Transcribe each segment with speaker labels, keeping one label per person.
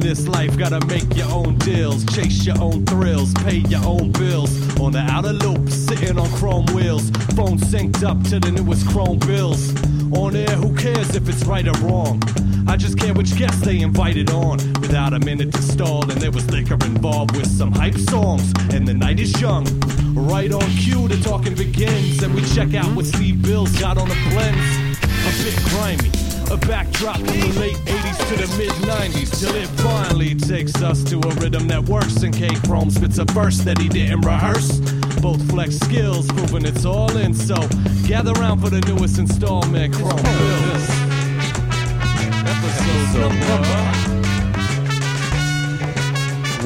Speaker 1: this life, gotta make your own deals, chase your own thrills, pay your own bills. On the outer loop, sitting on chrome wheels, phone synced up to the newest chrome bills. On air, who cares if it's right or wrong? I just care which guests they invited on. Without a minute to stall, and there was liquor involved with some hype songs, and the night is young. Right on cue, the talking begins, and we check out what Steve Bills got on the blends. A bit grimy, a backdrop from the late 80s to the mid 90s, till it finally takes us to a rhythm that works, and K Chrome spits a verse that he didn't rehearse. Both flex skills, proving it's all in, so gather round for the newest installment, Chrome Bills. Episode number.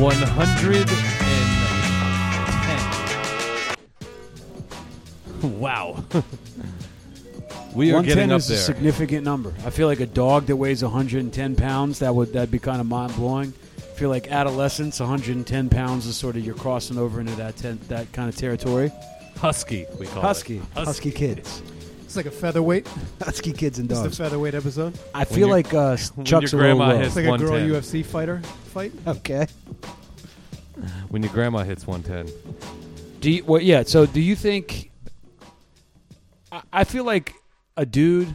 Speaker 1: 110. Wow. we are
Speaker 2: 110
Speaker 1: getting up
Speaker 2: is
Speaker 1: there.
Speaker 2: a significant number. I feel like a dog that weighs 110 pounds that would that'd be kind of mind blowing. I feel like adolescence, 110 pounds is sort of you're crossing over into that ten, that kind of territory.
Speaker 1: Oh, husky, we call
Speaker 2: Husky.
Speaker 1: it.
Speaker 3: Husky kids.
Speaker 4: It's like a featherweight.
Speaker 3: Husky kids and
Speaker 4: It's the
Speaker 3: dogs.
Speaker 4: featherweight episode. It's
Speaker 2: I feel
Speaker 1: your-
Speaker 2: like uh,
Speaker 1: when
Speaker 2: Chuck's
Speaker 1: your
Speaker 2: a little
Speaker 1: grandma
Speaker 2: low.
Speaker 1: has-
Speaker 4: like a girl
Speaker 1: 110.
Speaker 4: UFC fighter fight.
Speaker 3: Okay.
Speaker 1: When your grandma hits 110.
Speaker 2: Do you, well, yeah. So do you think? I, I feel like a dude,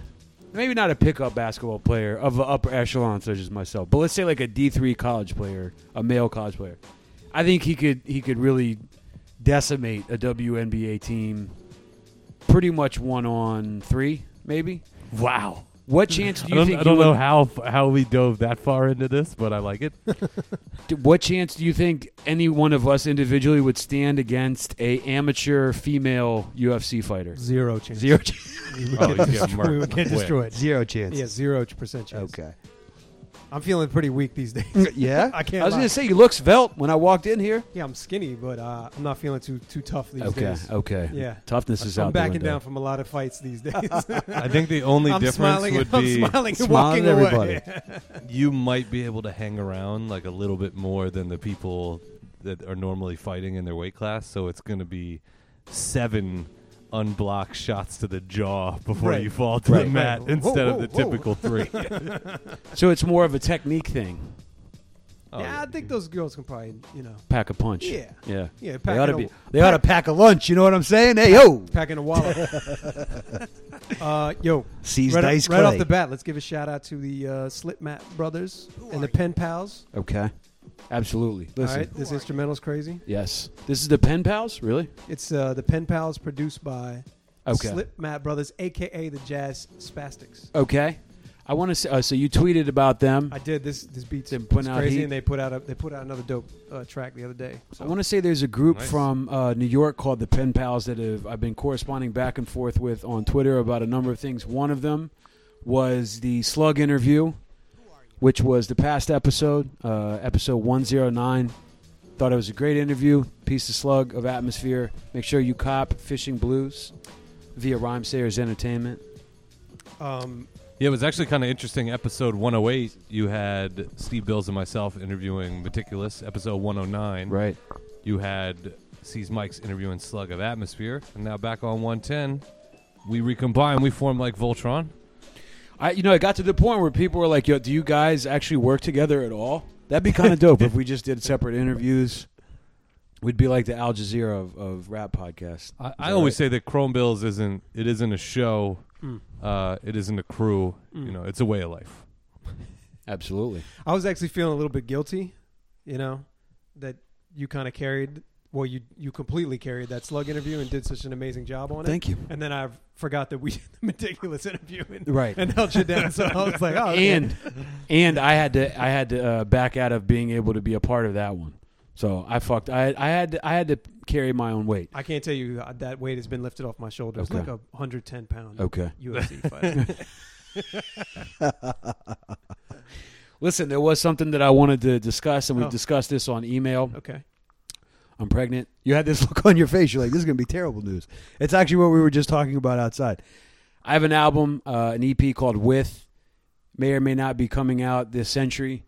Speaker 2: maybe not a pickup basketball player of an upper echelon such as myself, but let's say like a D three college player, a male college player. I think he could he could really decimate a WNBA team, pretty much one on three, maybe.
Speaker 1: Wow.
Speaker 2: What chance do
Speaker 1: I
Speaker 2: you
Speaker 1: don't,
Speaker 2: think?
Speaker 1: I don't
Speaker 2: you would-
Speaker 1: know how how we dove that far into this, but I like it.
Speaker 2: D- What chance do you think any one of us individually would stand against a amateur female UFC fighter?
Speaker 4: Zero chance.
Speaker 2: Zero. chance.
Speaker 4: We would
Speaker 1: Oh,
Speaker 4: get
Speaker 1: you get
Speaker 4: destroyed. We would
Speaker 1: murked
Speaker 4: get
Speaker 1: quick.
Speaker 4: destroyed.
Speaker 3: Zero chance.
Speaker 4: Yeah, zero ch- percent chance.
Speaker 3: Okay.
Speaker 4: I'm feeling pretty weak these days.
Speaker 3: yeah?
Speaker 4: I can't.
Speaker 2: I was
Speaker 4: lie.
Speaker 2: going to say you look svelte when I walked in here.
Speaker 4: Yeah, I'm skinny, but uh, I'm not feeling too too tough these days.
Speaker 2: okay.
Speaker 4: Yeah.
Speaker 2: Toughness is out
Speaker 4: I'm
Speaker 2: the
Speaker 4: backing
Speaker 2: window.
Speaker 4: down from a lot of fights these days.
Speaker 1: I think the only
Speaker 4: I'm
Speaker 1: difference
Speaker 4: smiling.
Speaker 1: would
Speaker 4: I'm
Speaker 1: be
Speaker 4: smiling and
Speaker 3: Smile
Speaker 4: walking
Speaker 3: at
Speaker 4: away.
Speaker 1: you might be able to hang around like a little bit more than the people that are normally fighting in their weight class. So it's going to be seven unblocked shots to the jaw before
Speaker 4: Right.
Speaker 1: you fall to
Speaker 3: Right.
Speaker 1: the mat
Speaker 4: Right. Whoa,
Speaker 1: instead
Speaker 4: whoa,
Speaker 1: of the
Speaker 4: whoa.
Speaker 1: typical three.
Speaker 2: So it's more of a technique thing.
Speaker 1: Oh,
Speaker 4: yeah, I think those girls can probably, you know,
Speaker 2: Pack a punch.
Speaker 4: Yeah.
Speaker 2: Yeah.
Speaker 4: yeah,
Speaker 3: They
Speaker 4: packing
Speaker 3: ought to
Speaker 4: a,
Speaker 3: be. They ought to pack a lunch. You know what I'm saying? Hey yo,
Speaker 4: packing a wallet. uh, yo,
Speaker 3: seize
Speaker 4: right,
Speaker 3: dice
Speaker 4: right
Speaker 3: clay.
Speaker 4: off the bat, let's give a shout out to the uh, Slipmat brothers and the Pen Pals.
Speaker 2: Okay. Absolutely. Listen.
Speaker 4: All right, this instrumental's crazy.
Speaker 2: Yes. This is the pen pals, really?
Speaker 4: It's uh, the Pen Pals produced by
Speaker 2: Okay.
Speaker 4: Slipmat brothers, aka the Jazz Spastics.
Speaker 2: Okay. I want to say. Uh, so you tweeted about them.
Speaker 4: I did this. This beats
Speaker 2: Them putting
Speaker 4: it's
Speaker 2: out
Speaker 4: crazy,
Speaker 2: heat.
Speaker 4: and they put out a, they put out another dope uh, track the other day.
Speaker 2: I want to say there's a group
Speaker 1: Nice.
Speaker 2: from uh, New York called the Pen Pals that have, I've been corresponding back and forth with on Twitter about a number of things. One of them was the Slug interview, which was the past episode, uh, episode 109. Thought it was a great interview. Piece of slug of atmosphere. Make sure you cop Fishing Blues via Rhymesayers Entertainment.
Speaker 4: Um,
Speaker 1: Yeah, it was actually kind of interesting. Episode 108, you had Steve Bills and myself interviewing Meticulous. Episode 109,
Speaker 2: Right.
Speaker 1: you had C's Mike's interviewing Slug of Atmosphere. And now back on 110, we recombine. We form like Voltron.
Speaker 2: I, you know, it got to the point where people were like, "Yo, do you guys actually work together at all?" That'd be kind of dope if we just did separate interviews. We'd be like the Al Jazeera of, of rap podcasts.
Speaker 1: I, I always say that Chrome Bills isn't it isn't a show, uh, it isn't a crew. You know, it's a way of life.
Speaker 2: absolutely.
Speaker 4: I was actually feeling a little bit guilty, you know, that you kind of carried. Well, you you completely carried that slug interview and did such an amazing job on it.
Speaker 2: Thank you.
Speaker 4: And then I forgot that we did the meticulous interview and,
Speaker 2: Right.
Speaker 4: and held you down. So I was like, oh, okay.
Speaker 2: And and I had to I had to uh, back out of being able to be a part of that one. So I fucked. I I had to, I had to carry my own weight.
Speaker 4: I can't tell you uh, that weight has been lifted off my shoulders
Speaker 2: Okay.
Speaker 4: like a 110 pound
Speaker 2: Okay.
Speaker 4: UFC fighter.
Speaker 2: Listen, there was something that I wanted to discuss, and we
Speaker 4: Oh.
Speaker 2: discussed this on email.
Speaker 4: okay.
Speaker 2: I'm pregnant.
Speaker 3: you had this look on your face. You're like, this is gonna be terrible news. It's actually what we were just talking about outside.
Speaker 2: I have an album, uh, an EP called With, may or may not be coming out this century.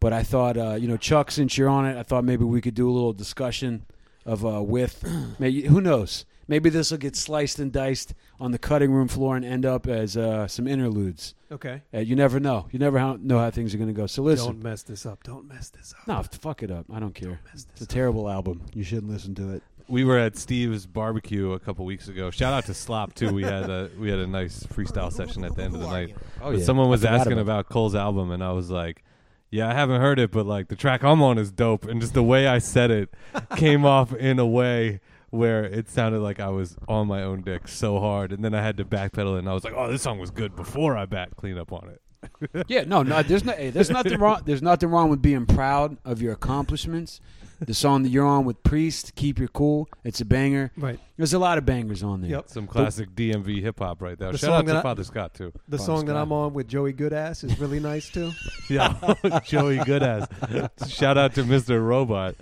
Speaker 2: But I thought, uh, you know, Chuck, since you're on it, I thought maybe we could do a little discussion of uh, With. Maybe, who knows? Maybe this will get sliced and diced on the cutting room floor and end up as uh, some interludes.
Speaker 4: Okay.
Speaker 2: Uh, you never know. You never how, know how things are going to go. So listen,
Speaker 4: Don't mess this up. Don't mess this up.
Speaker 2: no, fuck it up. I don't care.
Speaker 4: Mess this
Speaker 2: It's a terrible album.
Speaker 5: You shouldn't listen to it.
Speaker 1: We were at Steve's barbecue a couple weeks ago. Shout out to Slop too. We had a we had a nice freestyle session at the end of the night.
Speaker 2: Oh
Speaker 1: But someone was
Speaker 2: I forgot
Speaker 1: asking
Speaker 2: about
Speaker 1: about Cole's album, and I was like, "Yeah, I haven't heard it, but like the track I'm on is dope." And just the way I said it came off in a way where it sounded like I was on my own dick so hard, and then I had to backpedal, and I was like, "Oh, this song was good before I back clean up on it."
Speaker 2: Yeah, no, no. There's no, hey, there's nothing wrong. There's nothing wrong with being proud of your accomplishments. The song that you're on with Priest, "Keep Your Cool," it's a banger.
Speaker 4: Right.
Speaker 2: There's a lot of bangers on there.
Speaker 4: Yep.
Speaker 1: Some classic DMV hip hop right there.
Speaker 4: The
Speaker 1: Shout
Speaker 4: song
Speaker 1: out to
Speaker 4: that I-
Speaker 1: Father Scott too.
Speaker 4: The
Speaker 2: Bon
Speaker 4: song that
Speaker 2: Scott.
Speaker 4: I'm on with Joey Goodass is really nice too.
Speaker 1: Yeah, Joey Goodass. Shout out to Mr. Robot,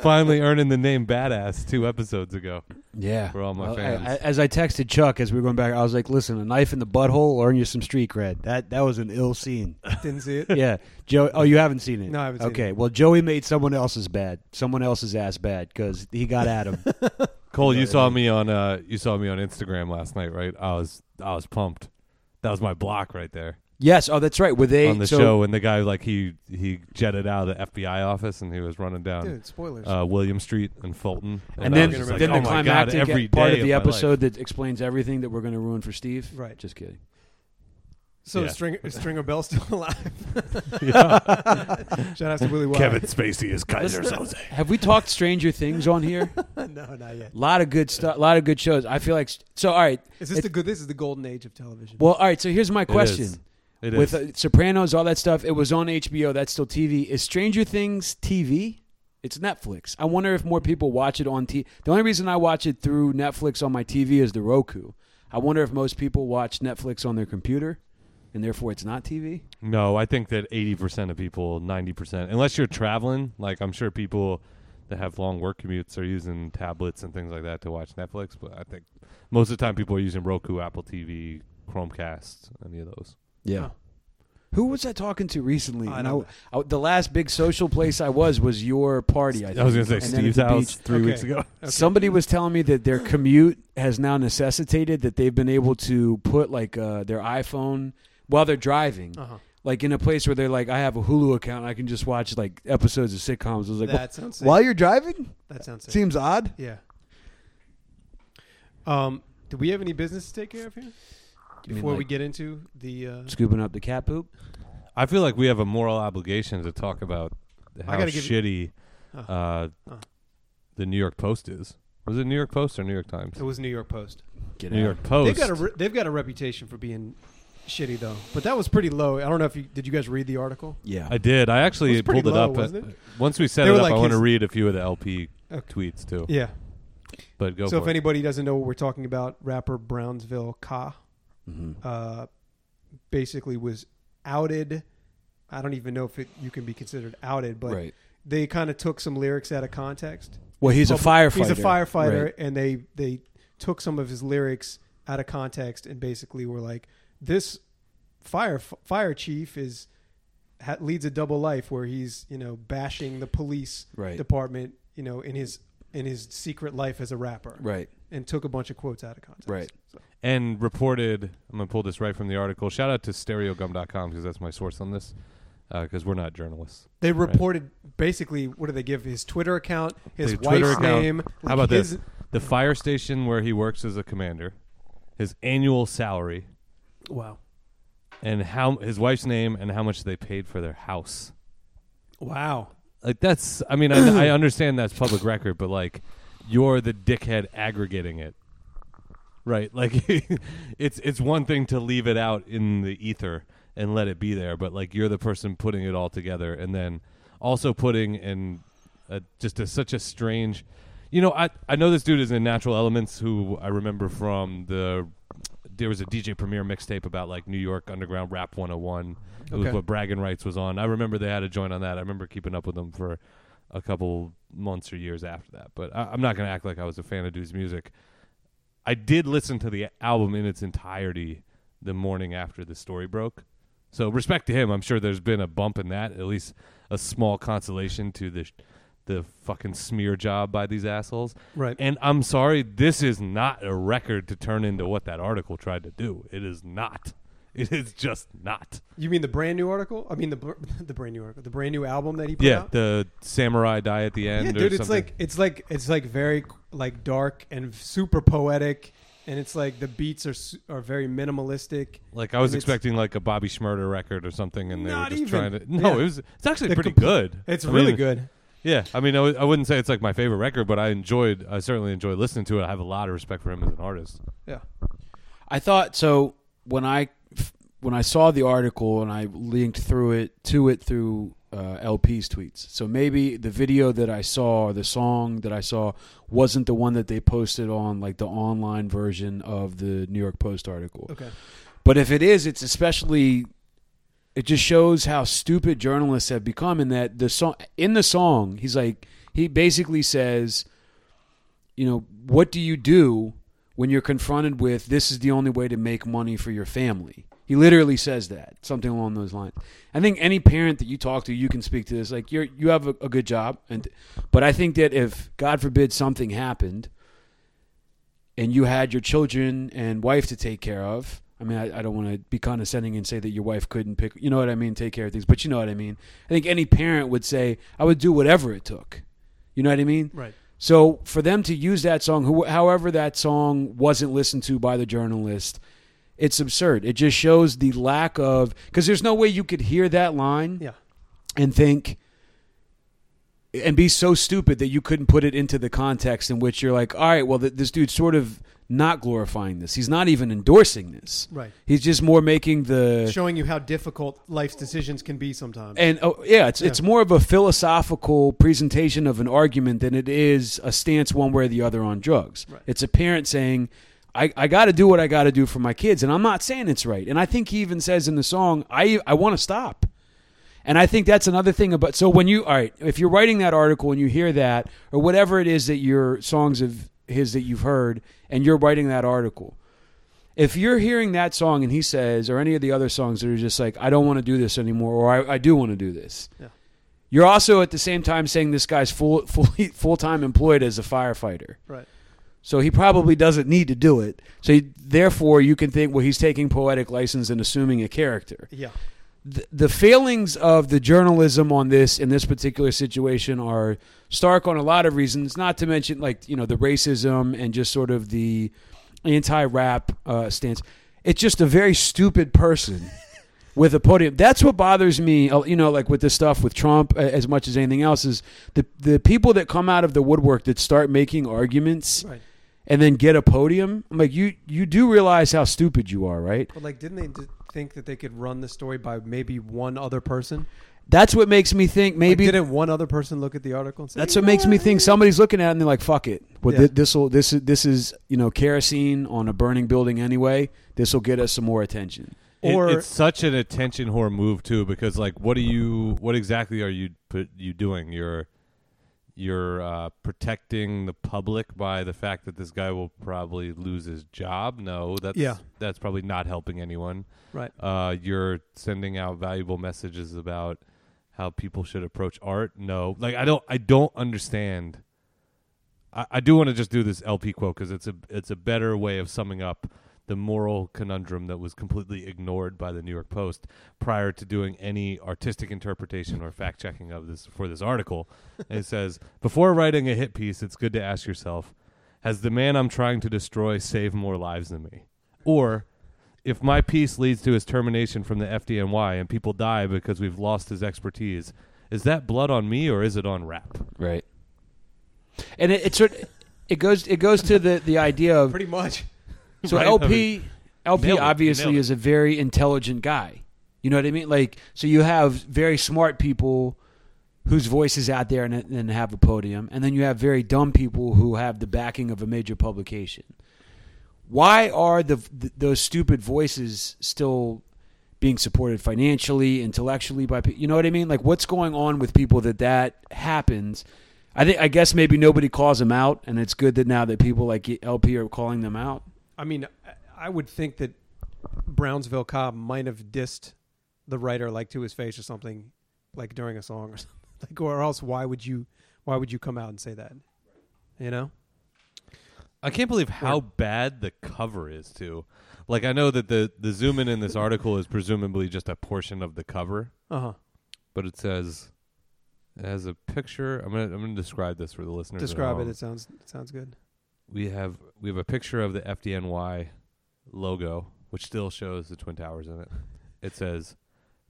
Speaker 1: finally earning the name Badass two episodes ago.
Speaker 2: Yeah,
Speaker 1: For all my
Speaker 2: I-
Speaker 1: fans.
Speaker 2: I, as I texted Chuck as we were going back, I was like, "Listen, a knife in the butthole will earn you some street cred." That that was an ill scene.
Speaker 4: Didn't see it.
Speaker 2: yeah, Joe. Oh, you haven't seen it?
Speaker 4: No, I haven't seen
Speaker 2: Okay, well, Joey made someone else's bad, someone else's ass bad because he got at him.
Speaker 1: Cole, you saw me on uh, you saw me on Instagram last night, right? I was I was pumped. That was my block right there
Speaker 2: yes. Oh, that's right. Were they
Speaker 1: on the
Speaker 2: so-
Speaker 1: show, and the guy like he he jetted out of the FBI office and he was running down
Speaker 4: Dude, spoilers.
Speaker 1: uh, William Street and Fulton,
Speaker 2: And
Speaker 1: I
Speaker 2: then,
Speaker 1: was just
Speaker 2: then
Speaker 1: like,
Speaker 2: the
Speaker 1: "Oh my God,
Speaker 2: climactic
Speaker 1: every
Speaker 2: part
Speaker 1: day
Speaker 2: of the
Speaker 1: my life."
Speaker 2: episode that explains everything that we're going to ruin for Steve.
Speaker 4: Right.
Speaker 2: Just kidding.
Speaker 4: so
Speaker 1: yeah.
Speaker 4: is Stringer, is Stringer Bell still alive?
Speaker 1: Yeah.
Speaker 4: Shout out to Willie
Speaker 2: uh,
Speaker 4: Wilde.
Speaker 1: Kevin Spacey is Kaiser Soze.
Speaker 2: Have we talked Stranger Things on here? A
Speaker 4: no, not yet.
Speaker 2: lot of good stuff. A lot of good shows. I feel like so. All right.
Speaker 4: Is this
Speaker 2: It-
Speaker 4: the good? This is the golden age of television.
Speaker 2: Well, all right. So here's my question.
Speaker 1: is. It is.
Speaker 2: With uh, Sopranos, all that stuff, it was on HBO. That's still TV. Is Stranger Things TV? It's Netflix. I wonder if more people watch it on TV. The only reason I watch it through Netflix on my TV is the Roku. I wonder if most people watch Netflix on their computer, and therefore it's not TV.
Speaker 1: No, I think that eighty percent of people, ninety percent, unless you're traveling, like I'm sure people that have long work commutes are using tablets and things like that to watch Netflix. But I think most of the time people are using Roku, Apple TV, Chromecast, any of those.
Speaker 2: Yeah.
Speaker 4: Huh.
Speaker 2: Who was I talking to recently?
Speaker 4: I
Speaker 2: And
Speaker 4: don't
Speaker 2: I- I- the last big social place I was was your party. I, think.
Speaker 1: I was gonna say
Speaker 2: And then at
Speaker 1: Steve's
Speaker 2: the
Speaker 1: house
Speaker 2: beach.
Speaker 1: three
Speaker 4: Okay.
Speaker 1: weeks ago.
Speaker 4: Okay.
Speaker 2: Somebody was telling me that their commute has now necessitated that they've been able to put like uh, their iPhone while they're driving,
Speaker 4: Uh-huh.
Speaker 2: like in a place where they're like, I have a Hulu account, I can just watch like episodes of sitcoms. I was like,
Speaker 4: That sounds sick.
Speaker 5: While you're driving,
Speaker 4: That sounds sick.
Speaker 5: seems odd.
Speaker 4: yeah. Um, do we have any business to take care of here
Speaker 2: You mean
Speaker 4: before we
Speaker 2: like-
Speaker 4: get into the? Uh,
Speaker 2: scooping up the cat poop.
Speaker 1: I feel like we have a moral obligation to talk about how
Speaker 4: gotta give
Speaker 1: shitty uh,
Speaker 4: Huh.
Speaker 1: the New York Post is. Was it New York Post or New York Times?
Speaker 4: it was New York Post.
Speaker 2: Get
Speaker 1: New
Speaker 2: out.
Speaker 1: York Post.
Speaker 4: They've got a re- they've got a reputation for being shitty though, but that was pretty low. I don't know if you did. You guys read the article?
Speaker 2: Yeah.
Speaker 1: I did. I actually
Speaker 4: It was pretty
Speaker 1: pulled it
Speaker 4: low,
Speaker 1: up. uh,
Speaker 4: wasn't it?
Speaker 1: Once we set
Speaker 4: They
Speaker 1: it
Speaker 4: were
Speaker 1: up,
Speaker 4: like
Speaker 1: I want to
Speaker 4: his-
Speaker 1: read a few of the LP
Speaker 4: Okay.
Speaker 1: tweets too.
Speaker 4: Yeah.
Speaker 1: But go
Speaker 4: so
Speaker 1: for
Speaker 4: if
Speaker 1: it.
Speaker 4: anybody doesn't know what we're talking about, rapper Brownsville Ka
Speaker 2: Mhm.
Speaker 4: uh, basically was outed. I don't even know if it, you can be considered outed, but
Speaker 2: Right.
Speaker 4: they kind of took some lyrics out of context.
Speaker 2: Well, he's a
Speaker 4: Public-
Speaker 2: firefighter.
Speaker 4: He's a firefighter,
Speaker 2: Right.
Speaker 4: and they they took some of his lyrics out of context and basically were like, "This fire fire chief is ha, leads a double life where he's you know bashing the police
Speaker 2: Right.
Speaker 4: department, you know, in his in his secret life as a rapper,
Speaker 2: Right.
Speaker 4: and took a bunch of quotes out of context,
Speaker 2: Right.
Speaker 1: and reported i'm going to pull this right from the article shout out to stereogum.com because that's my source on this because we're not journalists
Speaker 4: They reported basically what do they give his Twitter account, his
Speaker 1: The
Speaker 4: wife's
Speaker 1: Twitter account.
Speaker 4: name.
Speaker 1: how about
Speaker 4: his,
Speaker 1: this the fire station where he works as a commander his annual salary
Speaker 4: Wow,
Speaker 1: and how his wife's name and how much they paid for their house
Speaker 4: wow.
Speaker 1: like that's i mean I, I understand that's public record but like you're the dickhead aggregating it right like it's it's one thing to leave it out in the ether and let it be there but like you're the person putting it all together and then also putting in a, just a, such a strange you know i i know this dude is in natural elements who i remember from the there was a DJ Premier mixtape about like New York underground rap 101. It was
Speaker 4: Okay.
Speaker 1: what Bragging Rights was on. I remember they had a joint on that. I remember keeping up with them for a couple months or years after that. But I, I'm not gonna act like I was a fan of dude's music. I did listen to the album in its entirety the morning after the story broke. So respect to him. I'm sure there's been a bump in that, at least a small consolation to the sh- the fucking smear job by these assholes.
Speaker 4: Right.
Speaker 1: And I'm sorry, this is not a record to turn into what that article tried to do. It is not. It is just not.
Speaker 4: You mean the brand new article? I mean the br- the brand new article, the brand new album that he put
Speaker 1: Yeah,
Speaker 4: out.
Speaker 1: the samurai die at the end.
Speaker 4: yeah,
Speaker 1: or
Speaker 4: dude, it's
Speaker 1: something.
Speaker 4: like it's like it's like very like dark and super poetic, and it's like the beats are su- are very minimalistic.
Speaker 1: Like I was
Speaker 4: And it's-
Speaker 1: expecting like a Bobby Schmurder record or something, and they were
Speaker 4: Not
Speaker 1: just
Speaker 4: even.
Speaker 1: trying to. No,
Speaker 4: Yeah.
Speaker 1: it was. It's actually
Speaker 4: The
Speaker 1: pretty
Speaker 4: comp-
Speaker 1: good.
Speaker 4: It's
Speaker 1: I
Speaker 4: really
Speaker 1: mean,
Speaker 4: good.
Speaker 1: Yeah, I mean, I w- I wouldn't say it's like my favorite record, but I enjoyed. I certainly enjoyed listening to it. I have a lot of respect for him as an artist.
Speaker 4: Yeah,
Speaker 2: I thought so when I when I saw the article and I linked through it to it through uh, LP's tweets. So maybe the video that I saw or the song that I saw wasn't the one that they posted on like the online version of the New York Post article.
Speaker 4: okay.
Speaker 2: But if it is, it's especially it just shows how stupid journalists have become in that the song in the song, he's like he basically says, you know, what do you do when you're confronted with this is the only way to make money for your family? He literally says that, something along those lines. I think any parent that you talk to, you can speak to this. Like you're you have a, a good job and but I think that if God forbid something happened and you had your children and wife to take care of. I mean, I, I don't want to be condescending and say that your wife couldn't pick, you know what I mean, take care of things, but you know what I mean. I think any parent would say, I would do whatever it took. You know what I mean?
Speaker 4: Right.
Speaker 2: So for them to use that song, who, however that song wasn't listened to by the journalist, it's absurd. It just shows the lack of, because there's no way you could hear that line
Speaker 4: Yeah.
Speaker 2: and think and be so stupid that you couldn't put it into the context in which you're like, all right, well, th- this dude's sort of not glorifying this. He's not even endorsing this.
Speaker 4: Right.
Speaker 2: He's just more making the
Speaker 4: Showing you how difficult life's decisions can be sometimes.
Speaker 2: and oh, yeah, it's it's
Speaker 4: Yeah.
Speaker 2: more of a philosophical presentation of an argument than it is a stance one way or the other on drugs.
Speaker 4: Right.
Speaker 2: It's a parent saying, "I, I got to do what I got to do for my kids," and I'm not saying it's right. And I think he even says in the song, "I I want to stop." And I think that's another thing about. So when you all right, if you're writing that article and you hear that or whatever it is that your songs of his that you've heard, and you're writing that article, if you're hearing that song and he says, or any of the other songs that are just like, I don't want to do this anymore, or I, I do want to do this,
Speaker 4: Yeah.
Speaker 2: you're also at the same time saying this guy's full fully full time employed as a firefighter,
Speaker 4: right.
Speaker 2: so he probably doesn't need to do it. So you- therefore, you can think, well, he's taking poetic license and assuming a character.
Speaker 4: Yeah.
Speaker 2: Th- the failings of the journalism on this in this particular situation are stark on a lot of reasons not to mention like you know the racism and just sort of the anti-rap uh, stance it's just a very stupid person with a podium that's what bothers me uh, you know like with this stuff with trump uh, as much as anything else is the the people that come out of the woodwork that start making arguments
Speaker 4: Right.
Speaker 2: and then get a podium i'm like you you do realize how stupid you are right
Speaker 4: But like, didn't they d- think that they could run the story by maybe one other person?
Speaker 2: that's what makes me think
Speaker 4: Maybe
Speaker 2: maybe
Speaker 4: didn't one other person look at the article and say
Speaker 2: That's what makes me think somebody's looking at it and they're like, "Fuck it, well,
Speaker 4: Yeah.
Speaker 2: this will this is this is you know kerosene on a burning building anyway. This will get us some more attention."
Speaker 1: It-
Speaker 4: Or-
Speaker 1: it's such an attention whore move too, because like, what do you? What exactly are you put you doing? You're you're uh, protecting the public by the fact that this guy will probably lose his job. No, that's
Speaker 4: Yeah.
Speaker 1: that's probably not helping anyone.
Speaker 4: Right.
Speaker 1: Uh, you're sending out valuable messages about how people should approach art. No, like I don't I don't understand. I, I do want to just do this LP quote because it's a it's a better way of summing up the moral conundrum that was completely ignored by the New York Post prior to doing any artistic interpretation or fact checking of this for this article. And it says, before writing a hit piece, it's good to ask yourself, has the man I'm trying to destroy saved more lives than me? Or if my piece leads to his termination from the FDNY and people die because we've lost his expertise, is that blood on me or is it on rap?
Speaker 2: Right. And it, it sort it goes it goes to the the idea of
Speaker 4: pretty much.
Speaker 2: so
Speaker 1: Right, I
Speaker 2: LP
Speaker 1: mean,
Speaker 2: LP
Speaker 1: nailed it,
Speaker 2: obviously
Speaker 1: nailed it.
Speaker 2: is a very intelligent guy. You know what I mean? Like so you have very smart people whose voice is out there and, and have a podium, and then you have very dumb people who have the backing of a major publication. Why are the th- those stupid voices still being supported financially, intellectually by pe- you know what I mean? Like what's going on with people that that happens? I think I guess maybe nobody calls them out, and it's good that now that people like LP are calling them out.
Speaker 4: I mean, I- I would think that Brownsville Cobb might have dissed the writer like to his face or something, like during a song or something. Like, or else why would you? Why would you come out and say that? You know?
Speaker 1: I can't believe how bad the cover is too. Like I know that the the zoom in in this article is presumably just a portion of the cover,
Speaker 4: Uh huh.
Speaker 1: but it says it has a picture. I'm gonna I'm gonna describe this for the listeners. at
Speaker 4: Describe it.
Speaker 1: home.
Speaker 4: It sounds it sounds good.
Speaker 1: we have we have a picture of the FDNY logo, which still shows the twin towers in it. It says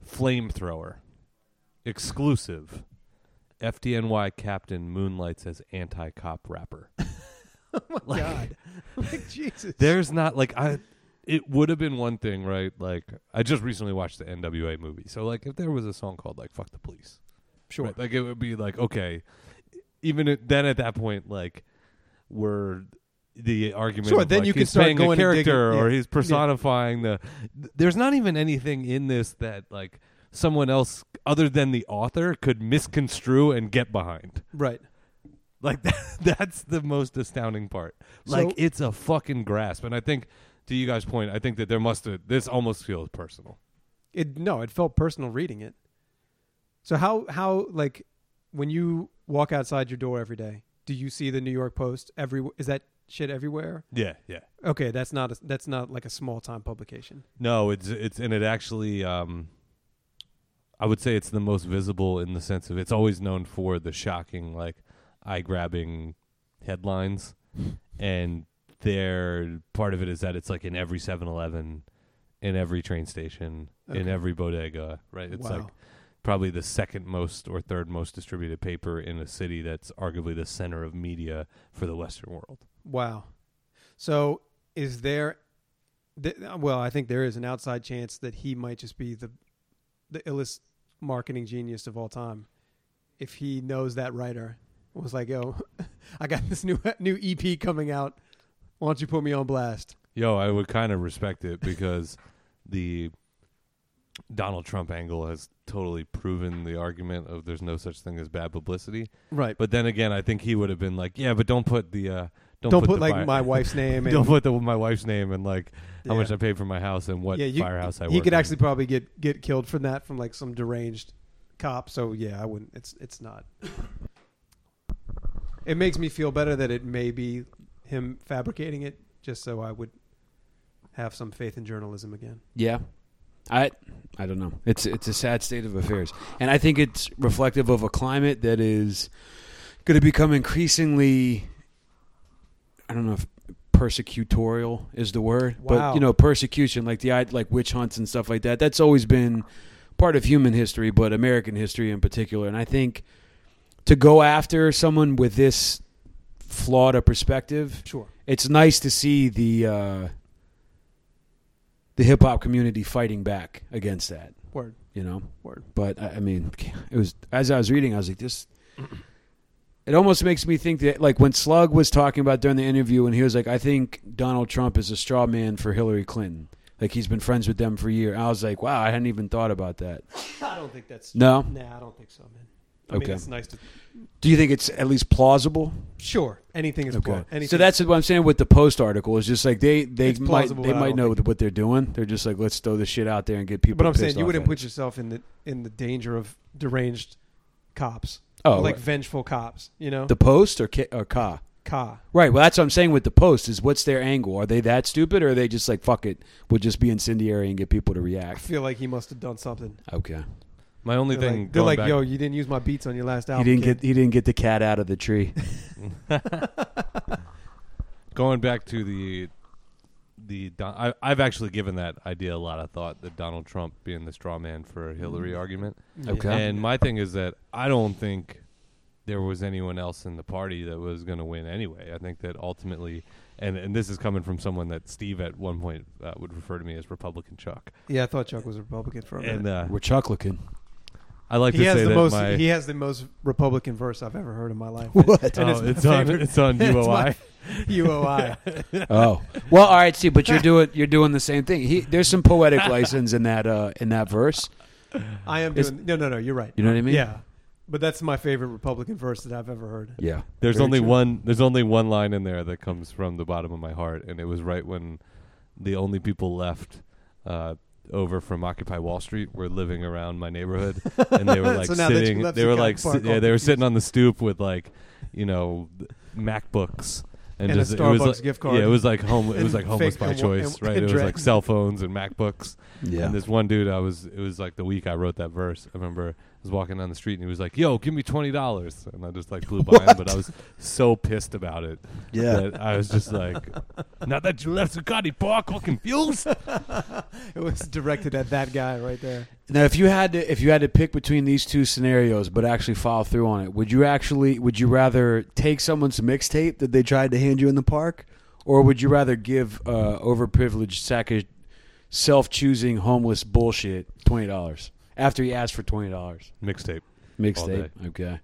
Speaker 1: flamethrower, exclusive. FDNY captain moonlights as anti-cop rapper. Like-
Speaker 4: God. like Jesus.
Speaker 1: There's not like I. It would have been one thing, right? Like I just recently watched the NWA movie, so like if there was a song called like "Fuck the Police,"
Speaker 4: Sure.
Speaker 1: right, like it would be like okay. Even at, then, at that point, like we're the argument.
Speaker 4: Sure,
Speaker 1: of,
Speaker 4: then
Speaker 1: like,
Speaker 4: you can
Speaker 1: he's
Speaker 4: start
Speaker 1: playing
Speaker 4: going
Speaker 1: a
Speaker 4: and digging-
Speaker 1: character, or
Speaker 4: yeah.
Speaker 1: he's personifying the. th- There's not even anything in this that like someone else other than the author could misconstrue and get behind.
Speaker 4: Right.
Speaker 1: Like that, that's the most astounding part. Like
Speaker 4: So-
Speaker 1: it's a fucking grasp, and I think to you guys' point, I think that there must have this almost feels personal.
Speaker 4: It no, it felt personal reading it. So how how like when you walk outside your door every day, do you see the New York Post every is that shit everywhere?
Speaker 1: Yeah, yeah.
Speaker 4: Okay, that's not a, that's not like a small time publication.
Speaker 1: No, it's it's and it actually, um, I would say it's the most visible in the sense of it's always known for the shocking, like eye grabbing headlines, and their part of it is that it's like in every 7-Eleven, in every train station, in
Speaker 4: Okay.
Speaker 1: every bodega, right? It's like probably the second most or third most distributed paper in a city that's arguably the center of media for the Western world.
Speaker 4: Wow. So is there? Th- well, I think there is an outside chance that he might just be the the illest marketing genius of all time. If he knows that writer was like, "Yo, I got this new new EP coming out. Why don't you put me on blast?"
Speaker 1: Yo, I would kind of respect it because the Donald Trump angle has totally proven the argument of there's no such thing as bad publicity.
Speaker 4: Right.
Speaker 1: But then again, I think he would have been like, yeah, but don't put the uh, don't,
Speaker 4: don't, put,
Speaker 1: the
Speaker 4: like
Speaker 1: fire-
Speaker 4: my wife's name. And,
Speaker 1: don't put the, my wife's name and like how
Speaker 4: Yeah.
Speaker 1: much I paid for my house and what
Speaker 4: yeah, you,
Speaker 1: firehouse I
Speaker 4: you
Speaker 1: work
Speaker 4: could
Speaker 1: in.
Speaker 4: actually probably get get killed from that from like some deranged cop. So yeah, I wouldn't. It's it's not. It makes me feel better that it may be him fabricating it, just so I would have some faith in journalism again.
Speaker 2: Yeah. I I don't know. It's it's a sad state of affairs. And I think it's reflective of a climate that is going to become increasingly I don't know if persecutorial is the word,
Speaker 4: Wow.
Speaker 2: but you know, persecution like the id- like witch hunts and stuff like that. That's always been part of human history, but American history in particular. And I think to go after someone with this flawed a perspective
Speaker 4: Sure.
Speaker 2: it's nice to see the uh, the hip hop community fighting back against that.
Speaker 4: Word.
Speaker 2: You know,
Speaker 4: Word.
Speaker 2: but I, I mean, it was as I was reading, I was like, this. It almost makes me think that, like, when Slug was talking about during the interview, and he was like, "I think Donald Trump is a straw man for Hillary Clinton. Like, he's been friends with them for a year." I was like, "Wow, I hadn't even thought about that."
Speaker 4: I don't think that's.
Speaker 2: No,
Speaker 4: Nah, I don't think so, man. I mean,
Speaker 2: Okay.
Speaker 4: it's nice to.
Speaker 2: do you think it's at least plausible?
Speaker 4: Sure, anything is okay. Anything,
Speaker 2: So that's what I'm saying with the post article. Is just like they they
Speaker 4: It's
Speaker 2: might
Speaker 4: plausible,
Speaker 2: they
Speaker 4: but I
Speaker 2: might
Speaker 4: don't
Speaker 2: know what they're doing. They're just like let's throw this shit out there and get people.
Speaker 4: But I'm saying
Speaker 2: pissed
Speaker 4: you
Speaker 2: off
Speaker 4: wouldn't
Speaker 2: at
Speaker 4: put yourself in the in the danger of deranged
Speaker 2: us.
Speaker 4: cops,
Speaker 2: oh
Speaker 4: like
Speaker 2: right.
Speaker 4: vengeful cops. You know,
Speaker 2: the post or K- or Ka.
Speaker 4: Ka.
Speaker 2: Right. Well, that's what I'm saying with the post. Is what's their angle? Are they that stupid, or are they just like fuck it? We'll just be incendiary and get people to
Speaker 4: I
Speaker 2: react.
Speaker 4: feel like he must have done something.
Speaker 2: Okay.
Speaker 1: My only
Speaker 4: They're
Speaker 1: thing
Speaker 4: like, they're
Speaker 1: going
Speaker 4: like
Speaker 1: back-
Speaker 4: yo, you didn't use my beats on your last
Speaker 2: he
Speaker 4: album.
Speaker 2: didn't
Speaker 4: kid."
Speaker 2: get he didn't get the cat out of the tree.
Speaker 1: going back to the the Don, I, I've actually given that idea a lot of thought. The Donald Trump being the straw man for Hillary
Speaker 4: Mm.
Speaker 1: argument.
Speaker 2: Okay.
Speaker 1: And my thing is that I don't think there was anyone else in the party that was going to win anyway. I think that ultimately, and, and this is coming from someone that Steve at one point uh, would refer to me as Republican Chuck.
Speaker 4: Yeah, I thought Chuck was a Republican for a minute.
Speaker 1: And uh,
Speaker 2: We're chucklicking.
Speaker 1: I like
Speaker 4: he
Speaker 1: to
Speaker 4: has
Speaker 1: say
Speaker 4: the
Speaker 1: that
Speaker 4: most.
Speaker 1: my
Speaker 4: He has the most Republican verse I've ever heard in my life.
Speaker 2: What?
Speaker 1: oh,
Speaker 4: and it's
Speaker 1: it's,
Speaker 4: my
Speaker 1: on
Speaker 4: favorite-
Speaker 1: it's on
Speaker 4: It's my
Speaker 1: UOI.
Speaker 4: UOI.
Speaker 2: oh. Well, all right, Steve. But you're doing you're doing the same thing. He, there's some poetic license in that uh, in that verse.
Speaker 4: I am
Speaker 2: It's-
Speaker 4: doing. No, no, no. You're right.
Speaker 2: You know what I mean?
Speaker 4: Yeah, but that's my favorite Republican verse that I've ever heard.
Speaker 2: Yeah.
Speaker 1: There's
Speaker 2: Very
Speaker 1: only
Speaker 2: true.
Speaker 1: one. There's only one line in there that comes from the bottom of my heart, and it was right when the only people left uh, over from Occupy Wall Street were living around my neighborhood, and they were like
Speaker 4: So now that you
Speaker 1: sitting.
Speaker 4: left
Speaker 1: They were
Speaker 4: Zuccotti
Speaker 1: like, si-
Speaker 4: Park all
Speaker 1: yeah, they were
Speaker 4: confused.
Speaker 1: sitting on the stoop with like, you know, MacBooks and,
Speaker 4: And a
Speaker 1: just it was
Speaker 4: Starbucks
Speaker 1: like,
Speaker 4: gift card.
Speaker 1: Yeah, it was like home. It
Speaker 4: And
Speaker 1: was like homeless
Speaker 4: fake-
Speaker 1: by
Speaker 4: and wa-
Speaker 1: choice,
Speaker 4: and-
Speaker 1: right?
Speaker 4: and
Speaker 1: it was like
Speaker 4: dress.
Speaker 1: cell phones and MacBooks.
Speaker 6: Yeah.
Speaker 1: And this one dude, I was. It was like the week I wrote that verse. I remember I was walking down the street and he was like, "Yo, give me twenty dollars," and I just like blew by him, but I was so pissed about it.
Speaker 6: Yeah.
Speaker 1: that I was just like, "Now that you left Zuccotti Park, all confused."
Speaker 4: it was directed at that guy right there.
Speaker 2: Now, if you had to, if you had to pick between these two scenarios, but actually follow through on it, would you actually, would you rather take someone's mixtape that they tried to hand you in the park, or would you rather give uh, overprivileged sack of self-choosing homeless bullshit twenty dollars after he asked for twenty dollars
Speaker 1: Mixtape.
Speaker 2: mixtape? Okay.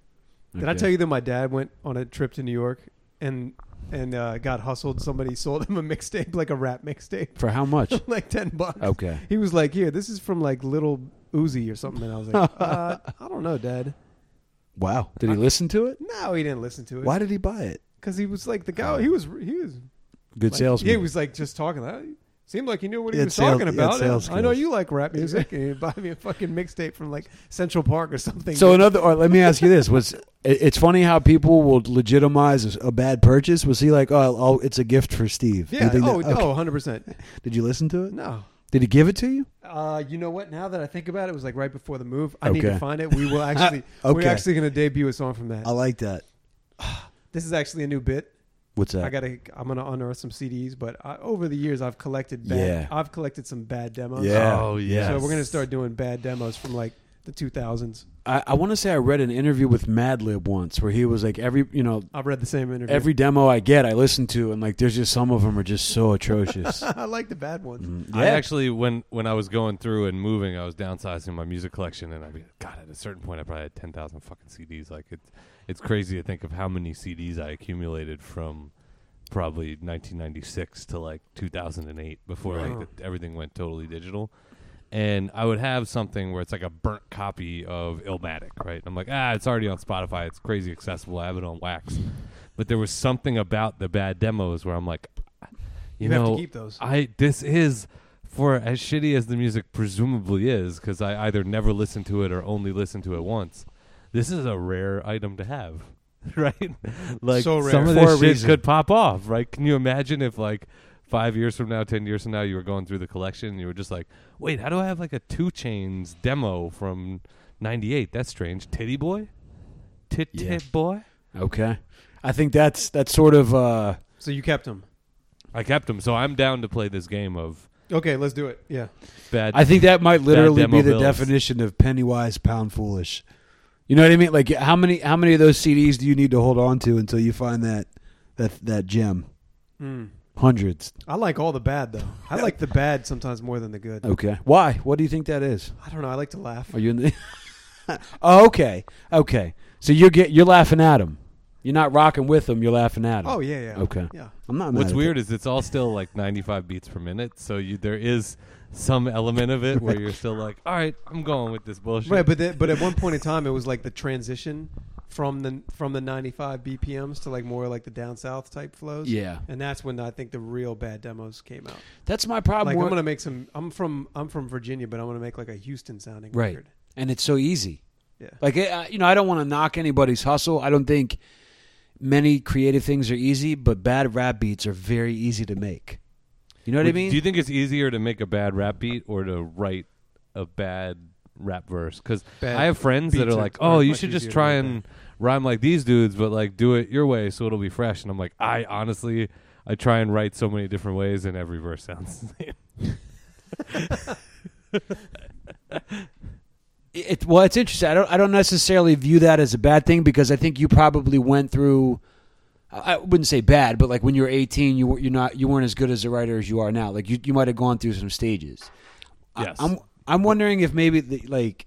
Speaker 4: Did I tell you that my dad went on a trip to New York and and uh, got hustled? Somebody sold him a mixtape, like a rap mixtape,
Speaker 2: for how much?
Speaker 4: like ten bucks.
Speaker 2: Okay.
Speaker 4: He was like, "Here, this is from like Little Uzi or something," and I was like, uh, "I don't know, Dad."
Speaker 6: Wow.
Speaker 2: Did he listen to it?
Speaker 4: No, he didn't listen to it.
Speaker 6: Why did he buy it?
Speaker 4: Because he was like the guy. He was he was
Speaker 2: Good
Speaker 4: like,
Speaker 2: salesman.
Speaker 4: Yeah, he was like just talking. Like, seemed like he knew what he
Speaker 6: He had
Speaker 4: was
Speaker 6: sales-
Speaker 4: talking
Speaker 6: he had
Speaker 4: about.
Speaker 6: sales
Speaker 4: I know
Speaker 6: skills.
Speaker 4: you like rap music, and he'd buy me a fucking mixtape from like Central Park or something.
Speaker 2: So another, or let me ask you this: Was it- it's funny how people will
Speaker 6: Legitimize a bad purchase? Was he like, oh, I'll- I'll, it's a gift for Steve? Do you
Speaker 4: yeah,
Speaker 6: think
Speaker 4: oh,
Speaker 6: that- okay.
Speaker 4: oh, 100 percent.
Speaker 6: Did you listen to it?
Speaker 4: No,
Speaker 6: Did he give it to you?
Speaker 4: uh, you know what? Now that I think about it, it was like right before the move. I need
Speaker 6: Okay.
Speaker 4: to find it. We will actually, we're
Speaker 6: Okay.
Speaker 4: actually going to debut a song from that.
Speaker 6: I like that.
Speaker 4: this is actually a new bit.
Speaker 6: What's that?
Speaker 4: I gotta, I'm gonna unearth some CDs, but I, over the years I've collected, bad,
Speaker 6: Yeah.
Speaker 4: I've collected some bad demos.
Speaker 6: Yeah.
Speaker 1: Oh yeah.
Speaker 4: So we're gonna start doing bad demos from like the 2000s.
Speaker 2: I, I want to say I read an interview with Madlib once where he was like every you know
Speaker 4: I've read the same interview.
Speaker 2: every demo I get I listen to and like there's just some of them are just so atrocious.
Speaker 4: I like the bad ones.
Speaker 1: I actually, when when I was going through and moving, I was downsizing my music collection, and I mean, God, at a certain point, I probably had ten thousand fucking CDs. Like it's it's crazy to think of how many CDs I accumulated from probably 1996 to like 2008 before
Speaker 4: Wow.
Speaker 1: like the, everything went totally digital. And I would have something where it's like a burnt copy of Illmatic, right? I'm like, ah, it's already on Spotify. It's crazy accessible. I have it on wax. But there was something about the bad demos where I'm like, you,
Speaker 4: You,
Speaker 1: know,
Speaker 4: have to keep those.
Speaker 1: I this is for as shitty as the music presumably is because I either never listened to it or only listened to it once. This is a rare item to have, right? Like
Speaker 4: So rare.
Speaker 1: some of
Speaker 4: For a
Speaker 1: this shit
Speaker 4: reason.
Speaker 1: could pop off, right? Can you imagine if like five years from now, ten years from now, you were going through the collection and you were just like, wait, how do I have like a Two Chains demo from '98? That's strange. Titty boy, tit
Speaker 2: Yeah.
Speaker 1: tit boy.
Speaker 2: Okay, I think that's that's sort of uh,
Speaker 4: So you kept them.
Speaker 1: I kept them, so I'm down to play this game of
Speaker 4: Okay, let's do it. Yeah.
Speaker 1: bad.
Speaker 2: I think that might literally
Speaker 1: demo
Speaker 2: be the
Speaker 1: bills.
Speaker 2: definition of pennywise pound foolish. You know what I mean? Like how many how many of those CDs do you need to hold on to until you find that that that gem?
Speaker 1: Hmm.
Speaker 4: Mm.
Speaker 2: Hundreds.
Speaker 4: I like all the bad though. I like the bad sometimes more than the good.
Speaker 2: Okay. Why? What do you think that is?
Speaker 4: I don't know. I like to laugh.
Speaker 2: Oh. Are you in the? oh, okay, okay. So you're get you're laughing at him. You're not rocking with him. You're laughing at him.
Speaker 4: Oh yeah, yeah.
Speaker 2: Okay.
Speaker 4: Yeah.
Speaker 2: I'm not.
Speaker 1: What's
Speaker 2: mad at
Speaker 1: weird is it's all still like 95 beats per minute, so you there is some element of it where you're still like, all right, I'm going with this bullshit.
Speaker 4: Right, but the, but at one point in time, it was like the transition from the from the 95 BPMs to like more like the down south type
Speaker 2: that.
Speaker 4: flows.
Speaker 2: Yeah,
Speaker 4: And that's when I think the real bad demos came out.
Speaker 2: that's my problem.
Speaker 4: like I'm
Speaker 2: with-
Speaker 4: gonna make some. I'm from I'm from Virginia, but I'm gonna make like a Houston sounding
Speaker 2: Right.
Speaker 4: record.
Speaker 2: and it's so easy.
Speaker 4: Yeah.
Speaker 2: Like it, uh, you know, I don't want to knock anybody's hustle. I don't think many creative things are easy, but bad rap beats are very easy to make. You know what I
Speaker 1: Would-
Speaker 2: mean?
Speaker 1: Do you think it's easier to make a bad rap beat or to write a bad rap verse? Because
Speaker 4: Bad
Speaker 1: I have friends that are
Speaker 4: beats are-
Speaker 1: like,
Speaker 4: are
Speaker 1: oh, you
Speaker 4: much
Speaker 1: should just
Speaker 4: easier to
Speaker 1: try
Speaker 4: write
Speaker 1: and rhyme like these dudes, but like do it your way so it'll be fresh. And I'm like, I honestly, I try and write so many different ways, and every verse sounds the same.
Speaker 2: it, well, it's interesting. I don't. I don't necessarily view that as a bad thing because I think you probably went through. I I wouldn't say bad, but like when you were 18, you were you're not you weren't as good as a writer as you are now. Like you, you might have gone through some stages. I-
Speaker 1: Yes.
Speaker 2: I'm I'm wondering if maybe the, like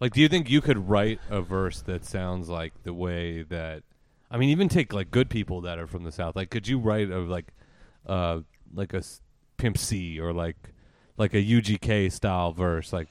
Speaker 1: Like, do you think you could write a verse that sounds like the way that? I mean, even take like good people that are from the South. Like, could you write of like, uh, like a s- Pimp C or like, like a UGK style verse, like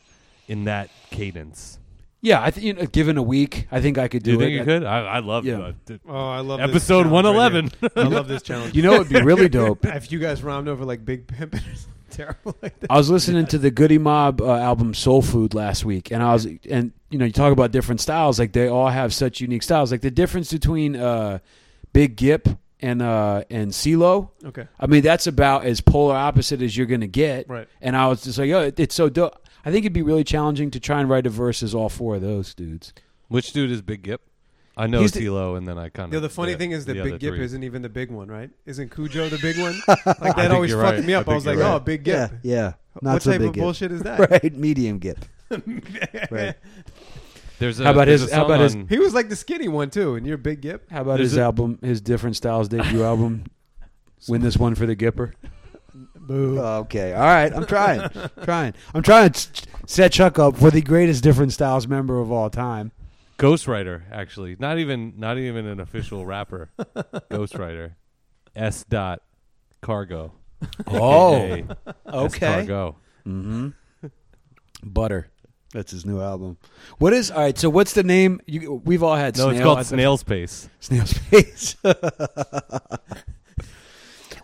Speaker 1: in that cadence?
Speaker 2: yeah, I think you know, given a week, I think I could
Speaker 1: Do
Speaker 2: do
Speaker 1: you
Speaker 2: it.
Speaker 1: think you could? I, I love
Speaker 2: Yeah.
Speaker 1: uh, th-
Speaker 4: Oh, I love
Speaker 1: episode one eleven.
Speaker 4: I love this challenge.
Speaker 2: You know, it'd be really dope.
Speaker 4: if you guys rhymed over like Big Pimp, terrible like that.
Speaker 2: I was listening to the Goody Mob uh, album Soul Food last week, and I was, and you know, you talk about different styles, like they all have such unique styles. Like the difference between uh, Big Gip and uh, and CeeLo,
Speaker 4: Okay.
Speaker 2: I mean, that's about as polar opposite as you're gonna get.
Speaker 4: Right.
Speaker 2: And I was just like, oh, it, it's so dope. I think it'd be really challenging to try and write a verse as all four of those dudes.
Speaker 1: Which dude is Big Gip? I know
Speaker 2: He's the-
Speaker 1: Tilo, and then I kind of.
Speaker 4: Yeah, the funny thing is that Big Gip
Speaker 1: is
Speaker 4: isn't even the big one, right? Isn't Cujo the big one? Like that
Speaker 1: think
Speaker 4: always
Speaker 1: you're
Speaker 4: fucked
Speaker 1: right.
Speaker 4: me
Speaker 1: I
Speaker 4: up. I,
Speaker 1: think
Speaker 4: was
Speaker 1: you're
Speaker 4: like,
Speaker 1: right.
Speaker 4: oh, Big Gip.
Speaker 3: Yeah, yeah. Not
Speaker 4: what
Speaker 3: so
Speaker 4: type
Speaker 3: big
Speaker 4: of
Speaker 3: gip.
Speaker 4: bullshit is that?
Speaker 3: Right, medium gip. right.
Speaker 1: There's a,
Speaker 2: How about
Speaker 1: there's
Speaker 2: his-
Speaker 1: a
Speaker 2: how
Speaker 1: song
Speaker 2: about his-
Speaker 1: on-
Speaker 4: He was like the skinny one too, and you're Big Gip.
Speaker 2: How about
Speaker 1: There's
Speaker 2: his
Speaker 1: a-
Speaker 2: album, his different styles debut album? Win this one for the Gipper.
Speaker 4: Boo.
Speaker 3: Okay. All right. I'm trying. trying. I'm trying to s- set Chuck up for the greatest different styles member of all time.
Speaker 1: Ghostwriter, actually, not even not even an official rapper. Ghostwriter, S. Dot Cargo. AKA S. Cargo.
Speaker 2: Oh. Mm-hmm. Butter.
Speaker 3: That's his new album.
Speaker 2: What is all right? So what's the name? You, we've all had
Speaker 1: No,
Speaker 2: snail.
Speaker 1: it's called
Speaker 2: I-
Speaker 1: Snail Space.
Speaker 2: Snail.
Speaker 3: Face.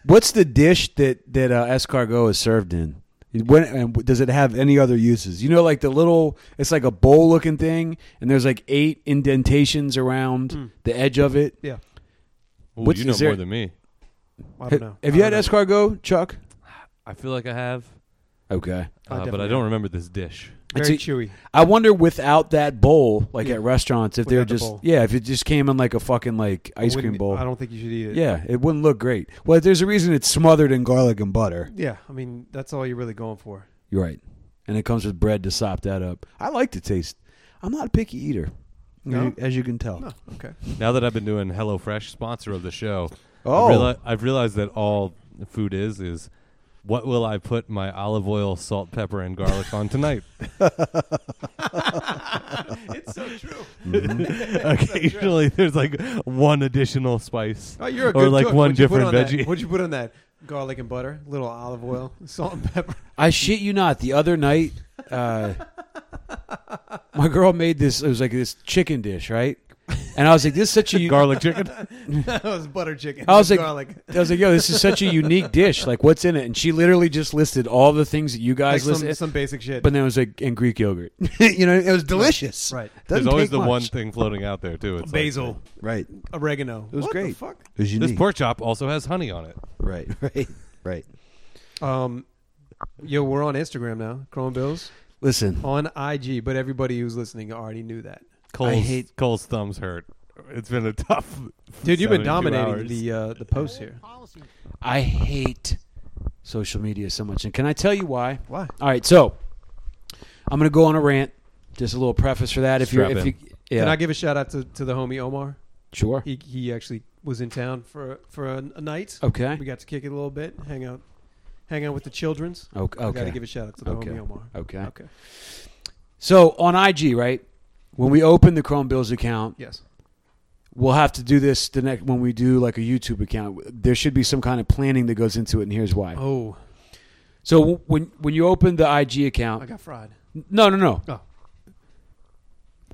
Speaker 2: What's the dish that that uh, escargot is served in? When and w- does it have any other uses? You know, like the little, it's like a bowl looking thing, and there's like eight indentations around
Speaker 4: Mm.
Speaker 2: the edge of it.
Speaker 4: Yeah.
Speaker 1: Ooh,
Speaker 2: What's-
Speaker 1: you know
Speaker 2: is there-
Speaker 1: more than me.
Speaker 4: I don't know.
Speaker 2: Have you
Speaker 4: I
Speaker 2: had
Speaker 4: don't know.
Speaker 2: escargot, Chuck?
Speaker 1: I feel like I have,
Speaker 2: Okay.
Speaker 4: I
Speaker 1: uh, but I
Speaker 4: definitely
Speaker 1: don't remember this dish.
Speaker 4: Very
Speaker 2: It's a-
Speaker 4: chewy.
Speaker 2: I wonder without that bowl, like
Speaker 4: Yeah.
Speaker 2: at restaurants, if they're
Speaker 4: Without the
Speaker 2: just
Speaker 4: bowl.
Speaker 2: yeah, if it just came in like a fucking like ice
Speaker 4: Wouldn't-
Speaker 2: cream bowl.
Speaker 4: I don't think you should eat it.
Speaker 2: Yeah, it wouldn't look great. Well, there's a reason it's smothered in garlic and butter.
Speaker 4: Yeah. I mean, that's all you're really going for.
Speaker 2: You're right. And it comes with bread to sop that up. I like the taste. I'm not a picky eater,
Speaker 4: No?
Speaker 2: as, you, as you can tell.
Speaker 4: No. Okay.
Speaker 1: Now that I've been doing HelloFresh, sponsor of the show,
Speaker 3: Oh.
Speaker 1: I've, reali- I've realized that all food is is what will I put my olive oil, salt, pepper, and garlic on tonight?
Speaker 4: it's so true.
Speaker 1: Mm-hmm. Occasionally, there's like one additional spice,
Speaker 4: Oh, you're a good
Speaker 1: or like
Speaker 4: cook.
Speaker 1: one
Speaker 4: What'd you put
Speaker 1: different
Speaker 4: on that?
Speaker 1: veggie.
Speaker 4: What'd you put on that? Garlic and butter, little olive oil, salt and pepper.
Speaker 2: I shit you not. The other night, uh, my girl made this. It was like this chicken dish, right? And I was like, "This is such a." u-
Speaker 1: Garlic chicken.
Speaker 4: that was butter chicken.
Speaker 2: I was
Speaker 4: with
Speaker 2: like-
Speaker 4: garlic.
Speaker 2: I was like, "Yo, this is such a unique dish. Like, what's in it?" And she literally just listed all the things that you
Speaker 4: Like
Speaker 2: guys
Speaker 4: some,
Speaker 2: listed.
Speaker 4: some basic shit.
Speaker 2: but then it was like, and Greek yogurt.
Speaker 3: you know, it was delicious.
Speaker 4: right.
Speaker 3: Doesn't
Speaker 1: There's always
Speaker 3: take
Speaker 1: the
Speaker 3: much.
Speaker 1: one thing floating out there too. It's like,
Speaker 4: Basil,
Speaker 3: Right.
Speaker 4: oregano. It
Speaker 3: was
Speaker 4: what The
Speaker 3: great.
Speaker 4: fuck?
Speaker 3: It was
Speaker 1: this
Speaker 3: unique.
Speaker 1: pork chop also has honey on it.
Speaker 3: right. Right. Right.
Speaker 4: Um, yo, we're on Instagram now. Chrome Bills
Speaker 2: Listen,
Speaker 4: on IG, but everybody who's listening already knew that.
Speaker 1: Cole's,
Speaker 2: hate-
Speaker 1: Cole's thumbs hurt. It's been a tough.
Speaker 4: Dude, you've
Speaker 1: 72
Speaker 4: been dominating
Speaker 1: hours.
Speaker 4: the uh, the posts here.
Speaker 2: I hate social media so much. And can I tell you why?
Speaker 4: Why?
Speaker 2: All right, so I'm going to go on a rant. Just a little preface for that. If you're,
Speaker 1: Strap
Speaker 2: if
Speaker 1: in.
Speaker 2: you, yeah,
Speaker 4: Can I give a shout out to, to the homie Omar?
Speaker 2: sure,
Speaker 4: He he actually was in town for for a, a night.
Speaker 2: okay,
Speaker 4: We got to kick it a little bit, hang out, hang out with the childrens.
Speaker 2: okay,
Speaker 4: Got to
Speaker 2: okay.
Speaker 4: give a shout out to the
Speaker 2: Okay.
Speaker 4: homie Omar.
Speaker 2: okay.
Speaker 4: Okay.
Speaker 2: So on IG, right? When we open the Chrome Bills account,
Speaker 4: Yes.
Speaker 2: we'll have to do this the next when we do like a YouTube account. There should be some kind of planning that goes into it, and here's why.
Speaker 4: Oh,
Speaker 2: So w- when when you open the IG
Speaker 4: I
Speaker 2: account,
Speaker 4: got fried.
Speaker 2: no, no, no.
Speaker 4: Oh.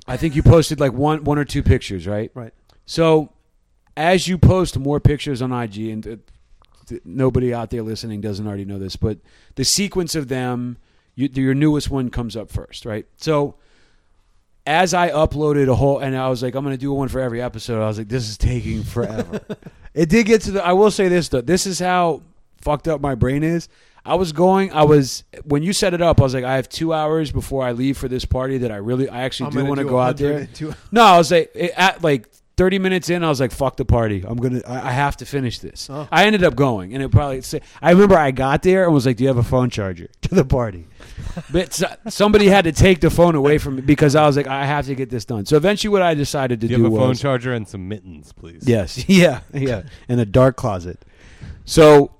Speaker 2: I think you posted like one one or two pictures, right?
Speaker 4: Right.
Speaker 2: So as you post more pictures on IG, and uh, th- nobody out there listening doesn't already know this, but the sequence of them, you, your newest one comes up first, right? So as I uploaded a whole, and I was like, I'm going to do one for every episode. I was like, this is taking forever. it did get to the. I will say this though. This is how fucked up my brain is. I was going. I was when you set it up. I was like, I have two hours before I leave for this party that I really, I actually
Speaker 4: I'm
Speaker 2: do
Speaker 4: gonna
Speaker 2: want to
Speaker 4: do
Speaker 2: go out
Speaker 4: 100
Speaker 2: there.
Speaker 4: in two-
Speaker 2: No, I was like it- at like 30 minutes in, I was like, "Fuck the party! I'm gonna, I, I have to finish this."
Speaker 4: Oh.
Speaker 2: I ended up going, and it probably. Say, I remember I got there and was like, "Do you have a phone charger?"
Speaker 3: To the party.
Speaker 2: But so- somebody had to take the phone away from me because I was like, "I have to get this done." So eventually, what I decided to
Speaker 1: Do you
Speaker 2: do
Speaker 1: have a
Speaker 2: was,
Speaker 1: phone charger and some mittens, please?
Speaker 2: yes.
Speaker 3: Yeah. Yeah. In a dark closet.
Speaker 2: So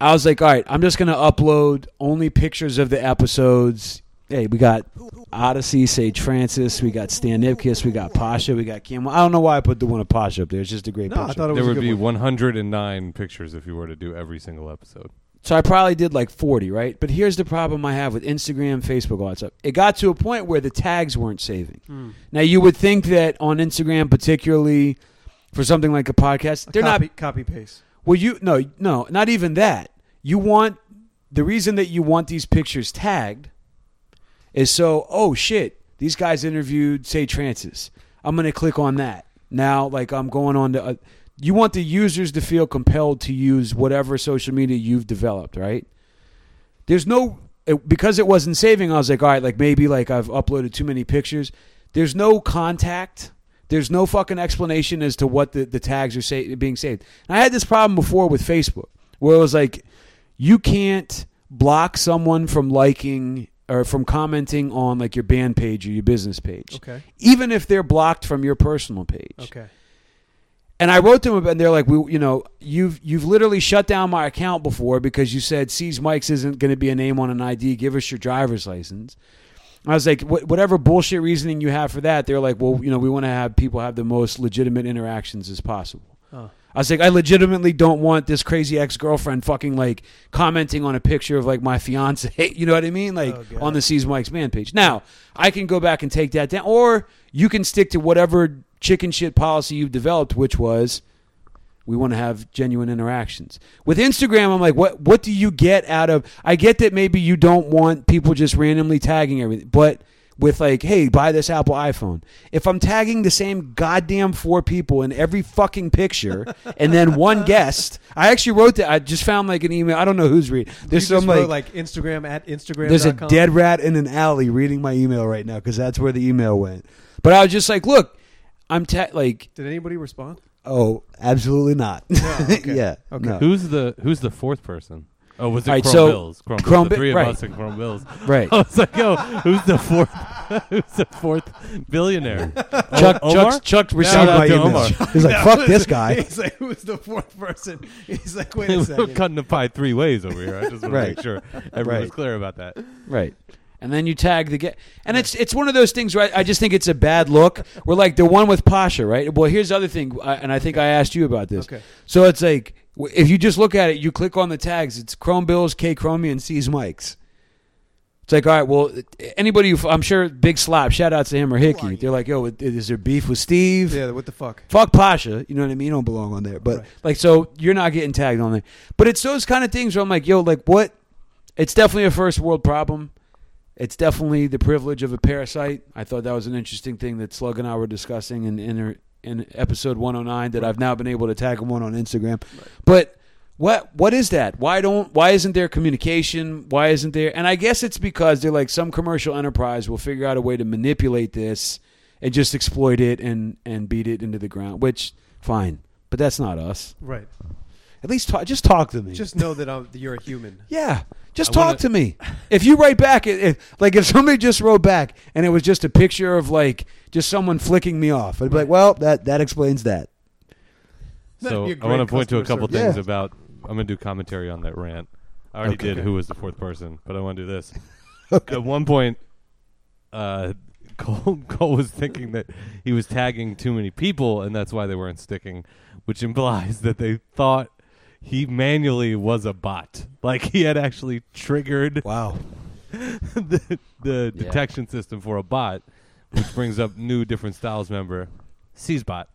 Speaker 2: I was like, "All right, I'm just gonna upload only pictures of the episodes." Hey, we got Odyssey, Sage Francis, we got Stan Nipkiss, we got Pasha, we got Kim. I don't know why I put the one of Pasha up there. It's just a great
Speaker 4: No, I
Speaker 2: picture.
Speaker 4: thought it was
Speaker 1: There
Speaker 4: a
Speaker 1: would
Speaker 4: good
Speaker 1: be
Speaker 4: one.
Speaker 1: 109 pictures if you were to do every single episode.
Speaker 2: So I probably did like 40, right? But here's the problem I have with Instagram, Facebook, all that stuff. It got to a point where the tags weren't saving.
Speaker 4: Mm.
Speaker 2: Now, you would think that on Instagram, particularly for something like a podcast, they're
Speaker 4: copy,
Speaker 2: not.
Speaker 4: copy paste.
Speaker 2: Well, you. No, no, not even that. You want the reason that you want these pictures tagged is so oh shit these guys interviewed say trances i'm gonna click on that now like i'm going on to uh, you want the users to feel compelled to use whatever social media you've developed right there's no it, because it wasn't saving i was like all right like maybe like i've uploaded too many pictures there's no contact there's no fucking explanation as to what the, the tags are say, being saved and i had this problem before with facebook where it was like you can't block someone from liking or from commenting on like your band page or your business page
Speaker 4: Okay.
Speaker 2: even if they're blocked from your personal page
Speaker 4: Okay.
Speaker 2: and I wrote them, and they're like, "We, you know, you've you've literally shut down my account before because you said C's Mike's isn't going to be a name on an ID. Give us your driver's license." I was like, "Wh- whatever bullshit reasoning you have for that, they're like, well, you know, we want to have people have the most legitimate interactions as possible.
Speaker 4: Oh.
Speaker 2: I was like, I legitimately don't want this crazy ex girlfriend fucking like commenting on a picture of like my fiance. You know what I mean? Like
Speaker 4: Oh, God.
Speaker 2: on the C's Mike's man page. Now I can go back and take that down, or you can stick to whatever chicken shit policy you've developed, which was we want to have genuine interactions. With Instagram, I'm like, what what do you get out of I get that maybe you don't want people just randomly tagging everything, but with like, hey, buy this Apple iPhone. If I'm tagging the same goddamn four people in every fucking picture and then one guest, I actually wrote that. I just found like an email. I don't know who's reading. There's
Speaker 4: you
Speaker 2: some
Speaker 4: just wrote,
Speaker 2: like,
Speaker 4: like Instagram at Instagram.
Speaker 2: There's a
Speaker 4: dot com?
Speaker 3: Dead rat in an alley reading my email right now because that's where the email went.
Speaker 2: but I was just like, look, I'm ta- like
Speaker 4: Did anybody respond?
Speaker 3: Oh, absolutely not.
Speaker 4: okay.
Speaker 3: yeah.
Speaker 4: Okay.
Speaker 3: no.
Speaker 1: Who's the Who's the fourth person? Oh, was it
Speaker 2: Uh, All right,
Speaker 1: Chrome
Speaker 2: so-
Speaker 1: Bills? Chrome,
Speaker 2: Chrome
Speaker 1: Bills. The
Speaker 2: Bi-
Speaker 1: three
Speaker 2: right.
Speaker 1: of us and Chrome Bills.
Speaker 2: right.
Speaker 1: I was like, yo, who's the fourth? who's the fourth billionaire?
Speaker 2: Chuck
Speaker 1: O- Omar?
Speaker 2: Chuck Chuck
Speaker 1: Shout
Speaker 2: received
Speaker 1: out
Speaker 3: my
Speaker 1: to
Speaker 3: email.
Speaker 1: Omar.
Speaker 3: He's like, fuck this guy.
Speaker 4: He's like, who's the fourth person? He's like, wait a
Speaker 1: We're
Speaker 4: second.
Speaker 1: cutting the pie three ways over here. I just want to
Speaker 3: Right.
Speaker 1: make sure everyone's
Speaker 3: Right.
Speaker 1: clear about that.
Speaker 2: Right. And then you tag the get, and it's it's one of those things where I, I just think it's a bad look. We're like the one with Pasha, right? Well, here's the other thing, I, and I think I asked you about this.
Speaker 4: Okay.
Speaker 2: So it's like w- if you just look at it, you click on the tags. It's Chrome Bills, K Chromie, and C's Mike's. It's like all right, well, anybody who I'm sure Big Slap, shout out to him or Hickey. They're like, yo, is there beef with Steve?
Speaker 4: Yeah, what the fuck?
Speaker 2: fuck Pasha. You know what I mean? You don't belong on there. But
Speaker 4: Right.
Speaker 2: like, so you're not getting tagged on there. But it's those kind of things where I'm like, yo, like what? It's definitely a first world problem. It's definitely the privilege of a parasite. I thought that was an interesting thing that Slug and I were discussing in in, in episode 109 that I've now been able to tag one on Instagram. But what what is that? Why don't why isn't there communication? Why isn't there? And I guess it's because they're like some commercial enterprise will figure out a way to manipulate this and just exploit it and and beat it into the ground. Which fine, but that's not us.
Speaker 4: Right.
Speaker 2: At least talk, just
Speaker 3: Just talk to me.
Speaker 4: Just know that, I'm, that you're a human.
Speaker 2: yeah. Just
Speaker 1: I
Speaker 2: talk
Speaker 1: wanna-
Speaker 2: to me. If you write back, it, it, like if somebody just wrote back and it was just a picture of like just someone flicking me off, I'd be like, well,
Speaker 3: that that explains that.
Speaker 4: That'd
Speaker 1: so
Speaker 4: be a
Speaker 1: I want to
Speaker 4: great
Speaker 1: point to a
Speaker 4: customer
Speaker 1: couple
Speaker 4: service.
Speaker 1: things
Speaker 3: Yeah.
Speaker 1: about. I'm gonna do commentary on that rant. I already
Speaker 4: Okay.
Speaker 1: did. Who was the fourth person? But I want to do this. At one point, uh, Cole, Cole was thinking that he was tagging too many people, and that's why they weren't sticking, which implies that they thought he manually was a bot. Like he had actually triggered
Speaker 3: Wow.
Speaker 1: the, the detection system for a bot, which brings up new different styles member, C's bot.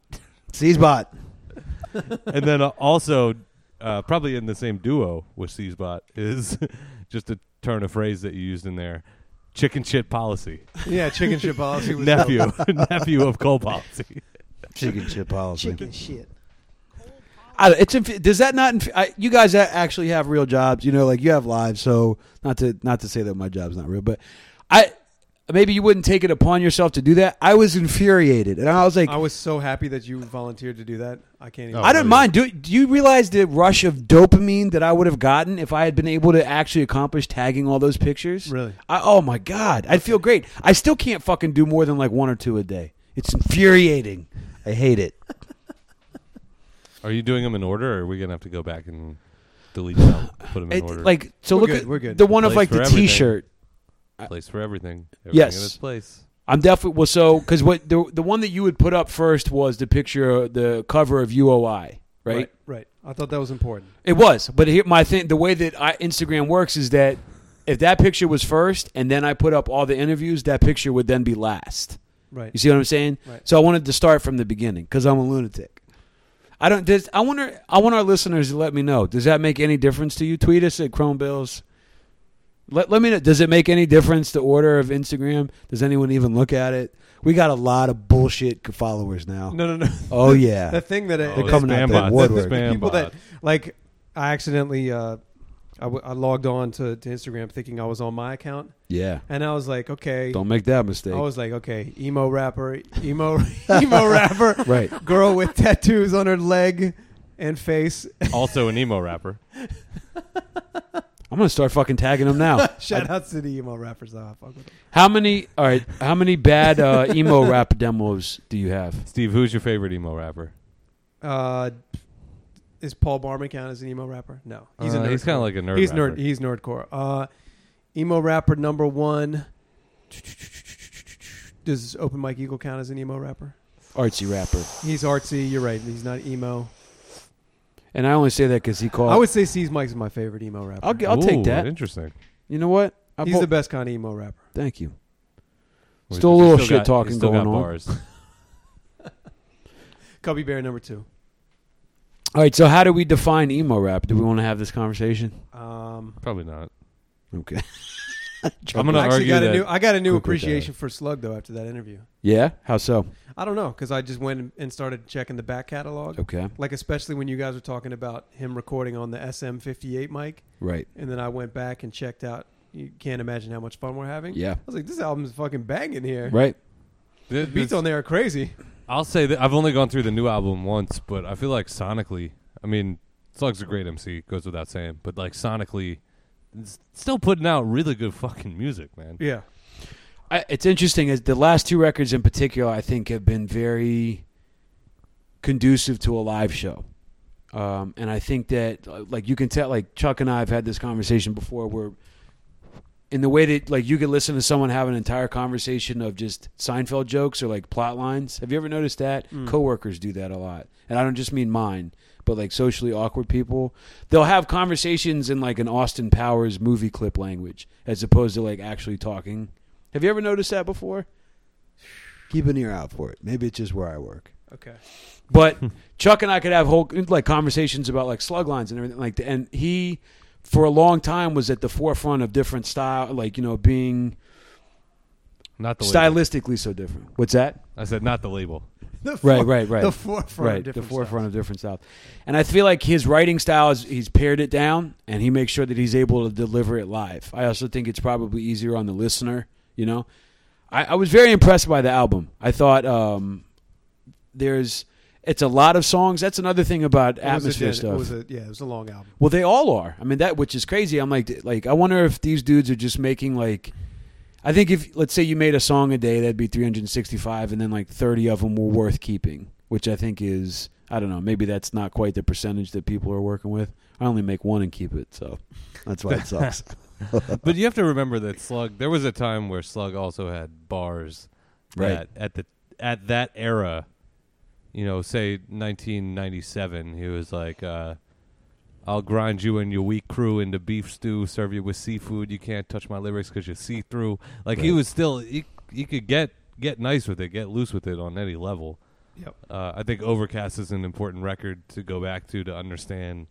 Speaker 3: C's bot.
Speaker 1: and then uh, also uh, probably in the same duo with Seizbot is just to turn a phrase that you used in there. Chicken shit policy.
Speaker 4: Yeah, chicken shit policy was
Speaker 1: nephew. nephew of coal policy.
Speaker 3: Chicken chip policy.
Speaker 4: shit.
Speaker 2: I, it's inf- does that not? Inf- I,
Speaker 3: You guys a- actually have real jobs, you know, like you have lives, so not to not to say that my job's not real, but
Speaker 2: I maybe you wouldn't take it upon yourself to do that.
Speaker 3: I was infuriated and I was like
Speaker 4: I was so happy that you volunteered to do that. I can't even.
Speaker 1: Oh,
Speaker 2: I don't
Speaker 1: really?
Speaker 2: mind. Do, do you realize the rush of dopamine that I would have gotten if I had been able to actually accomplish tagging all those pictures?
Speaker 4: Really?
Speaker 2: I, oh my god, I'd feel great. I still can't fucking do more than like one or two a day. It's infuriating.
Speaker 3: I hate it.
Speaker 1: Are you doing them in order or are we going to have to go back and delete them? Put them in
Speaker 2: It-
Speaker 1: order.
Speaker 2: like so,
Speaker 4: We're
Speaker 2: look
Speaker 4: good,
Speaker 2: at
Speaker 4: we're good.
Speaker 2: the one of
Speaker 1: Place
Speaker 2: like
Speaker 1: for
Speaker 2: the
Speaker 1: everything.
Speaker 2: T-shirt.
Speaker 1: place for everything. Everything
Speaker 2: Yes.
Speaker 1: in its place.
Speaker 2: I'm definitely well. So because what the the one that you would put up first was the picture, uh, the cover of UOI, right?
Speaker 4: right, right. I thought that was important.
Speaker 2: It was, but here my thing. The way that I, Instagram works is that if that picture was first, and then I put up all the interviews, that picture would then be last.
Speaker 4: Right.
Speaker 2: You see what I'm saying?
Speaker 4: Right.
Speaker 2: So I wanted to start from the beginning because I'm a lunatic. I don't. Does, I wonder. I want our listeners to let me know. Does that make any difference to you? Tweet us at Chrome Bills. Let, let me know. Does it make any difference the order of Instagram? Does anyone even look at it? We got a lot of bullshit followers now.
Speaker 1: No, no, no.
Speaker 2: Oh yeah,
Speaker 4: The thing that
Speaker 1: Oh,
Speaker 4: it,
Speaker 2: They're
Speaker 1: it's
Speaker 2: coming out
Speaker 1: spam
Speaker 2: the
Speaker 1: bots. It's
Speaker 2: woodwork.
Speaker 1: spam
Speaker 4: people that
Speaker 1: bots.
Speaker 4: like I accidentally uh, I, w- I logged on to, to Instagram thinking I was on my account,
Speaker 2: yeah.
Speaker 4: and I was like, okay,
Speaker 2: Don't make that mistake.
Speaker 4: I was like, okay, emo rapper, emo emo rapper,
Speaker 2: Right.
Speaker 4: girl with tattoos on her leg and face.
Speaker 1: also an emo rapper.
Speaker 2: I'm gonna start fucking tagging them now.
Speaker 4: Shout out to the emo rappers. though. I fuck with them.
Speaker 2: How many? All right. How many bad uh, emo rap demos do you have?
Speaker 1: Steve, who's your favorite emo rapper?
Speaker 4: Uh, is Paul Barman count as an emo rapper? No, he's a
Speaker 1: Uh,
Speaker 4: nerd.
Speaker 1: he's kind of like a nerd.
Speaker 4: he's
Speaker 1: rapper.
Speaker 4: nerd. He's nerdcore. Uh, emo rapper number one. Does Open Mike Eagle count as an emo rapper?
Speaker 2: Artsy rapper.
Speaker 4: He's artsy. You're right. He's not emo.
Speaker 2: And I only say that because he called.
Speaker 4: I would say C's Mike's my favorite emo rapper.
Speaker 2: I'll, g- I'll
Speaker 1: Ooh,
Speaker 2: take that.
Speaker 1: Interesting.
Speaker 2: You know what? I'll
Speaker 4: he's
Speaker 2: vote-
Speaker 4: the best kind of emo rapper.
Speaker 2: Thank you.
Speaker 1: Well,
Speaker 2: Still a
Speaker 1: he's
Speaker 2: little
Speaker 1: got- he's
Speaker 2: shit-talking
Speaker 1: still
Speaker 2: going
Speaker 1: got
Speaker 2: on.
Speaker 1: Bars.
Speaker 4: Cubby Bear number two.
Speaker 2: All right. So how do we define emo rap? Do we want to have this conversation?
Speaker 4: Um,
Speaker 1: Probably not.
Speaker 2: Okay.
Speaker 1: I'm gonna
Speaker 4: I actually
Speaker 1: argue
Speaker 4: got
Speaker 1: that.
Speaker 4: a new. I got a new
Speaker 2: Quick with
Speaker 4: appreciation for Slug though after that interview.
Speaker 2: Yeah. How so?
Speaker 4: I don't know because I just went and started checking the back catalog.
Speaker 2: Okay.
Speaker 4: Like especially when you guys were talking about him recording on the SM58 mic,
Speaker 2: Right.
Speaker 4: and then I went back and checked out. You can't imagine how much fun we're having.
Speaker 2: Yeah.
Speaker 4: I was like, this album's fucking banging here.
Speaker 2: Right.
Speaker 1: Th-
Speaker 4: The beats
Speaker 1: this-
Speaker 4: on there are crazy.
Speaker 1: I'll say that I've only gone through the new album once, but I feel like sonically, I mean, Slug's a great MC, goes without saying, but like sonically, it's still putting out really good fucking music, man.
Speaker 4: Yeah.
Speaker 2: I, it's interesting as the last two records in particular i think have been very conducive to a live show um, and i think that uh, like you can tell like chuck and i have had this conversation before where in the way that like you can listen to someone have an entire conversation of just seinfeld jokes or like plot lines have you ever noticed that coworkers do that a lot and i don't just mean mine but like socially awkward people they'll have conversations in like an austin powers movie clip language as opposed to like actually talking have you ever noticed that before?
Speaker 3: Keep an ear out for it. Maybe it's just where I work.
Speaker 4: Okay.
Speaker 2: But Chuck and I could have whole like conversations about like slug lines and everything like that. And he, for a long time, was at the forefront of different style, like you know, being
Speaker 1: Not the label.
Speaker 2: stylistically so different. What's that?
Speaker 1: I said not the label.
Speaker 4: The
Speaker 2: Right,
Speaker 4: fore-
Speaker 2: right, right.
Speaker 4: The forefront.
Speaker 2: right,
Speaker 4: Of
Speaker 2: the
Speaker 4: different
Speaker 2: forefront
Speaker 4: styles.
Speaker 2: of different styles. And I feel like his writing style is he's pared it down and he makes sure that he's able to deliver it live. I also think it's probably easier on the listener, you know. I, I was very impressed by the album. I thought um, there's it's a lot of songs. That's another thing about
Speaker 4: It was a
Speaker 2: atmosphere
Speaker 4: dead-
Speaker 2: stuff.
Speaker 4: It was a, yeah, it was a long album.
Speaker 2: Well, they all are. I mean, that which is crazy. I'm like, like I wonder if these dudes are just making like, I think if let's say you made a song a day, that'd be 365, and then like 30 of them were worth keeping, which I think is I don't know. Maybe that's not quite the percentage that people are working with. I only make one and keep it, so
Speaker 3: That's why it sucks.
Speaker 1: But you have to remember that Slug. There was a time where Slug also had bars,
Speaker 2: Right.
Speaker 1: that at the at that era, you know, say 1997, he was like, uh, "I'll grind you and your weak crew into beef stew, serve you with seafood. You can't touch my lyrics because you see through." Like he
Speaker 2: Right.
Speaker 1: was still he he could get get nice with it, get loose with it on any level.
Speaker 4: Yep.
Speaker 1: Uh, I think Overcast is an important record to go back to to understand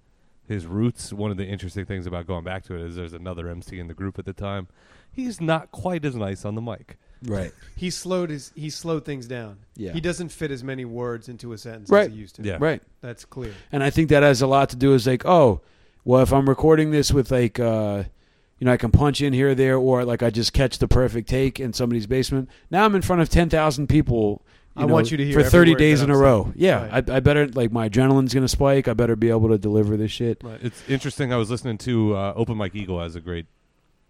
Speaker 1: his roots. One of the interesting things about going back to it is there's another MC in the group at the time. He's not quite as nice on the mic.
Speaker 2: right,
Speaker 4: He slowed his he slowed things down.
Speaker 2: Yeah.
Speaker 4: He doesn't fit as many words into a sentence
Speaker 2: Right.
Speaker 4: as he used to.
Speaker 1: Yeah.
Speaker 2: right.
Speaker 4: That's clear.
Speaker 2: And I think that has a lot to do is like, oh, well, if I'm recording this with like, uh, you know, I can punch in here or there, or like I just catch the perfect take in somebody's basement. Now I'm in front of ten thousand people.
Speaker 4: I want you to hear
Speaker 2: for
Speaker 4: every
Speaker 2: thirty
Speaker 4: word
Speaker 2: days
Speaker 4: that
Speaker 2: in
Speaker 4: I'm
Speaker 2: a row. Yeah,
Speaker 4: Right.
Speaker 2: I, I better like my adrenaline's gonna spike. I better be able to deliver this shit.
Speaker 4: Right.
Speaker 1: It's interesting. I was listening to uh, Open Mic Eagle has a great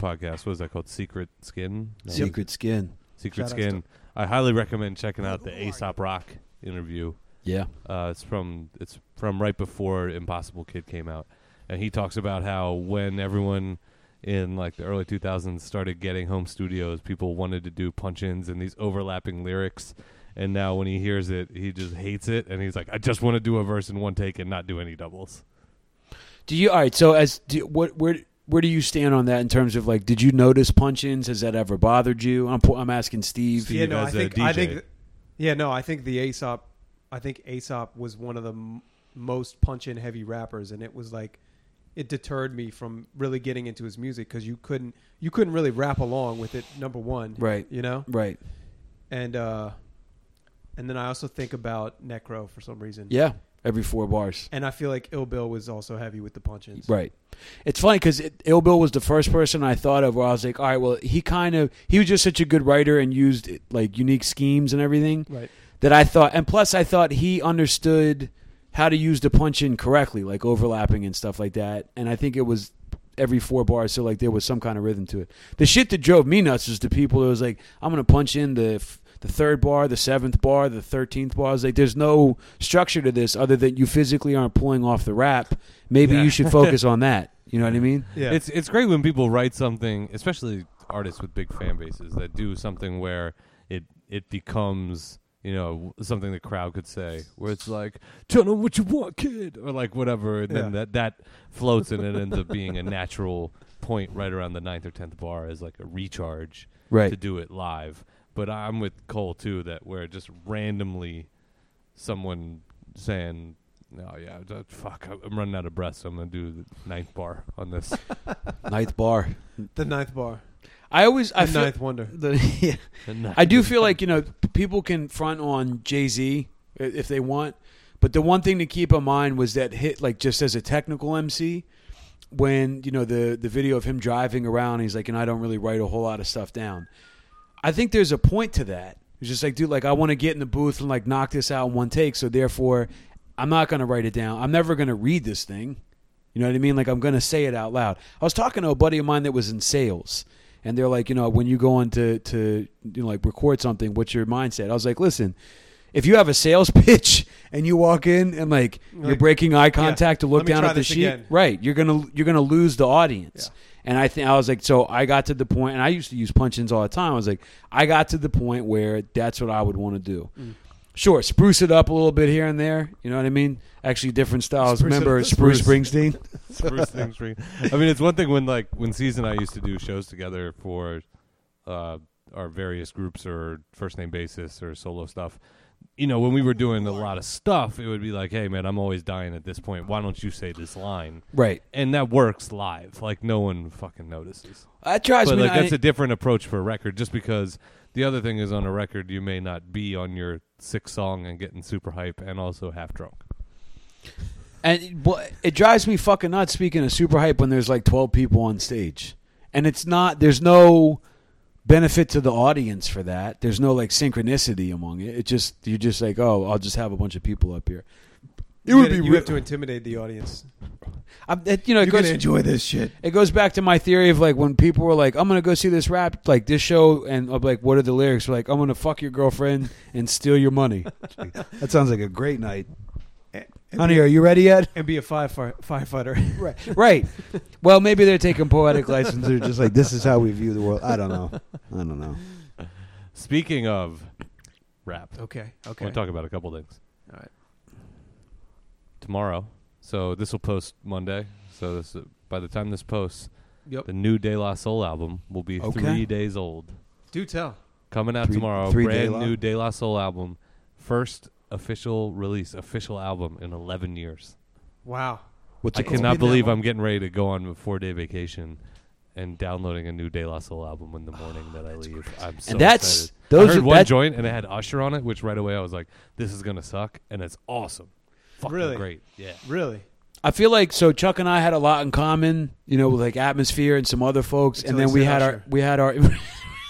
Speaker 1: podcast. What is that called? Secret Skin. No.
Speaker 2: Secret skin.
Speaker 1: Secret
Speaker 4: Shout outs
Speaker 1: Skin. I highly recommend checking out the Aesop Rock interview.
Speaker 2: Yeah,
Speaker 1: Uh, it's from it's from right before Impossible Kid came out, and he talks about how when everyone in like the early 2000s started getting home studios, people wanted to do punch-ins and these overlapping lyrics. And now when he hears it, he just hates it, and he's like, "I just want to do a verse in one take and not do any doubles."
Speaker 2: Do you all right? So as do, what where where do you stand on that in terms of like? Did you notice punch-ins? Has that ever bothered you? I'm pu- I'm asking Steve.
Speaker 1: Steve
Speaker 4: yeah, no, I
Speaker 1: as a
Speaker 4: think I think
Speaker 1: DJ.
Speaker 4: th- yeah, no, I think the Aesop I think Aesop was one of the m- most punch in heavy rappers and it was like it deterred me from really getting into his music because you couldn't you couldn't really rap along with it. Number one,
Speaker 2: Right.
Speaker 4: You know,
Speaker 2: Right.
Speaker 4: and uh, and then I also think about Necro for some reason.
Speaker 2: Yeah. Every four bars.
Speaker 4: and I feel like Ill Bill was also heavy with the punch-ins.
Speaker 2: Right. It's funny because it, Ill Bill was the first person I thought of where I was like, all right, well, he kind of he was just such a good writer and used like unique schemes and everything
Speaker 4: Right.
Speaker 2: that I thought, and plus I thought he understood how to use the punch in correctly, like overlapping and stuff like that. And I think it was every four bars, so like there was some kind of rhythm to it. The shit that drove me nuts was the people that was like, I'm gonna punch in the. F- the third bar, the seventh bar, the thirteenth bar. I was like, there's no structure to this other than you physically aren't pulling off the rap. Maybe
Speaker 1: Yeah.
Speaker 2: you should focus on that. You know what I mean?
Speaker 4: Yeah.
Speaker 1: It's it's great when people write something, especially artists with big fan bases that do something where it it becomes you know something the crowd could say, where it's like "Tell them what you want, kid," or like whatever, and
Speaker 4: Yeah.
Speaker 1: then that that floats and it ends up being a natural point right around the ninth or tenth bar as like a recharge
Speaker 2: Right.
Speaker 1: to do it live. But I'm with Cole too that where just randomly someone saying. No, yeah, d- fuck. I'm- I'm running out of breath, so I'm gonna do the ninth bar on this.
Speaker 2: Ninth bar.
Speaker 4: the ninth bar,
Speaker 2: I always
Speaker 4: the
Speaker 2: I feel,
Speaker 4: ninth wonder.
Speaker 2: the, yeah. I do feel like you know p- people can front on Jay Z if they want, but the one thing to keep in mind was that hit like just as a technical MC, when you know the the video of him driving around, he's like, and I don't really write a whole lot of stuff down. I think there's a point to that. It's just like, dude, like I want to get in the booth and like knock this out in one take. So therefore, I'm not gonna write it down. I'm never gonna read this thing. You know what I mean? Like I'm gonna say it out loud. I was talking to a buddy of mine that was in sales, and they're like, you know, when you go on to to you know, like record something, what's your mindset? I was like, listen. If you have a sales pitch and you walk in and like you're
Speaker 4: Like,
Speaker 2: breaking eye contact to
Speaker 4: let
Speaker 2: look
Speaker 4: me
Speaker 2: down
Speaker 4: try
Speaker 2: at the
Speaker 4: this
Speaker 2: sheet,
Speaker 4: again.
Speaker 2: right? You're gonna you're gonna lose the audience. And I think I was like, so I got to the point, and I used to use punch-ins all the time. I was like, I got to the point where that's what I would want to do.
Speaker 4: Mm.
Speaker 2: Sure, spruce it up a little bit here and there. You know what I mean? Actually, different styles.
Speaker 4: Spruce it
Speaker 2: Remember
Speaker 4: up.
Speaker 2: Spruce Springsteen?
Speaker 1: Spruce things ring. I mean, it's one thing when like when C's and I used to do shows together for uh, our various groups or first name basis or solo stuff. You know, when we were doing a lot of stuff, it would be like, "Hey, man, I'm always dying at this point. Why don't you say this line?"
Speaker 2: right.
Speaker 1: And that works live. Like no one fucking notices.
Speaker 2: That drives
Speaker 1: But
Speaker 2: me.
Speaker 1: like
Speaker 2: nuts.
Speaker 1: that's a different approach for a record, just because the other thing is on a record you may not be on your sixth song and getting super hype and also half drunk.
Speaker 2: And it- well, it drives me fucking nuts. Speaking of super hype, when there's like twelve people on stage, and it's not there's no benefit to the audience for that. There's no like synchronicity among it. It just you're just like, oh, I'll just have a bunch of people up here. It
Speaker 4: You
Speaker 2: would
Speaker 4: gotta-
Speaker 2: be
Speaker 4: You
Speaker 2: re-
Speaker 4: have to intimidate the audience.
Speaker 2: I'm, it, you know, it
Speaker 3: You're gonna
Speaker 2: goes,
Speaker 3: enjoy this shit.
Speaker 2: it goes back to my theory of like when people were like, I'm gonna go see this rap, like this show, and I'm like, what are the lyrics? We're like, I'm gonna fuck your girlfriend and steal your money,
Speaker 3: That sounds like a great night.
Speaker 4: And,
Speaker 2: honey. Are you ready yet?
Speaker 4: and be a firefighter. firefighter.
Speaker 3: Right.
Speaker 2: Right. Well, maybe they're taking poetic license.
Speaker 3: They're just like, this is how we view the world. I don't know. I don't know.
Speaker 1: Speaking of rap,
Speaker 4: okay.
Speaker 1: I
Speaker 4: Okay.
Speaker 1: want to talk about a couple things.
Speaker 4: All right.
Speaker 1: Tomorrow. So this will post Monday. So this by the time this posts,
Speaker 4: Yep.
Speaker 1: the new De La Soul album will be
Speaker 2: Okay.
Speaker 1: three days old.
Speaker 4: Do tell.
Speaker 1: Coming out
Speaker 3: Three-
Speaker 1: tomorrow.
Speaker 3: three De
Speaker 1: brand
Speaker 3: La?
Speaker 1: new De La Soul album. First official release, official album in eleven years.
Speaker 4: Wow.
Speaker 2: What's
Speaker 1: I
Speaker 2: it called?
Speaker 1: cannot
Speaker 4: been that
Speaker 1: believe
Speaker 4: long?
Speaker 1: I'm getting ready to go on a four day vacation and downloading a new De La Soul album in the morning that I leave. I'm so
Speaker 2: and that's
Speaker 1: excited.
Speaker 2: those
Speaker 1: I heard
Speaker 2: are
Speaker 1: one
Speaker 2: that,
Speaker 1: joint and it had Usher on it, which right away I was like, "This is gonna suck," and it's awesome, fucking
Speaker 4: Really?
Speaker 1: great. Yeah,
Speaker 4: Really?
Speaker 2: I feel like so Chuck and I had a lot in common, you know, with like atmosphere and some other folks,
Speaker 4: Until
Speaker 2: and then
Speaker 4: he
Speaker 2: we
Speaker 4: said
Speaker 2: had
Speaker 4: Usher.
Speaker 2: our we had our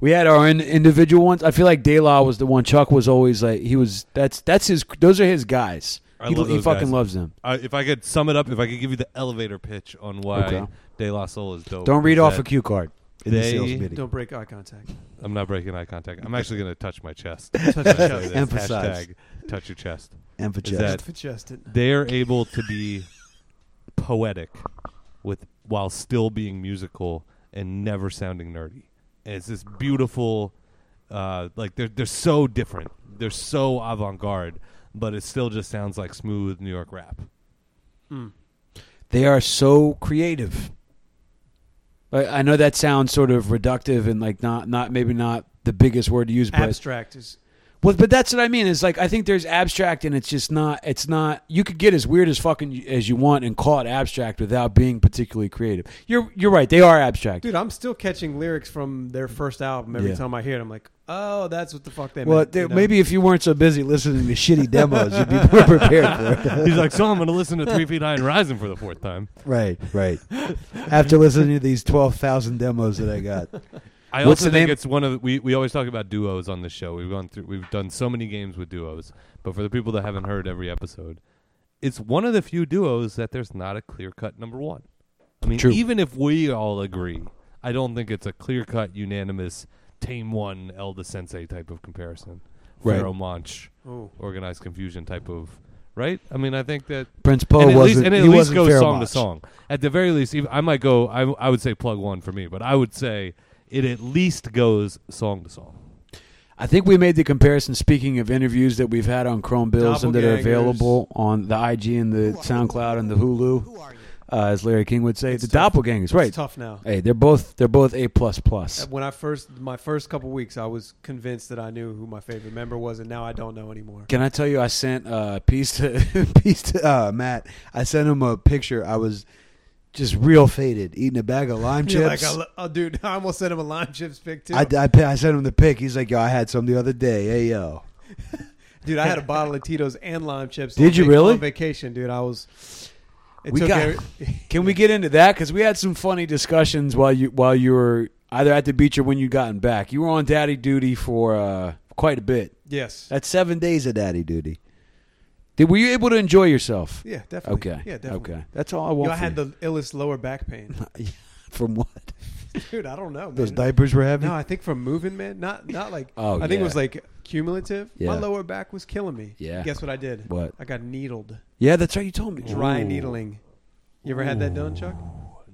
Speaker 2: we had our in, individual ones. I feel like De La was the one. Chuck was always like he was. That's that's his. Those are his guys.
Speaker 1: I
Speaker 2: he
Speaker 1: love
Speaker 2: he
Speaker 1: those
Speaker 2: fucking
Speaker 1: guys.
Speaker 2: loves them.
Speaker 1: I, if I could sum it up, if I could give you the elevator pitch on why
Speaker 2: Okay.
Speaker 1: De La Soul is dope.
Speaker 2: Don't
Speaker 1: Oh, is
Speaker 2: read off
Speaker 1: that
Speaker 2: a cue card.
Speaker 3: In the
Speaker 1: They
Speaker 3: sales meeting.
Speaker 4: Don't break eye contact.
Speaker 1: I'm not breaking eye contact. I'm actually going to touch my chest.
Speaker 3: Emphasize.
Speaker 1: Hashtag touch your chest.
Speaker 3: Emphasize.
Speaker 1: that-
Speaker 4: For just it.
Speaker 1: They're able to be poetic with while still being musical and never sounding nerdy. And it's this beautiful, uh, like they're they're so different. They're so avant garde, but it still just sounds like smooth New York rap.
Speaker 2: They are so creative. I, I know that sounds sort of reductive and like not not maybe not the biggest word to use, but
Speaker 4: Abstract is.
Speaker 2: Well, but that's what I mean. Is like I think there's abstract, and it's just not. It's not. You could get as weird as fucking as you want and call it abstract without being particularly creative. You're you're right. They are abstract.
Speaker 4: Dude, I'm still catching lyrics from their first album every
Speaker 2: Yeah.
Speaker 4: time I hear it. I'm like, oh, that's what the fuck they
Speaker 3: Well,
Speaker 4: meant.
Speaker 3: there,
Speaker 4: you know?
Speaker 3: maybe if you weren't so busy listening to shitty demos, you'd be more prepared for it.
Speaker 1: He's like, so I'm going to listen to Three Feet High and Rising for the fourth time.
Speaker 3: right, right. After listening to these twelve thousand demos that I got,
Speaker 1: I
Speaker 2: What's
Speaker 1: also
Speaker 2: the
Speaker 1: think
Speaker 2: name-
Speaker 1: it's one of the, we we always talk about duos on the show. We've gone through we've done so many games with duos, but for the people that haven't heard every episode, it's one of the few duos that there's not a clear cut number one. I mean,
Speaker 2: True.
Speaker 1: even if we all agree, I don't think it's a clear cut unanimous tame one Elda Sensei type of comparison.
Speaker 2: Right.
Speaker 1: Pharaoh Monch,
Speaker 4: Oh.
Speaker 1: organized confusion type of right. I mean, I think that
Speaker 2: Prince Poe
Speaker 1: and at
Speaker 2: wasn't.
Speaker 1: least, and at
Speaker 2: he
Speaker 1: least
Speaker 2: wasn't
Speaker 1: goes
Speaker 2: Pharaoh
Speaker 1: song
Speaker 2: Monch.
Speaker 1: to song. At the very least, even, I might go. I, I would say plug one for me, but I would say it at least goes song to song.
Speaker 2: I think we made the comparison. Speaking of interviews that we've had on Chrome Bills and that are
Speaker 4: Doppelgangers.
Speaker 2: available on the IG and the SoundCloud and the Hulu, uh, as Larry King would say, the doppelgangers. Right?
Speaker 4: It's tough now.
Speaker 2: Hey, they're both they're both a plus plus.
Speaker 4: When I first, my first couple weeks, I was convinced that I knew who my favorite member was, and now I don't know anymore.
Speaker 2: Can I tell you? I sent a piece to
Speaker 3: peace to uh, Matt. I sent him a picture. I was just real faded, eating a bag of lime
Speaker 4: You're
Speaker 3: chips.
Speaker 4: like, I lo- oh, dude, I almost sent him a lime chips pick too.
Speaker 3: I, I, I sent him the pic. He's like, yo, I had some the other day. Hey, yo.
Speaker 4: dude, I had a bottle of Tito's and lime chips.
Speaker 2: Did
Speaker 4: on
Speaker 2: you
Speaker 4: vac-
Speaker 2: really?
Speaker 4: On vacation, dude. I was. It
Speaker 2: We
Speaker 4: took
Speaker 2: got-
Speaker 4: every-
Speaker 2: Can we get into that? Because we had some funny discussions while you while you were either at the beach or when you gotten back. You were on daddy duty for uh, quite a bit.
Speaker 4: yes.
Speaker 3: That's seven days of daddy duty.
Speaker 2: Did were you able to enjoy yourself?
Speaker 4: Yeah, definitely.
Speaker 2: Okay.
Speaker 4: Yeah, definitely.
Speaker 2: Okay. That's all I
Speaker 4: Yo,
Speaker 2: want.
Speaker 4: I
Speaker 2: for
Speaker 4: had
Speaker 2: you.
Speaker 4: the illest lower back pain,
Speaker 3: From what?
Speaker 4: dude. I don't know.
Speaker 3: Those
Speaker 4: man.
Speaker 3: diapers were heavy?
Speaker 4: No, I think from moving, man. Not not like.
Speaker 2: Oh,
Speaker 4: I think it was
Speaker 2: yeah.
Speaker 4: like cumulative. My
Speaker 2: Yeah.
Speaker 4: lower back was killing me.
Speaker 2: Yeah.
Speaker 4: Guess what I did?
Speaker 2: What?
Speaker 4: I got needled.
Speaker 2: Yeah, that's right. You told me
Speaker 4: Dry
Speaker 2: Ooh.
Speaker 4: needling. You ever had that done, Chuck?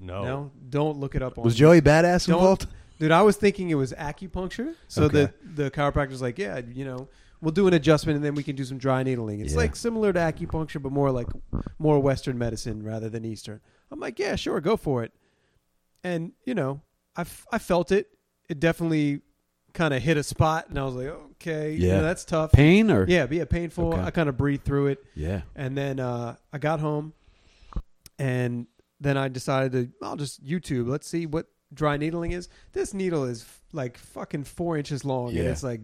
Speaker 1: No,
Speaker 4: No. Don't look it up. On
Speaker 3: Was Joey badass
Speaker 4: Don't-
Speaker 3: involved?
Speaker 4: Dude, I was thinking it was acupuncture. So
Speaker 3: Okay.
Speaker 4: the the chiropractor's like, yeah, you know, we'll do an adjustment and then we can do some dry needling. It's
Speaker 3: Yeah.
Speaker 4: like similar to acupuncture, but more like more Western medicine rather than Eastern. I'm like, yeah, sure, go for it. And you know, I, f- I felt it. It definitely kind of hit a spot, and I was like, okay, you
Speaker 2: Yeah.
Speaker 4: know, that's tough.
Speaker 2: Pain or
Speaker 4: Yeah, but yeah, painful.
Speaker 2: Okay.
Speaker 4: I kind of breathed through it.
Speaker 2: yeah.
Speaker 4: And then uh, I got home, and then I decided to I'll just YouTube. Let's see what dry needling is. This needle is f- like fucking four inches long, and
Speaker 2: Yeah.
Speaker 4: it's like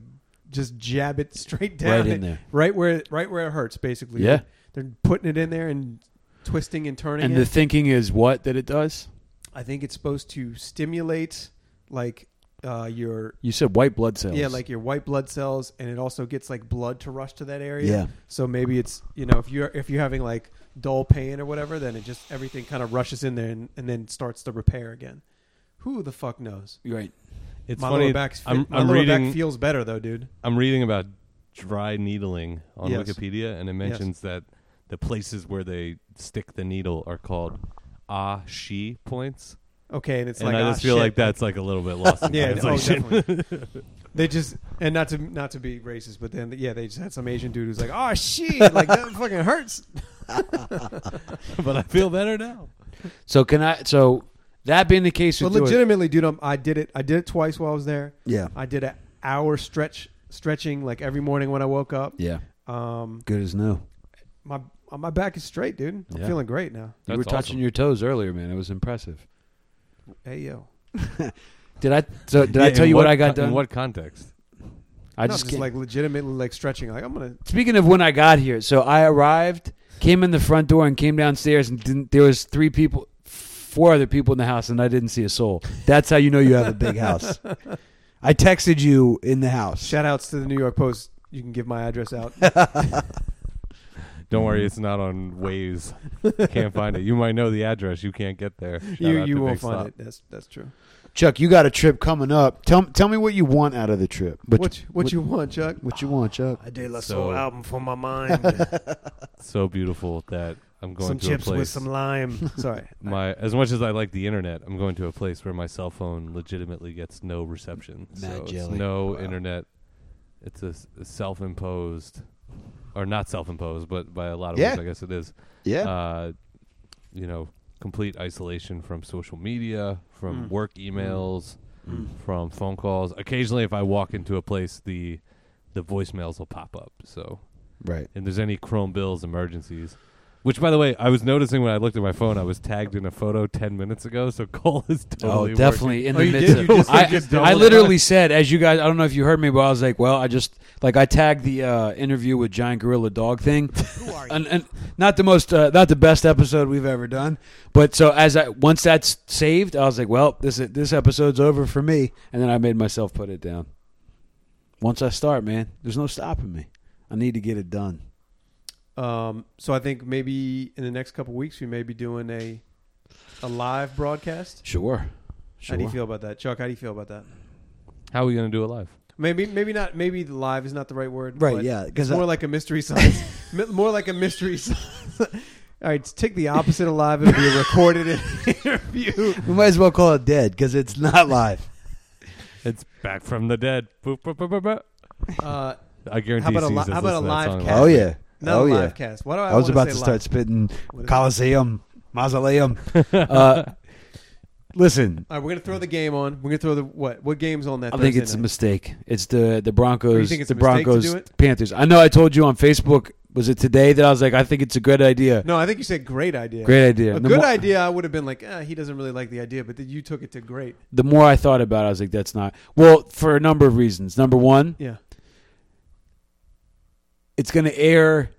Speaker 4: just jab it straight down,
Speaker 2: Right in there.
Speaker 4: right where right where it hurts, basically.
Speaker 2: Yeah.
Speaker 4: they're putting it in there and twisting and turning.
Speaker 2: And
Speaker 4: it.
Speaker 2: the thinking is what that it does.
Speaker 4: I think it's supposed to stimulate like uh, your
Speaker 2: You said white blood cells.
Speaker 4: yeah, like your white blood cells, and it also gets like blood to rush to that area.
Speaker 3: Yeah.
Speaker 4: So maybe it's you know if you're if you're having like dull pain or whatever, then it just everything kind of rushes in there and, and then starts to repair again. Who the fuck knows?
Speaker 2: You're right.
Speaker 1: it's
Speaker 4: my
Speaker 1: funny.
Speaker 4: lower back
Speaker 1: I'm,
Speaker 4: my
Speaker 1: I'm
Speaker 4: lower
Speaker 1: reading.
Speaker 4: back feels better though, dude.
Speaker 1: I'm reading about dry needling on
Speaker 4: Yes.
Speaker 1: Wikipedia, and it mentions that the places where they stick the needle are called ah she points,
Speaker 4: Okay, and it's
Speaker 1: and
Speaker 4: like
Speaker 1: I
Speaker 4: ah,
Speaker 1: just feel
Speaker 4: shit.
Speaker 1: like that's like a little bit lost. in
Speaker 4: yeah. oh,
Speaker 1: translation.
Speaker 4: definitely. they just and not to not to be racist, but then yeah, they just had some Asian dude who's like, oh shit, like that fucking hurts.
Speaker 1: but I feel better now.
Speaker 2: So can I? So that being the case,
Speaker 4: But
Speaker 2: with doing-
Speaker 4: legitimately, dude, I'm, I did it. I did it twice while I was there.
Speaker 3: Yeah.
Speaker 4: I did an hour stretch stretching like every morning when I woke up.
Speaker 2: yeah.
Speaker 4: Um,
Speaker 3: Good as new.
Speaker 4: my uh, my back is straight, dude. I'm
Speaker 2: Yeah.
Speaker 4: feeling great now.
Speaker 2: You were
Speaker 1: That's
Speaker 2: touching
Speaker 1: awesome.
Speaker 2: your toes earlier, man. It was impressive.
Speaker 4: Hey yo,
Speaker 2: Did I? So did I
Speaker 1: Yeah,
Speaker 2: tell
Speaker 1: in
Speaker 2: you what, I got
Speaker 1: co-
Speaker 2: done?
Speaker 1: In what context?
Speaker 2: I
Speaker 4: No,
Speaker 2: just,
Speaker 4: just
Speaker 2: can't-
Speaker 4: like legitimately like stretching. Like I'm gonna.
Speaker 2: Speaking of when I got here, so I arrived, came in the front door, and came downstairs, and didn't, there was three people, four other people in the house, and I didn't see a soul.
Speaker 3: That's how you know you have a big house. I texted you in the house.
Speaker 4: Shout outs to the New York Post. You can give my address out.
Speaker 1: Don't worry, it's not on Waze. can't find it. You might know the address. You can't get there. Shout
Speaker 4: you
Speaker 1: out
Speaker 4: you
Speaker 1: to
Speaker 4: won't
Speaker 1: Big
Speaker 4: find
Speaker 1: Stop.
Speaker 4: it. That's that's true.
Speaker 3: Chuck, you got a trip coming up. Tell tell me what you want out of the trip.
Speaker 4: What what, you want, Chuck?
Speaker 3: what you want, Chuck?
Speaker 4: I did a
Speaker 1: So- soul
Speaker 4: album for my mind.
Speaker 1: So beautiful that I'm going
Speaker 4: some
Speaker 1: to
Speaker 4: chips
Speaker 1: a place.
Speaker 4: with some lime. Sorry.
Speaker 1: my as much as I like the internet, I'm going to a place where my cell phone legitimately gets no reception. so
Speaker 3: Mad
Speaker 1: it's
Speaker 3: jelly.
Speaker 1: no
Speaker 3: Wow.
Speaker 1: internet. It's a, s- a self-imposed, or not self-imposed, but by a lot of
Speaker 3: Yeah.
Speaker 1: ways, I guess it is.
Speaker 3: Yeah.
Speaker 1: Uh, you know, complete isolation from social media, from
Speaker 4: Mm.
Speaker 1: work emails, from phone calls. Occasionally, if I walk into a place, the the voicemails will pop up. So,
Speaker 3: Right.
Speaker 1: and there's any Chrome bills emergencies, which by the way, I was noticing when I looked at my phone, I was tagged in a photo ten minutes ago. So Cole is totally
Speaker 2: oh, definitely in
Speaker 4: Oh,
Speaker 2: the
Speaker 4: you
Speaker 2: midst
Speaker 4: did?
Speaker 2: of.
Speaker 4: You just-
Speaker 2: I,
Speaker 4: you just
Speaker 2: I
Speaker 4: doubled
Speaker 2: literally said, as you guys, I don't know if you heard me, but I was like, well, I just like I tagged the uh, interview with Giant Gorilla Dog thing, and, and not the most, uh, not the best episode we've ever done, but so as I once that's saved, I was like, well, this this episode's over for me, and then I made myself put it down. Once I start, man, there's no stopping me. I need to get it done.
Speaker 4: Um, so I think maybe in the next couple weeks we may be doing a a live broadcast.
Speaker 2: Sure, sure.
Speaker 4: How do you feel about that, Chuck? How do you feel about that?
Speaker 1: How are we gonna do it live?
Speaker 4: Maybe maybe not. Maybe live is not the right word.
Speaker 3: Right,
Speaker 4: but
Speaker 3: yeah,
Speaker 4: it's
Speaker 3: 'cause
Speaker 4: more
Speaker 3: I-
Speaker 4: like a mystery science. mi- more like a mystery. science. All right, take the opposite of live. It'll be a recorded interview.
Speaker 3: We might as well call it dead because it's not live.
Speaker 1: It's back from the dead. Boop, boop, boop, boop, boop.
Speaker 4: Uh,
Speaker 1: I guarantee.
Speaker 4: How about a
Speaker 1: Caesar's
Speaker 4: li- how about a
Speaker 1: listening to that
Speaker 4: live
Speaker 1: song
Speaker 4: cast?
Speaker 3: oh yeah.
Speaker 4: not
Speaker 3: oh
Speaker 4: a
Speaker 3: yeah.
Speaker 4: live cast. What do I?
Speaker 3: I was
Speaker 4: wanna
Speaker 3: about
Speaker 4: say
Speaker 3: to
Speaker 4: live?
Speaker 3: start spitting
Speaker 4: What is-
Speaker 3: Coliseum, Mausoleum. uh, listen,
Speaker 4: All right, we're gonna throw the game on. We're gonna throw the what? What game's on that?
Speaker 2: I think
Speaker 4: Thursday
Speaker 2: it's a
Speaker 4: night?
Speaker 2: mistake. It's the the Broncos.
Speaker 4: Oh, you think it's
Speaker 2: the
Speaker 4: a mistake to
Speaker 2: Broncos
Speaker 4: do it?
Speaker 2: Panthers. I know. I told you on Facebook. Was it today that I was like, I think it's a good idea.
Speaker 4: No, I think you said great idea.
Speaker 2: Great idea.
Speaker 4: A
Speaker 2: The
Speaker 4: good
Speaker 2: mo-
Speaker 4: idea. I would have been like, eh, he doesn't really like the idea, but then you took it to great.
Speaker 2: The more I thought about it, I was like, that's not. Well, for a number of reasons. Number one,
Speaker 4: Yeah.
Speaker 2: it's going to air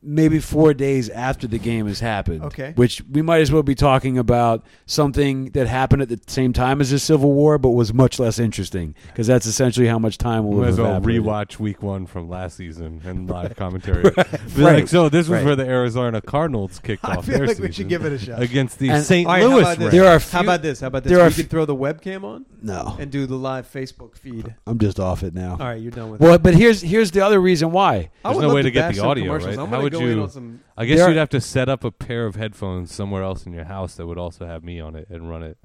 Speaker 2: maybe four days after the game has happened.
Speaker 4: Okay.
Speaker 2: Which we might as well be talking about something that happened at the same time as the Civil War, but was much less interesting because that's essentially how much time will
Speaker 1: We might
Speaker 2: have
Speaker 1: as well
Speaker 2: evaporated.
Speaker 1: rewatch week one from last season and live commentary. Be
Speaker 2: Right.
Speaker 1: like, so this was
Speaker 3: Right.
Speaker 1: where the Arizona Cardinals kicked
Speaker 4: I
Speaker 1: off.
Speaker 4: feel
Speaker 1: their
Speaker 4: like we
Speaker 1: season
Speaker 4: should give it a shot.
Speaker 1: against the
Speaker 2: And-
Speaker 1: St.
Speaker 4: All right, how
Speaker 1: Louis.
Speaker 4: about this?
Speaker 1: Rams.
Speaker 2: There are
Speaker 4: How
Speaker 2: few-
Speaker 4: about this? How about this?
Speaker 2: there
Speaker 4: we
Speaker 2: are
Speaker 4: could
Speaker 2: few-
Speaker 4: throw the webcam on
Speaker 3: no,
Speaker 4: and do the live Facebook feed.
Speaker 3: I'm just off it now.
Speaker 4: All right, you're done with
Speaker 2: Well, but here's here's the other reason why.
Speaker 4: that. I
Speaker 1: There's
Speaker 4: would
Speaker 1: no
Speaker 4: love
Speaker 1: way to get
Speaker 4: bash
Speaker 1: the
Speaker 4: some
Speaker 1: audio,
Speaker 4: commercials.
Speaker 1: right?
Speaker 4: I'm
Speaker 1: How
Speaker 4: gonna
Speaker 1: would
Speaker 4: go In
Speaker 1: you-
Speaker 4: on some,
Speaker 1: I guess
Speaker 2: There are-
Speaker 1: you'd have to set up a pair of headphones somewhere else in your house that would also have me on it and run it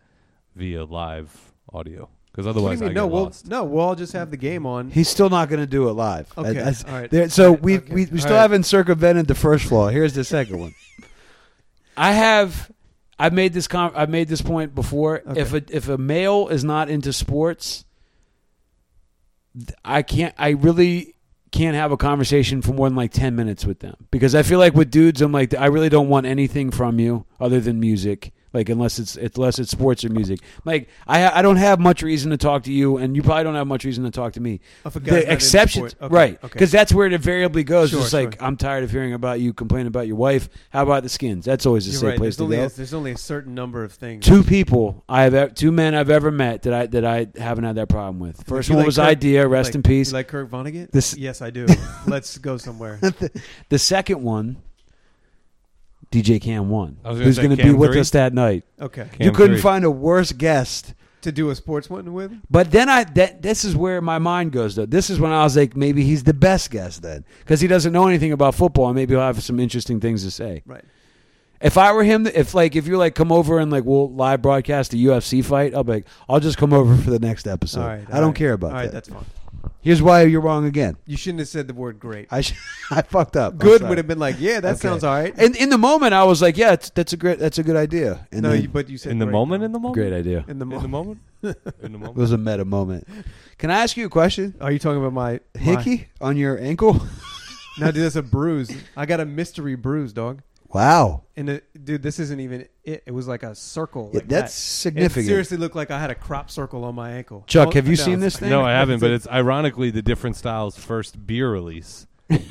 Speaker 1: via live audio. Because
Speaker 4: what
Speaker 1: otherwise,
Speaker 4: do
Speaker 1: I
Speaker 4: you mean?
Speaker 1: get
Speaker 4: No, we'll,
Speaker 1: lost.
Speaker 4: no, we'll all just have the game on.
Speaker 3: He's still not going to do it live. I-
Speaker 4: Okay,
Speaker 3: I-
Speaker 4: all right.
Speaker 3: there- so
Speaker 4: All right,
Speaker 3: we,
Speaker 4: okay.
Speaker 3: we we
Speaker 4: All
Speaker 3: still
Speaker 4: right.
Speaker 3: haven't circumvented the first flaw. Here's the second one.
Speaker 2: I have I've made this com- I've made this point before.
Speaker 4: Okay.
Speaker 2: If a if a male is not into sports, th- I can't I really can't have a conversation for more than like 10 minutes with them because I feel like with dudes I'm like I really don't want anything from you other than music. Like unless it's unless it's sports or music, like I I don't have much reason to talk to you, and you probably don't have much reason to talk to me
Speaker 4: If a guy's not
Speaker 2: the
Speaker 4: into
Speaker 2: exception,
Speaker 4: sport- okay,
Speaker 2: right?
Speaker 4: okay.
Speaker 2: Because that's where it invariably goes.
Speaker 4: Sure,
Speaker 2: it's like
Speaker 4: sure.
Speaker 2: I'm tired of hearing about you complaining about your wife. How about the skins? That's always a
Speaker 4: You're
Speaker 2: safe
Speaker 4: right.
Speaker 2: place
Speaker 4: There's
Speaker 2: to
Speaker 4: only,
Speaker 2: go.
Speaker 4: a, there's only a certain number of things.
Speaker 2: Two people I have, ev- two men I've ever met that I that I haven't had that problem with. First
Speaker 4: You
Speaker 2: one
Speaker 4: like
Speaker 2: was
Speaker 4: Kirk-
Speaker 2: idea, rest
Speaker 4: like-
Speaker 2: in peace.
Speaker 4: You like Kirk Vonnegut?
Speaker 2: This-
Speaker 4: yes, I do. Let's go somewhere.
Speaker 2: the second one, DJ Cam one,
Speaker 1: I was gonna
Speaker 2: who's
Speaker 1: say
Speaker 2: going to be
Speaker 1: Cam
Speaker 2: with
Speaker 1: three.
Speaker 2: us that night.
Speaker 4: Okay.
Speaker 1: Cam
Speaker 3: you couldn't
Speaker 1: three.
Speaker 3: find a worse guest.
Speaker 4: To do a sports one with?
Speaker 2: But then I that this is where my mind goes though. This is when I was like, maybe he's the best guest then because he doesn't know anything about football, and maybe he'll have some interesting things to say.
Speaker 4: Right.
Speaker 2: If I were him, if like if you like come over and like we'll live broadcast a UFC fight, I'll be like,
Speaker 3: I'll just come over for the next episode.
Speaker 4: all right.
Speaker 3: I don't
Speaker 4: all right.
Speaker 3: care about
Speaker 4: All right,
Speaker 3: that.
Speaker 4: that's fine.
Speaker 3: Here's why you're wrong again.
Speaker 4: You shouldn't have said the word great.
Speaker 3: I sh- I fucked up. I'm
Speaker 4: Good
Speaker 3: sorry.
Speaker 4: would have been like, yeah, that
Speaker 3: Okay.
Speaker 4: sounds all right.
Speaker 2: in in the moment I was like, yeah, it's,
Speaker 3: That's a great. That's a good idea. And
Speaker 4: no,
Speaker 3: then
Speaker 4: you, but you said
Speaker 1: in the
Speaker 4: great,
Speaker 1: moment,
Speaker 4: though.
Speaker 1: in the moment,
Speaker 2: great idea.
Speaker 4: in the
Speaker 1: in the
Speaker 4: moment.
Speaker 1: moment, in the
Speaker 3: it
Speaker 1: moment.
Speaker 3: was a meta moment. Can I ask you a question?
Speaker 4: Are you talking about my my-
Speaker 3: Hickey on your ankle?
Speaker 4: No, dude, that's a bruise. I got a mystery bruise, dog.
Speaker 3: Wow,
Speaker 4: And it, dude, this isn't even it. It was like a circle.
Speaker 3: Yeah,
Speaker 4: like
Speaker 3: that's
Speaker 4: that. It
Speaker 3: significant.
Speaker 4: seriously looked like I had a crop circle on my ankle.
Speaker 2: Chuck,
Speaker 4: Oh,
Speaker 2: have you
Speaker 4: no,
Speaker 2: seen
Speaker 4: it's-
Speaker 2: this thing?
Speaker 1: No, I haven't. But it's ironically the different styles' first beer release,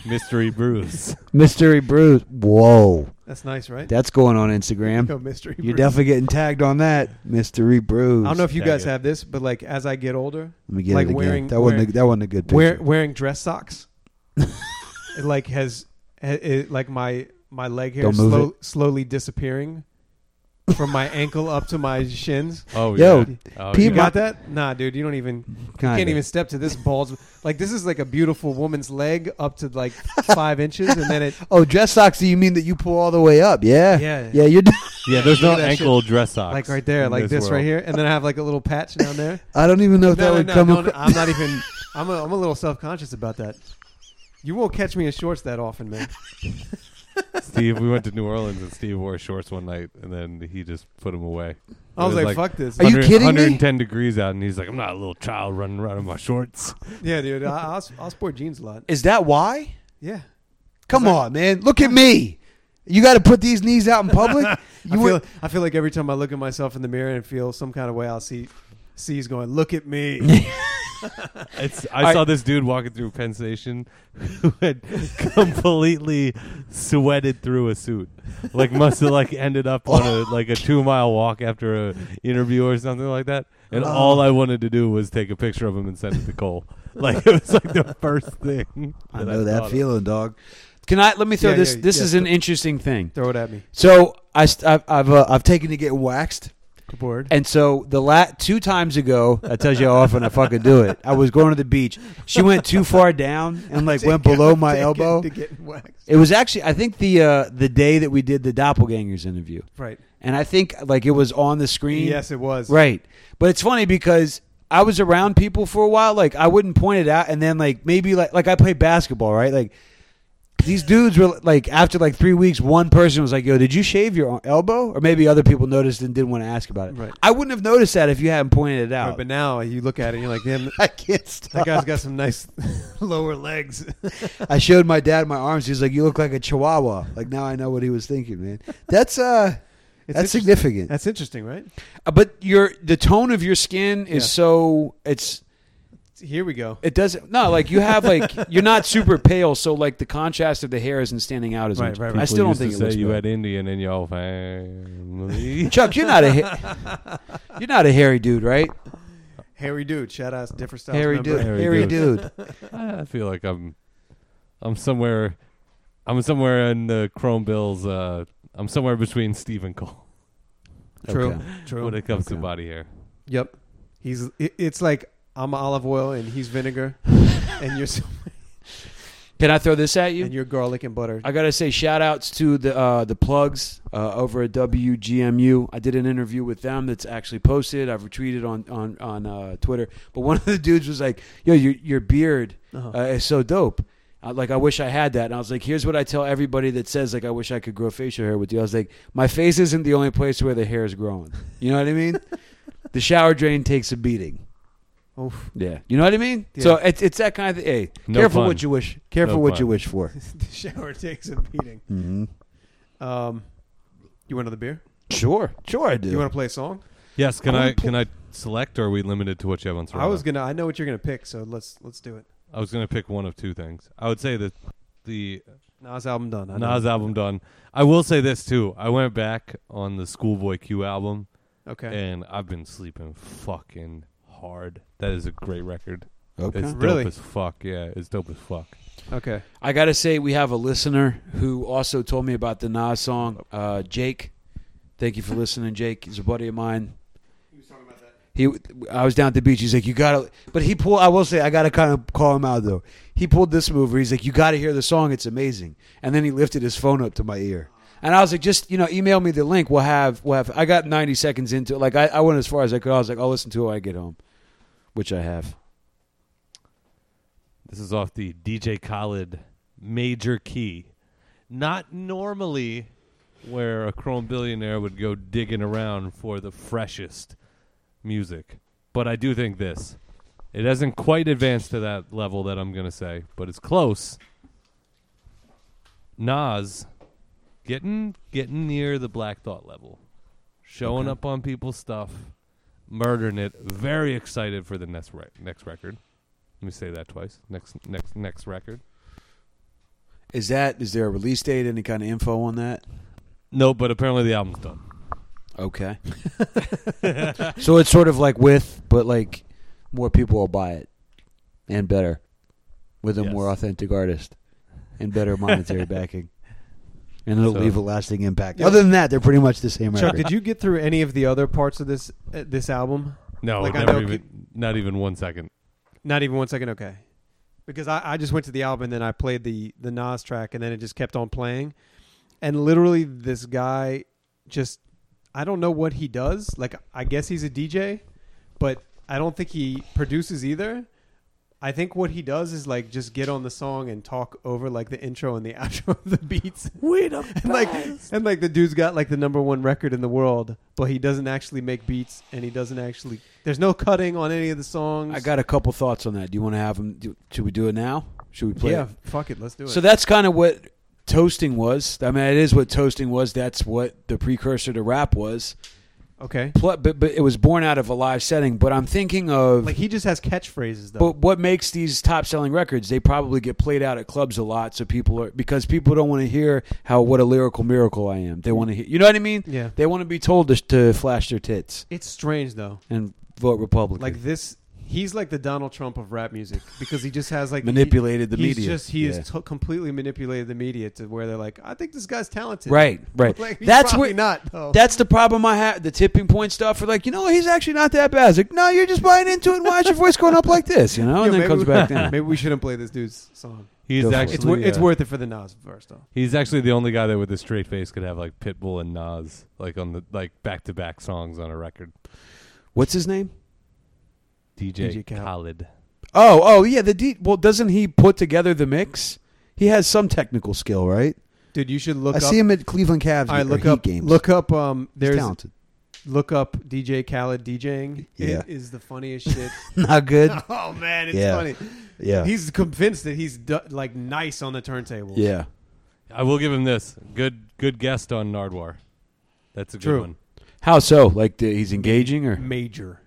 Speaker 1: Mystery Brews.
Speaker 2: mystery bruise.
Speaker 3: Whoa,
Speaker 4: That's nice, right?
Speaker 3: that's going on Instagram.
Speaker 4: Go mystery.
Speaker 3: You're
Speaker 4: bruise.
Speaker 3: definitely getting tagged on that mystery bruise.
Speaker 4: I don't know if you
Speaker 1: Dang
Speaker 4: guys
Speaker 1: it.
Speaker 4: have this, but like as I get older,
Speaker 3: Let me get
Speaker 4: like
Speaker 3: it again.
Speaker 4: wearing-
Speaker 3: that wasn't.
Speaker 4: wearing-
Speaker 3: a, that wasn't a good picture.
Speaker 4: wear, wearing dress socks, it like has it, it- like my my leg hair
Speaker 3: Don't move
Speaker 4: slow, slowly disappearing from my ankle up to my shins.
Speaker 1: Oh
Speaker 3: Yo,
Speaker 1: yeah. Oh,
Speaker 4: You
Speaker 3: Piedmont-
Speaker 1: yeah.
Speaker 4: got that? Nah, dude, you don't even
Speaker 3: Kinda.
Speaker 4: can't even step to this bald. Like this is like a beautiful woman's leg up to like five inches, and then it.
Speaker 3: Oh, dress socks. Do you mean that you pull all the way up? Yeah.
Speaker 4: Yeah.
Speaker 3: Yeah. You're.
Speaker 1: Yeah, there's no
Speaker 3: Look at that
Speaker 1: ankle dress socks.
Speaker 4: Like right there,
Speaker 1: in
Speaker 4: like this,
Speaker 1: world.
Speaker 4: right here, and then I have like a little patch down there.
Speaker 3: I don't even know if that
Speaker 4: no,
Speaker 3: would
Speaker 4: no,
Speaker 3: come.
Speaker 4: no,
Speaker 3: acro-
Speaker 4: no, I'm
Speaker 2: e-
Speaker 4: not even. I'm a, I'm a little self conscious about that. You won't catch me in shorts that often, man.
Speaker 1: Steve, we went to New Orleans and Steve wore shorts one night, and then he just put them away.
Speaker 4: I was
Speaker 1: It
Speaker 4: like, fuck this.
Speaker 3: Are you
Speaker 1: 100
Speaker 3: kidding me?
Speaker 1: 110 degrees out, and he's like, I'm not a little child running around in my shorts.
Speaker 4: yeah, dude. I, I'll, s- I'll sport jeans a lot.
Speaker 3: Is that why?
Speaker 4: Yeah.
Speaker 3: Come on, man. Look at me. You got to put these knees out in public. You
Speaker 4: I
Speaker 3: were-
Speaker 4: feel, I feel like every time I look at myself in the mirror and feel some kind of way, I'll see C's going, look at me.
Speaker 1: It's, I saw this dude walking through Penn Station who had completely sweated through a suit, like must have like ended up on a like a two mile walk after a interview or something like that.
Speaker 2: Oh.
Speaker 1: And all I wanted to do was take a picture of him and send it to Cole. Like it was like the first thing.
Speaker 3: I know that
Speaker 1: thought of.
Speaker 3: feeling, dog.
Speaker 2: Can I let me throw
Speaker 4: Yeah,
Speaker 2: this?
Speaker 4: yeah,
Speaker 2: this
Speaker 4: yeah.
Speaker 2: is an interesting thing.
Speaker 4: Throw it at me.
Speaker 2: So I st- I've I've, uh, I've taken to getting waxed.
Speaker 4: Bored.
Speaker 2: And so the lat two times ago, that tells you how often I fucking do it. I was going to the beach. She went too far down and like went below my elbow.
Speaker 4: To get waxed.
Speaker 2: It was actually I think the uh, the day that we did the doppelgangers interview,
Speaker 4: Right.
Speaker 2: and I think like it was on the screen.
Speaker 4: Yes, it was.
Speaker 2: Right. But it's funny because I was around people for a while. Like I wouldn't point it out, and then like maybe like like I played basketball, right? Like these dudes were like after like three weeks, one person was like, "Yo, did you shave your elbow?" Or maybe other people noticed and didn't want to ask about it.
Speaker 4: Right.
Speaker 2: I wouldn't have noticed that if you hadn't pointed it
Speaker 4: Right,
Speaker 2: out.
Speaker 4: But now you look at it and you're like, damn,
Speaker 3: I can't stop.
Speaker 4: that guy's got some nice lower legs.
Speaker 3: I showed my dad my arms. He's like, "You look like a chihuahua." Like now I know what he was thinking, man. That's uh,
Speaker 4: It's
Speaker 3: that's
Speaker 4: interesting.
Speaker 3: significant.
Speaker 4: That's interesting, right?
Speaker 2: Uh, but your the tone of your skin is
Speaker 4: Yeah.
Speaker 2: so it's
Speaker 4: Here we go.
Speaker 2: it doesn't no like you have like you're not super pale, so like the contrast of the hair isn't standing out as
Speaker 4: Right,
Speaker 2: much.
Speaker 4: right, right.
Speaker 1: People
Speaker 2: I still don't
Speaker 1: used
Speaker 2: think
Speaker 1: to
Speaker 2: it
Speaker 1: say
Speaker 2: looks
Speaker 1: you
Speaker 2: bad.
Speaker 1: had Indian in your family.
Speaker 2: Chuck, you're not a ha- you're not a hairy dude, right?
Speaker 4: Harry Dude. Shout out to Different Styles.
Speaker 3: Harry
Speaker 4: member.
Speaker 3: dude,
Speaker 1: Harry
Speaker 3: Harry
Speaker 1: dude.
Speaker 3: dude.
Speaker 1: I I feel like I'm, I'm somewhere, I'm somewhere in the Chrome Bills. Uh, I'm somewhere between Steve and Cole
Speaker 4: True.
Speaker 3: Okay.
Speaker 4: True.
Speaker 1: when it comes to
Speaker 3: Okay.
Speaker 1: body hair.
Speaker 4: Yep. He's. It, it's like I'm olive oil and he's vinegar, and you're s-
Speaker 2: Can I throw this at you?
Speaker 4: and you're garlic and butter.
Speaker 2: I gotta say, shout outs to the uh, the plugs uh, over at WGMU. I did an interview with them that's actually posted. I've retweeted on on on uh, Twitter. But one of the dudes was like, "Yo, your your beard
Speaker 4: Uh-huh.
Speaker 2: uh, is so dope. Uh, like, I wish I had that." And I was like, "Here's what I tell everybody that says like I wish I could grow facial hair with you." I was like, "My face isn't the only place where the hair is growing. You know what I mean? the shower drain takes a beating."
Speaker 4: Oof.
Speaker 2: Yeah, you know what I mean. So
Speaker 4: Yeah.
Speaker 2: it's it's that kind of thing. Hey,
Speaker 1: No
Speaker 2: careful
Speaker 1: fun.
Speaker 2: what you wish. Mm-hmm.
Speaker 3: Careful
Speaker 1: No
Speaker 3: what
Speaker 1: fun.
Speaker 3: you wish for.
Speaker 4: the shower takes a beating.
Speaker 3: hmm
Speaker 4: Um, you want another beer?
Speaker 2: Sure.
Speaker 3: Sure, I do.
Speaker 4: You want to play a song?
Speaker 1: Yes, can
Speaker 4: I
Speaker 1: I,
Speaker 4: wanna pull-
Speaker 1: can I select? or Are we limited to what you have on?
Speaker 4: I was
Speaker 1: gonna,
Speaker 4: gonna. I know what you're gonna pick, so let's let's do it.
Speaker 1: I was gonna pick one of two things. I would say that the
Speaker 4: Nas album done. I know.
Speaker 1: Nas album done. I will say this too. I went back on the Schoolboy Q album,
Speaker 4: Okay.
Speaker 1: and I've been sleeping fucking hard. That is a great record.
Speaker 3: okay.
Speaker 1: It's
Speaker 4: Really?
Speaker 1: dope as fuck. Yeah, it's dope as fuck.
Speaker 4: Okay.
Speaker 2: I gotta say, we have a listener who also told me about the Nas song, uh, Jake. Thank you for listening, Jake. He's a buddy of mine. He, I was down at the beach. He's like, "You gotta," but he pulled. I will say, I gotta kind of call him out though. He pulled this move where he's like, "You gotta hear the song. It's amazing." And then he lifted his phone up to my ear, and I was like, "Just you know, email me the link. We'll have we'll have." I got ninety seconds into it. Like I, I went as far as I could. I was like, "I'll listen to it when I get home," which I have.
Speaker 1: This is off the DJ Khaled major key. Not normally where a chrome billionaire would go digging around for the freshest music, but I do think this. It hasn't quite advanced to that level that I'm going to say, but it's close. Nas getting getting near the Black Thought level. Showing up on people's stuff, murdering it. Very excited for the next re- next record. Let me say that twice. Next, next, next record.
Speaker 2: Is that is there a release date? Any kind of info on that?
Speaker 1: No, but apparently the album's done.
Speaker 2: Okay. so it's sort of like with, but like more people will buy it and better with a
Speaker 1: Yes.
Speaker 2: more authentic artist and better monetary backing. And it'll
Speaker 1: So-
Speaker 2: leave a lasting impact.
Speaker 4: Yeah.
Speaker 3: Other than that, they're pretty much the same
Speaker 4: Chuck,
Speaker 3: record.
Speaker 4: did you get through any of the other parts of this uh, this album?
Speaker 1: No,
Speaker 4: Like, I
Speaker 1: never
Speaker 4: know
Speaker 1: even, not even one second.
Speaker 4: Not even one second. Okay. Because I, I just went to the album and then I played the the Nas track and then it just kept on playing, and literally this guy just I don't know what he does. Like I guess he's a DJ, but I don't think he produces either. I think what he does is like just get on the song and talk over like the intro and the outro of the beats.
Speaker 7: Wait a
Speaker 4: And like and like the dude's got like the number one record in the world, but he doesn't actually make beats and he doesn't actually. There's no cutting on any of the songs.
Speaker 2: I got a couple thoughts on that. Do you want to have them? Do, should we do it now? Should we play?
Speaker 4: yeah.
Speaker 2: it?
Speaker 4: Fuck it, let's do it.
Speaker 2: So that's kind of what toasting was. I mean, it is what toasting was. That's what the precursor to rap was.
Speaker 4: okay,
Speaker 2: Pl- But, but it was born out of a live setting. But I'm thinking of.
Speaker 4: like he just has catchphrases though.
Speaker 2: but what makes these top selling records? They probably get played out at clubs a lot, so people are because people don't want to hear how what a lyrical miracle I am. They want to hear, you know what I mean?
Speaker 4: yeah,
Speaker 2: They want to be told to, to flash their tits
Speaker 4: it's strange though.
Speaker 2: and vote Republican.
Speaker 4: Like this, he's like the Donald Trump of rap music because he just has like
Speaker 2: manipulated the
Speaker 4: he- he's
Speaker 2: media.
Speaker 4: Just he
Speaker 2: Yeah.
Speaker 4: has t- completely manipulated the media to where they're like, I think this guy's talented.
Speaker 2: right, right.
Speaker 4: Like, he's
Speaker 2: That's
Speaker 4: probably
Speaker 2: where
Speaker 4: not though.
Speaker 2: That's the problem I have. The tipping point stuff. We're like, you know, he's actually not that bad. It's like, no, you're just buying into it. Why is your voice going up like this? You know,
Speaker 4: Yo,
Speaker 2: and then
Speaker 4: maybe
Speaker 2: it comes
Speaker 4: we,
Speaker 2: back down.
Speaker 4: Maybe we shouldn't play this dude's song.
Speaker 1: He's
Speaker 2: Go for it.
Speaker 1: actually
Speaker 4: It's wor- it's
Speaker 1: uh,
Speaker 4: worth it for the Nas verse though.
Speaker 1: He's actually the only guy that with a straight face could have like Pitbull and Nas like on the like back to back songs on a record.
Speaker 2: What's his name?
Speaker 1: DJ,
Speaker 4: DJ Khaled.
Speaker 1: Khaled.
Speaker 2: Oh, oh, yeah. The D. Well, doesn't he put together the mix? He has some technical skill, right?
Speaker 4: Dude, you should look
Speaker 3: I
Speaker 4: up.
Speaker 3: see him at Cleveland Cavs
Speaker 4: All right,
Speaker 3: or
Speaker 4: look
Speaker 3: Heat
Speaker 4: up.
Speaker 3: games.
Speaker 4: Look up. Um,
Speaker 3: He's
Speaker 4: there's
Speaker 3: talented.
Speaker 4: look up DJ Khaled DJing.
Speaker 3: Yeah.
Speaker 4: It is the funniest shit.
Speaker 3: Not good.
Speaker 4: oh man, it's
Speaker 3: Yeah.
Speaker 4: funny.
Speaker 3: Yeah.
Speaker 4: He's convinced that he's du- like nice on the turntables.
Speaker 2: Yeah.
Speaker 1: I will give him this. Good good guest on Nardwar. That's a
Speaker 4: True.
Speaker 1: good one.
Speaker 2: How so? Like the, he's engaging, or
Speaker 4: Major.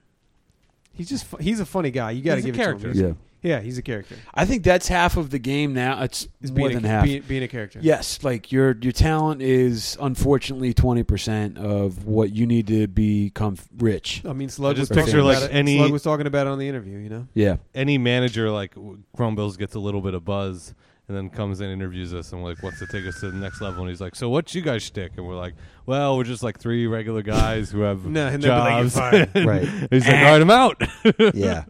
Speaker 4: He's just fu- he's a funny guy. You got to
Speaker 1: He's a
Speaker 4: give it
Speaker 1: character.
Speaker 4: to him. Yeah, he's a character.
Speaker 2: I think that's half of the game now. It's
Speaker 4: He's
Speaker 2: more
Speaker 4: being,
Speaker 2: than
Speaker 4: a,
Speaker 2: half.
Speaker 4: Being, being a character.
Speaker 2: Yes, like your your talent is unfortunately twenty percent of what you need to become rich.
Speaker 4: I mean, Slug
Speaker 1: I just
Speaker 4: was talking
Speaker 1: picture, like,
Speaker 4: about it-
Speaker 1: any-
Speaker 4: Slug was talking about it on the interview. You know,
Speaker 2: Yeah,
Speaker 1: Any manager like w- Crumbills gets a little bit of buzz and then comes and interviews us and like wants to take us to the next level and he's like, So what's you guys shtick? And we're like, Well, we're just like three regular guys who have
Speaker 4: No, and they'll be like, "You're
Speaker 1: Mm-hmm. jobs.
Speaker 4: fired.
Speaker 3: Right.
Speaker 1: he's like, All right, I'm out.
Speaker 3: yeah.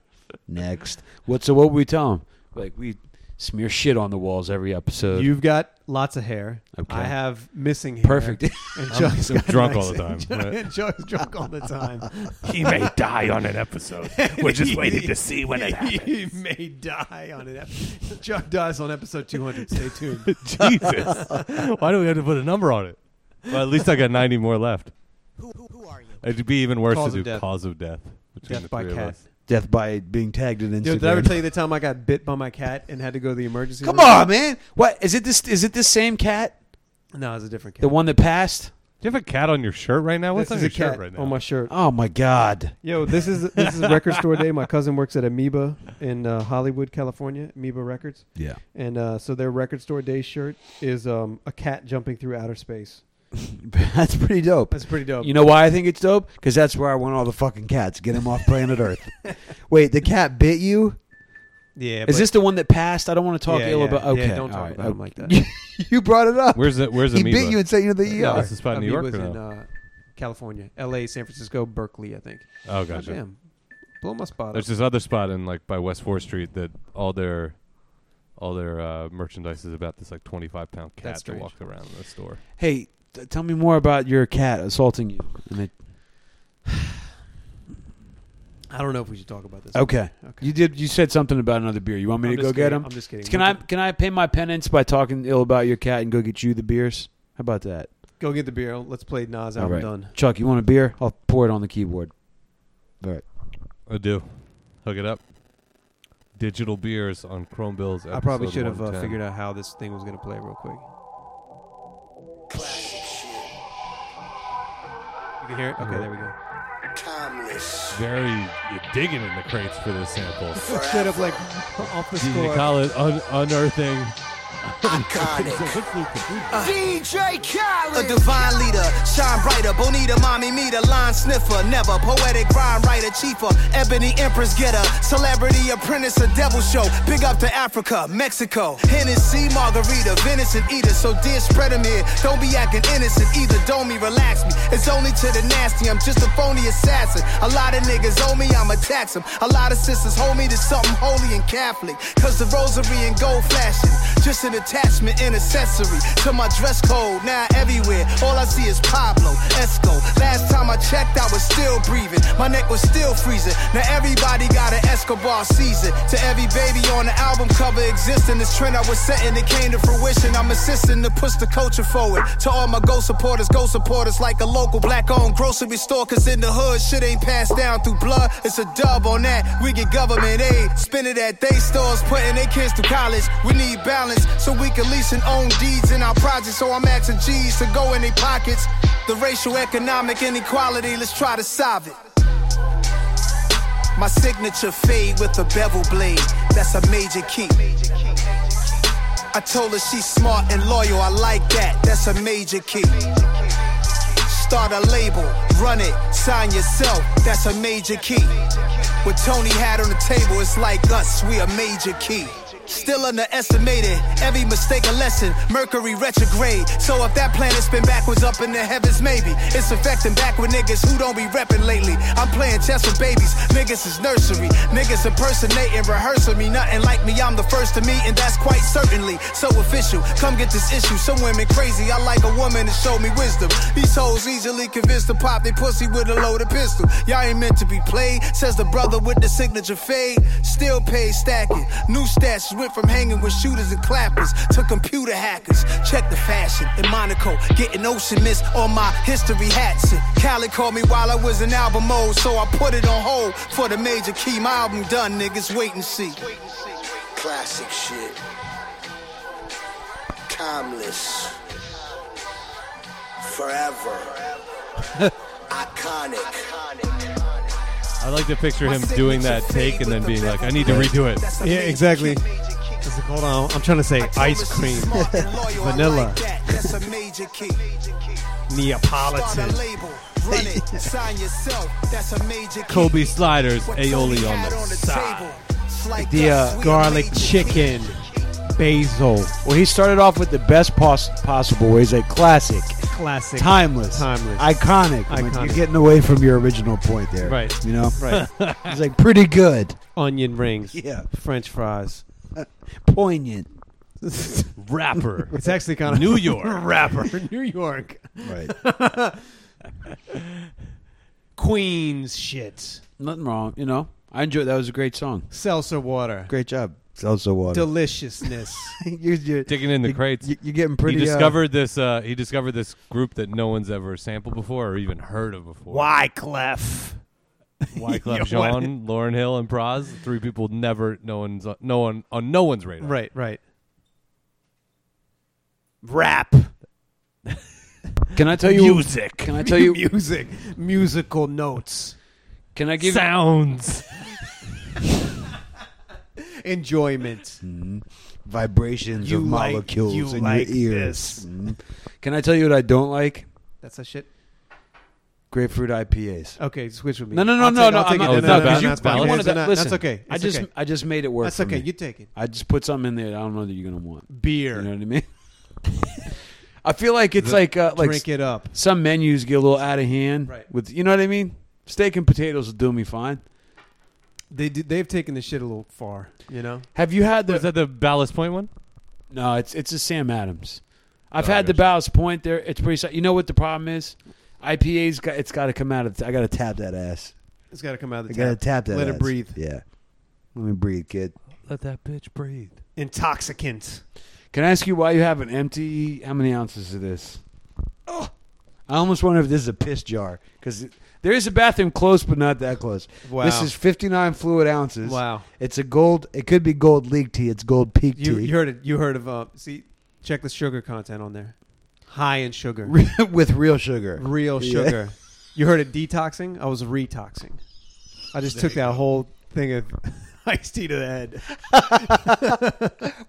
Speaker 3: Next.
Speaker 2: What so? What would we tell him? Like we smear shit on the walls every episode.
Speaker 4: you've got lots of hair.
Speaker 2: Okay.
Speaker 4: I have missing hair.
Speaker 2: Perfect.
Speaker 4: And Chuck's
Speaker 1: I'm
Speaker 4: got
Speaker 1: drunk
Speaker 4: nice-
Speaker 1: all the time,
Speaker 4: and Chuck-
Speaker 1: right?
Speaker 4: and Chuck's drunk all the time.
Speaker 8: He may die on an episode. We're just waiting to see when it happens.
Speaker 4: he may die on an episode. Chuck dies on episode 200. Stay tuned.
Speaker 1: Jesus. Why do we have to put a number on it? Well, at least I got 90 more left. Who, who, are you? It'd be even worse
Speaker 4: Cause
Speaker 1: to
Speaker 4: of
Speaker 1: do
Speaker 4: death.
Speaker 1: cause of death. between
Speaker 4: Death by
Speaker 1: three of
Speaker 4: cat.
Speaker 1: us.
Speaker 3: Death by being tagged in Instagram.
Speaker 4: Dude, did I ever tell you the time I got bit by my cat and had to go to the emergency
Speaker 2: Come
Speaker 4: room?
Speaker 2: on, man. What is it? This is it? This same cat,
Speaker 4: No, it's a different cat.
Speaker 2: the one that passed.
Speaker 1: Do you have a cat on your shirt right now? What's
Speaker 4: this
Speaker 1: on
Speaker 4: is
Speaker 1: your
Speaker 4: a cat
Speaker 1: shirt right now?
Speaker 4: on my shirt.
Speaker 2: Oh my god.
Speaker 4: Yo, this is this is record store day. My cousin works at Amoeba in uh, Hollywood, California, Amoeba Records,
Speaker 2: Yeah.
Speaker 4: and uh, so their record store day shirt is um, a cat jumping through outer space.
Speaker 3: That's pretty dope.
Speaker 4: That's pretty dope.
Speaker 2: You know why I think it's dope?
Speaker 3: Because that's where I want all the fucking cats. Get them off planet Earth. Wait, the cat bit you?
Speaker 4: yeah,
Speaker 2: Is this the one that passed? I don't want to talk
Speaker 4: yeah,
Speaker 2: ill
Speaker 4: yeah,
Speaker 2: about. Okay.
Speaker 4: Yeah, don't talk
Speaker 2: all right.
Speaker 4: about him like that.
Speaker 3: You brought it up.
Speaker 1: Where's it? Where's
Speaker 3: he
Speaker 1: Amoeba?
Speaker 3: bit you and sent you to the
Speaker 2: E
Speaker 4: Yeah.
Speaker 1: Oh,
Speaker 3: ER.
Speaker 1: that's the spot in New York
Speaker 4: Amoeba's
Speaker 1: or
Speaker 4: in
Speaker 1: no?
Speaker 4: uh, California, L.A., San Francisco, Berkeley, I think.
Speaker 1: oh,
Speaker 4: God
Speaker 1: gotcha.
Speaker 4: damn, blow my spot. Up.
Speaker 1: There's this other spot in like by West Fourth Street that all their all their uh, merchandise is about this like 25 pound cat
Speaker 4: That's
Speaker 1: that
Speaker 4: strange.
Speaker 1: walked around the store.
Speaker 2: Hey, t- tell me more about your cat assaulting you. And it,
Speaker 4: I don't know if we should talk about this.
Speaker 2: okay.
Speaker 4: Okay.
Speaker 2: You did. You said something about another beer. You want me
Speaker 4: I'm
Speaker 2: to go
Speaker 4: just
Speaker 2: get
Speaker 4: kidding.
Speaker 2: him?
Speaker 4: I'm just kidding.
Speaker 2: Can
Speaker 4: We'll
Speaker 2: I?
Speaker 4: get-
Speaker 2: Can I pay my penance by talking ill about your cat and go get you the beers? How about that?
Speaker 4: go get the beer? Let's play Nas.
Speaker 2: All
Speaker 4: I'm
Speaker 2: right.
Speaker 4: done.
Speaker 2: Chuck, you want a beer? I'll pour it on the keyboard.
Speaker 1: I do. Hook it up. Digital beers on Chrome Bills.
Speaker 4: I probably
Speaker 1: episode
Speaker 4: should have uh,
Speaker 1: 110.
Speaker 4: figured out how this thing was going to play real quick. You can hear it. Okay, there we go.
Speaker 1: Very you're digging in the crates for this sample.
Speaker 4: Straight up like off the
Speaker 1: DJ
Speaker 4: score.
Speaker 1: Khaled un- unearthing.
Speaker 9: DJ Khaled. A divine leader, shine brighter. Bonita, mommy, me, the line sniffer. Never poetic rhyme writer, chiefer. Ebony empress getter. Celebrity apprentice, a devil show. Big up to Africa, Mexico. Hennessy, margarita, venison eater. So dear, spread 'em here. Don't be acting innocent either. Don't me, relax me. It's only to the nasty. I'm just a phony assassin. A lot of niggas owe me, I'ma tax 'em. A lot of sisters hold me to something holy and Catholic. Cause the rosary and gold flashing. Just an attachment and accessory to my dress code. Now everywhere, all I see is Pablo Esco. Last time I checked, I was still breathing. My neck was still freezing. Now everybody got an Escobar season. To every baby on the album cover existing, this trend I was setting, it came to fruition. I'm assisting to push the culture forward. To all my go supporters, go supporters like a local black owned grocery store. Cause in the hood, shit ain't passed down through blood. It's a dub on that. We get government aid. Spend it at day stores, putting their kids through college. We need balance so we can lease and own deeds in our projects. So I'm asking G's to go in their pockets. The racial economic inequality, let's try to solve it. My signature fade with a bevel blade. That's a major key. I told her she's smart and loyal. I like that. That's a major key. Start a label, run it, sign yourself. That's a major key. What Tony had on the table, it's like us. We a major key. Still underestimated, every mistake a lesson. Mercury retrograde. So if that planet's been backwards up in the heavens, maybe it's affecting backward niggas who don't be repping lately. I'm playing chess with babies, niggas is nursery. Niggas impersonating, rehearsing me, nothing like me. I'm the first to meet, and that's quite certainly so official. Come get this issue, some women crazy. I like a woman to show me wisdom. These hoes easily convinced to pop they pussy with a loaded pistol. Y'all ain't meant to be played, says the brother with the signature fade. Still paid stacking, new stashes went from hanging with shooters and clappers to computer hackers. Check the fashion in Monaco, getting ocean mist on my history hats. And Khaled called me while I was in album mode, so I put it on hold for the major key. My album done, niggas, wait and see.
Speaker 10: Classic shit. Timeless. Forever. Iconic.
Speaker 1: I like to picture him doing that take and then being like, I need to redo it.
Speaker 4: Yeah, exactly. It's like, hold on, I'm trying to say ice cream, Vanilla. Neapolitan.
Speaker 1: Kobe sliders, aioli on the side.
Speaker 4: The uh, garlic chicken, basil,
Speaker 2: Well, he started off with the best pos- possible way. He's like classic,
Speaker 4: classic.
Speaker 2: timeless,
Speaker 4: Timeless.
Speaker 2: iconic. I'm like,
Speaker 4: Iconic.
Speaker 2: You're getting away from your original point there,
Speaker 1: Right.
Speaker 2: You know,
Speaker 4: Right.
Speaker 2: he's like pretty good,
Speaker 4: Onion rings.
Speaker 2: Yeah.
Speaker 4: French fries.
Speaker 2: poignant.
Speaker 1: Rapper.
Speaker 4: It's actually kind of
Speaker 1: New York.
Speaker 4: rapper. New York.
Speaker 3: Right.
Speaker 4: Queens shit.
Speaker 2: Nothing wrong, you know. I enjoyed. That was a great song.
Speaker 4: Seltzer water.
Speaker 3: Great job. Salsa water.
Speaker 4: Deliciousness.
Speaker 3: you're, you're,
Speaker 1: Digging in the
Speaker 3: you-
Speaker 1: crates.
Speaker 3: you- You're getting pretty.
Speaker 1: he
Speaker 3: uh,
Speaker 1: discovered this. Uh, he discovered this group that no one's ever sampled before or even heard of before.
Speaker 4: Wyclef.
Speaker 1: Wyclef
Speaker 4: Yeah, what-
Speaker 1: Jean, Lauren Hill, and Praz. Three people never. No one's. No one on no one's radar.
Speaker 4: Right, right. Rap.
Speaker 2: Can I tell you music? Can I tell you?
Speaker 4: music. Musical notes.
Speaker 2: Can I give?
Speaker 1: Sounds.
Speaker 4: Enjoyment.
Speaker 2: Mm.
Speaker 3: vibrations
Speaker 4: You
Speaker 3: of
Speaker 4: like-
Speaker 3: molecules
Speaker 4: you
Speaker 3: in
Speaker 4: like
Speaker 3: your
Speaker 4: this.
Speaker 3: ears. Mhm.
Speaker 2: Can I tell you what I don't like?
Speaker 4: That's that shit.
Speaker 3: Grapefruit IPAs.
Speaker 4: Okay, switch with me.
Speaker 2: No, no, no,
Speaker 4: I'll
Speaker 2: no,
Speaker 4: take-
Speaker 2: no.
Speaker 4: I'll
Speaker 2: I'm
Speaker 4: take
Speaker 2: not,
Speaker 4: it.
Speaker 1: Oh,
Speaker 4: No,
Speaker 1: no,
Speaker 4: no, no,
Speaker 1: bad.
Speaker 4: no, that's fine.
Speaker 1: I
Speaker 4: It's
Speaker 1: wanted
Speaker 2: that-
Speaker 4: not-
Speaker 2: listen,
Speaker 4: That's okay.
Speaker 2: I
Speaker 4: It's
Speaker 2: just
Speaker 4: okay.
Speaker 2: I just made it work.
Speaker 4: That's
Speaker 2: for
Speaker 4: okay.
Speaker 2: me.
Speaker 4: You take it.
Speaker 2: I just put something in there. I don't know that you're gonna want.
Speaker 4: Beer.
Speaker 2: You know what I mean? I feel like it's like uh, like
Speaker 4: Drink it up.
Speaker 2: some menus get a little out of hand.
Speaker 4: Right.
Speaker 2: With you know what I mean? Steak and potatoes will do me fine.
Speaker 4: They do, they've taken the shit a little far, you know.
Speaker 2: Have you had the?
Speaker 1: Was that the Ballast Point one?
Speaker 2: no, it's it's a Sam Adams. I've
Speaker 1: Oh, I
Speaker 2: had the
Speaker 1: gotcha.
Speaker 2: Ballast Point there. It's pretty. si- You know what the problem is? IPA's got it's got to come out of. I
Speaker 3: I
Speaker 2: got
Speaker 3: gotta tap that ass.
Speaker 4: It's got to come out of
Speaker 3: I
Speaker 4: the
Speaker 3: gotta
Speaker 4: tap.
Speaker 3: tap that.
Speaker 4: Let it
Speaker 3: ass.
Speaker 4: breathe.
Speaker 3: Yeah. Let me breathe, kid.
Speaker 1: Let that bitch breathe.
Speaker 4: Intoxicant.
Speaker 2: Can I ask you why you have an empty? How many ounces of this?
Speaker 4: Oh.
Speaker 2: I almost wonder if this is a piss jar because there is a bathroom close, but not that close.
Speaker 4: Wow.
Speaker 3: This is 59 fluid ounces.
Speaker 4: Wow.
Speaker 3: It's a gold. It could be gold league tea. It's gold peak
Speaker 4: You,
Speaker 3: tea
Speaker 4: you heard it. You heard of uh, see check the sugar content on there. High in sugar.
Speaker 3: with real sugar.
Speaker 4: Real
Speaker 3: Yeah.
Speaker 4: sugar. You heard of detoxing? I was retoxing. I just took that whole thing of iced tea to the head.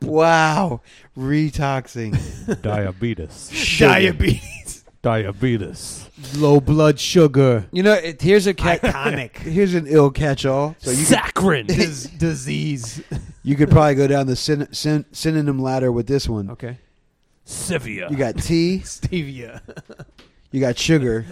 Speaker 3: Wow. Retoxing.
Speaker 1: Diabetes.
Speaker 4: Diabetes.
Speaker 1: Diabetes.
Speaker 4: Low blood sugar.
Speaker 3: you know, it, here's a ca-
Speaker 4: Iconic.
Speaker 3: here's an ill catch-all. So you could,
Speaker 1: Saccharin.
Speaker 4: Dis- disease.
Speaker 3: you could probably go down the syn- syn- synonym ladder with this one.
Speaker 4: Okay.
Speaker 1: Sivia.
Speaker 3: You got tea.
Speaker 4: Stevia.
Speaker 3: You got sugar.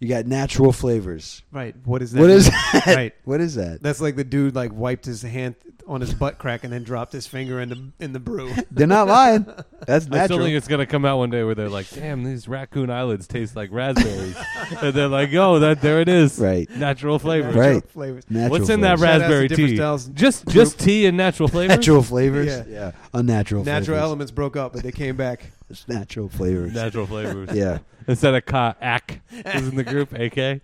Speaker 3: You got natural flavors.
Speaker 4: Right. What is that?
Speaker 3: What is
Speaker 4: mean?
Speaker 3: that?
Speaker 4: Right.
Speaker 3: What is that?
Speaker 4: That's like the dude like wiped his hand on his butt crack and then dropped his finger in the in the brew.
Speaker 3: They're not lying. That's
Speaker 1: I still
Speaker 3: natural.
Speaker 1: think it's gonna come out one day where they're like, "Damn, these raccoon eyelids taste like raspberries," and they're like, "Oh, that there it is,
Speaker 3: Right.
Speaker 1: Natural flavor."
Speaker 3: Right.
Speaker 4: Flavors.
Speaker 3: Natural
Speaker 1: What's in that
Speaker 3: flavors.
Speaker 4: Shout out to
Speaker 1: raspberry
Speaker 4: Different
Speaker 1: tea?
Speaker 4: Styles
Speaker 1: Just
Speaker 4: group.
Speaker 1: just tea and natural flavors.
Speaker 3: Natural flavors.
Speaker 4: Yeah.
Speaker 3: Unnatural.
Speaker 4: Natural
Speaker 3: flavors.
Speaker 4: elements broke up, but they came back.
Speaker 3: It's natural flavors.
Speaker 1: Natural flavors.
Speaker 3: yeah.
Speaker 1: Instead of ka, ak is in the group. Ak.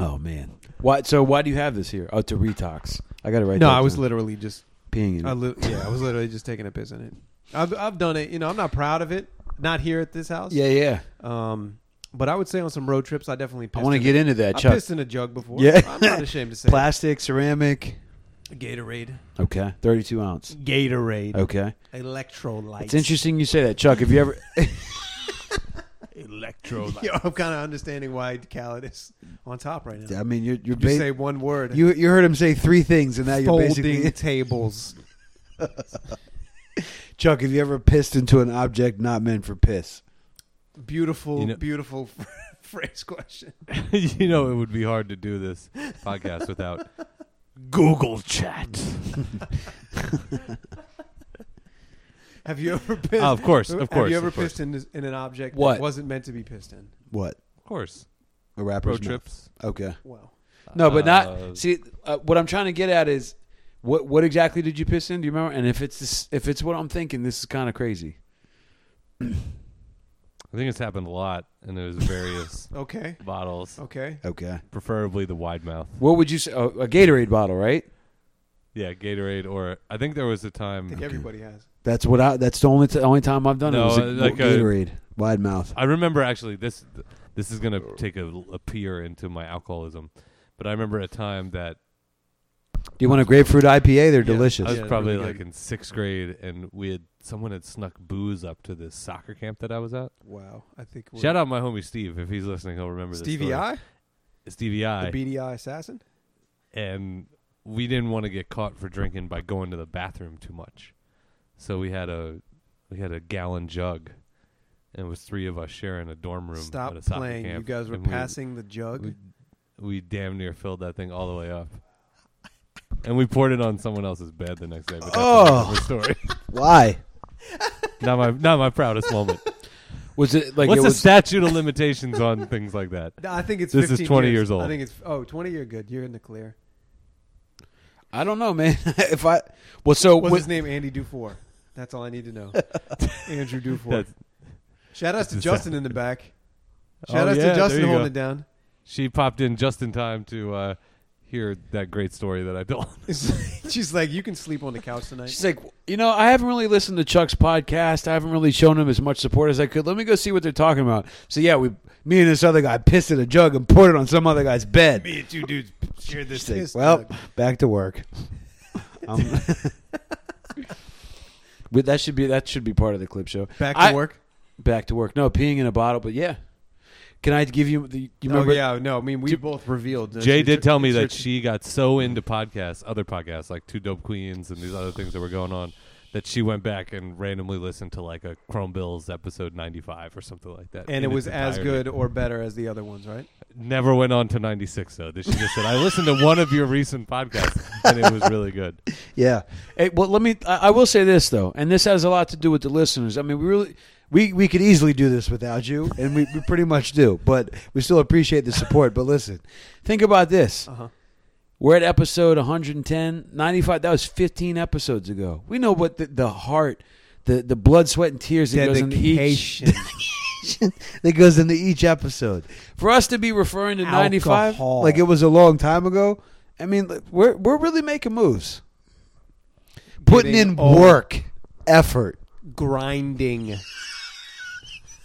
Speaker 3: Oh man.
Speaker 2: Why? So why do you have this here? Oh, to retox. I got it right.
Speaker 4: No,
Speaker 2: that
Speaker 4: I was
Speaker 2: down.
Speaker 4: literally just
Speaker 2: peeing. In
Speaker 4: I
Speaker 2: it.
Speaker 4: li- yeah, I was literally just taking a piss in it. I've I've done it. You know, I'm not proud of it. Not here at this house.
Speaker 2: yeah, yeah.
Speaker 4: Um, but I would say on some road trips, I definitely. Pissed
Speaker 2: I want to
Speaker 4: in
Speaker 2: get
Speaker 4: a-
Speaker 2: into that,
Speaker 4: I
Speaker 2: Chuck.
Speaker 4: pissed in a jug before.
Speaker 3: Yeah.
Speaker 4: I'm not ashamed to say. it.
Speaker 3: Plastic, ceramic.
Speaker 4: Gatorade.
Speaker 2: Okay, thirty-two ounce.
Speaker 4: Gatorade.
Speaker 2: Okay,
Speaker 4: Electrolytes.
Speaker 2: Oh. it's interesting you say that, Chuck. Have you ever?
Speaker 1: Electrolyte.
Speaker 4: Yo, I'm kind of understanding why Khaled is on top right now.
Speaker 3: I mean, you're
Speaker 4: You
Speaker 3: you're ba-
Speaker 4: say one word.
Speaker 3: you you heard him say three things, and now you're
Speaker 4: folding
Speaker 3: basically
Speaker 4: tables.
Speaker 3: Chuck. Have you ever pissed into an object not meant for piss?
Speaker 4: Beautiful,
Speaker 1: You know-
Speaker 4: beautiful phrase question.
Speaker 1: you know it would be hard to do this podcast without Google Chat.
Speaker 4: Have you ever pissed?
Speaker 1: of course, of
Speaker 4: Have
Speaker 1: course,
Speaker 4: you ever
Speaker 1: of course.
Speaker 4: pissed in, in an object
Speaker 2: What?
Speaker 4: that wasn't meant to be pissed in?
Speaker 3: What
Speaker 1: Of course.
Speaker 3: a rapper's
Speaker 1: Road
Speaker 3: mouth.
Speaker 1: trips.
Speaker 3: Okay.
Speaker 4: Wow.
Speaker 2: No, but
Speaker 1: Uh,
Speaker 2: not. See, uh, what I'm trying to get at is, what what exactly did you piss in? Do you remember? And if it's this, if it's what I'm thinking, this is kind of crazy.
Speaker 1: I think it's happened a lot, and there's various
Speaker 4: Okay.
Speaker 1: bottles,
Speaker 4: Okay.
Speaker 3: Okay.
Speaker 1: Oh. preferably the wide mouth.
Speaker 2: What would you say? Oh, a Gatorade bottle, right?
Speaker 1: Yeah, Gatorade, or I think there was a
Speaker 4: I
Speaker 1: time.
Speaker 4: think everybody has.
Speaker 3: That's
Speaker 2: That's what I. That's the only t- only time I've done
Speaker 1: No,
Speaker 2: it. Was a,
Speaker 1: uh, like a-
Speaker 3: Gatorade. Wide mouth.
Speaker 1: I remember actually this. This is gonna take a, a peer into my alcoholism, but I remember a time that
Speaker 3: Do you want a grapefruit IPA? They're
Speaker 1: I was
Speaker 3: delicious.
Speaker 4: Yeah,
Speaker 1: probably
Speaker 4: really
Speaker 1: like
Speaker 4: good.
Speaker 1: in sixth grade, and we had someone had snuck booze up to this soccer camp that I was at.
Speaker 4: Wow. I think. we're-
Speaker 1: Shout out my homie Steve if he's listening, he'll remember
Speaker 4: Stevie
Speaker 1: this story.
Speaker 4: I,
Speaker 1: Stevie
Speaker 4: the
Speaker 1: I,
Speaker 4: BDI assassin.
Speaker 1: and we didn't want to get caught for drinking by going to the bathroom too much, so we had a we had a gallon jug, and it was three of us sharing a dorm room.
Speaker 4: Stop
Speaker 1: at a soccer
Speaker 4: playing.
Speaker 1: Camp,
Speaker 4: You guys were
Speaker 1: and we-
Speaker 4: passing the jug.
Speaker 1: we- we damn near filled that thing all the way up. And we poured it on someone else's bed the next day. But that's
Speaker 3: Oh.
Speaker 1: oh. story.
Speaker 3: Why?
Speaker 1: not my not my proudest moment.
Speaker 2: Was it like
Speaker 1: What's
Speaker 2: it
Speaker 1: the
Speaker 2: was?
Speaker 1: statute of limitations on things like that?
Speaker 4: No, I think it's
Speaker 1: This is
Speaker 4: 15
Speaker 1: 20 years old.
Speaker 4: I think it's oh 20 You're good. You're in the clear.
Speaker 2: I don't know, man. if I well, so
Speaker 4: What's
Speaker 2: what-
Speaker 4: his name? Andy Dufour. That's all I need to know. Andrew Dufour.
Speaker 1: That's-
Speaker 4: Shout outs to
Speaker 1: That's-
Speaker 4: Justin in the back. Shout
Speaker 1: Oh,
Speaker 4: outs
Speaker 1: yeah,
Speaker 4: to
Speaker 1: there
Speaker 4: Justin
Speaker 1: you
Speaker 4: holding
Speaker 1: go.
Speaker 4: it down.
Speaker 1: She popped in just in time to uh, hear that great story that I told.
Speaker 4: She's like, you can sleep on the couch tonight.
Speaker 2: She's like, you know, I haven't really listened to Chuck's podcast. I haven't really shown him as much support as I could. Let me go see what they're talking about. So yeah, we, me and this other guy pissed in a jug and poured it on some other guy's bed.
Speaker 4: me and two dudes share this.
Speaker 3: Sick. Well, back to work. Um,
Speaker 2: But that should be that should be part of the clip show.
Speaker 4: back to
Speaker 2: I-
Speaker 4: work.
Speaker 2: Back to work. No peeing in a bottle, but yeah. Can I give you the? You remember?
Speaker 4: oh yeah, no. I mean, we both revealed. that
Speaker 1: Jay
Speaker 4: it's
Speaker 1: did
Speaker 4: your-
Speaker 1: tell me
Speaker 4: it's your
Speaker 1: that she got so into podcasts, other podcasts like Two Dope Queens and these other things that were going on, that she went back and randomly listened to like a Chrome Bills episode 95 or something like that. in
Speaker 4: and it
Speaker 1: its
Speaker 4: was as
Speaker 1: entirety.
Speaker 4: good or better as the other ones, right?
Speaker 1: Never went on to 96 though. She just said, "I listened to one of your recent podcasts and it was really good."
Speaker 3: yeah.
Speaker 2: Hey, well, let me. I, I will say this though, and this has a lot to do with the listeners. I mean, we really.
Speaker 3: We we could easily do this without you, and we, we pretty much do. But we still appreciate the support. But listen,
Speaker 2: Think about this.
Speaker 4: Uh-huh.
Speaker 2: We're at episode 110, 95. That was 15 episodes ago. We know what the, the heart, the, the blood, sweat, and tears that goes into each.
Speaker 4: Dedication.
Speaker 3: that goes into each episode.
Speaker 2: For us to be referring to 95,
Speaker 4: Alcohol.
Speaker 3: Like it was a long time ago. I mean, like, we're we're really making moves, putting
Speaker 4: Getting
Speaker 3: in
Speaker 4: old.
Speaker 3: work, effort.
Speaker 4: grinding.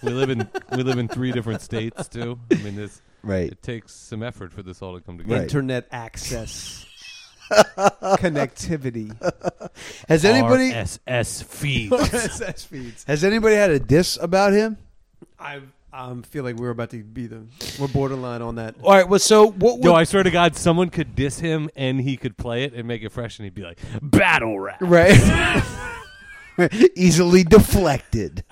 Speaker 1: We live in we live in three different states too. I mean, this
Speaker 3: Right.
Speaker 1: it takes some effort for this all to come together.
Speaker 3: Right.
Speaker 4: internet access, connectivity,
Speaker 3: Has anybody
Speaker 1: RSS feed?
Speaker 4: RSS feeds.
Speaker 3: has anybody had a diss about him?
Speaker 4: I I feel like we're about to be the we're borderline on that.
Speaker 2: all right. Well, so what?
Speaker 1: Yo,
Speaker 2: Would,
Speaker 1: I swear to God, someone could diss him and he could play it and make it fresh, and he'd be like, "Battle rap."
Speaker 3: Right. Easily deflected.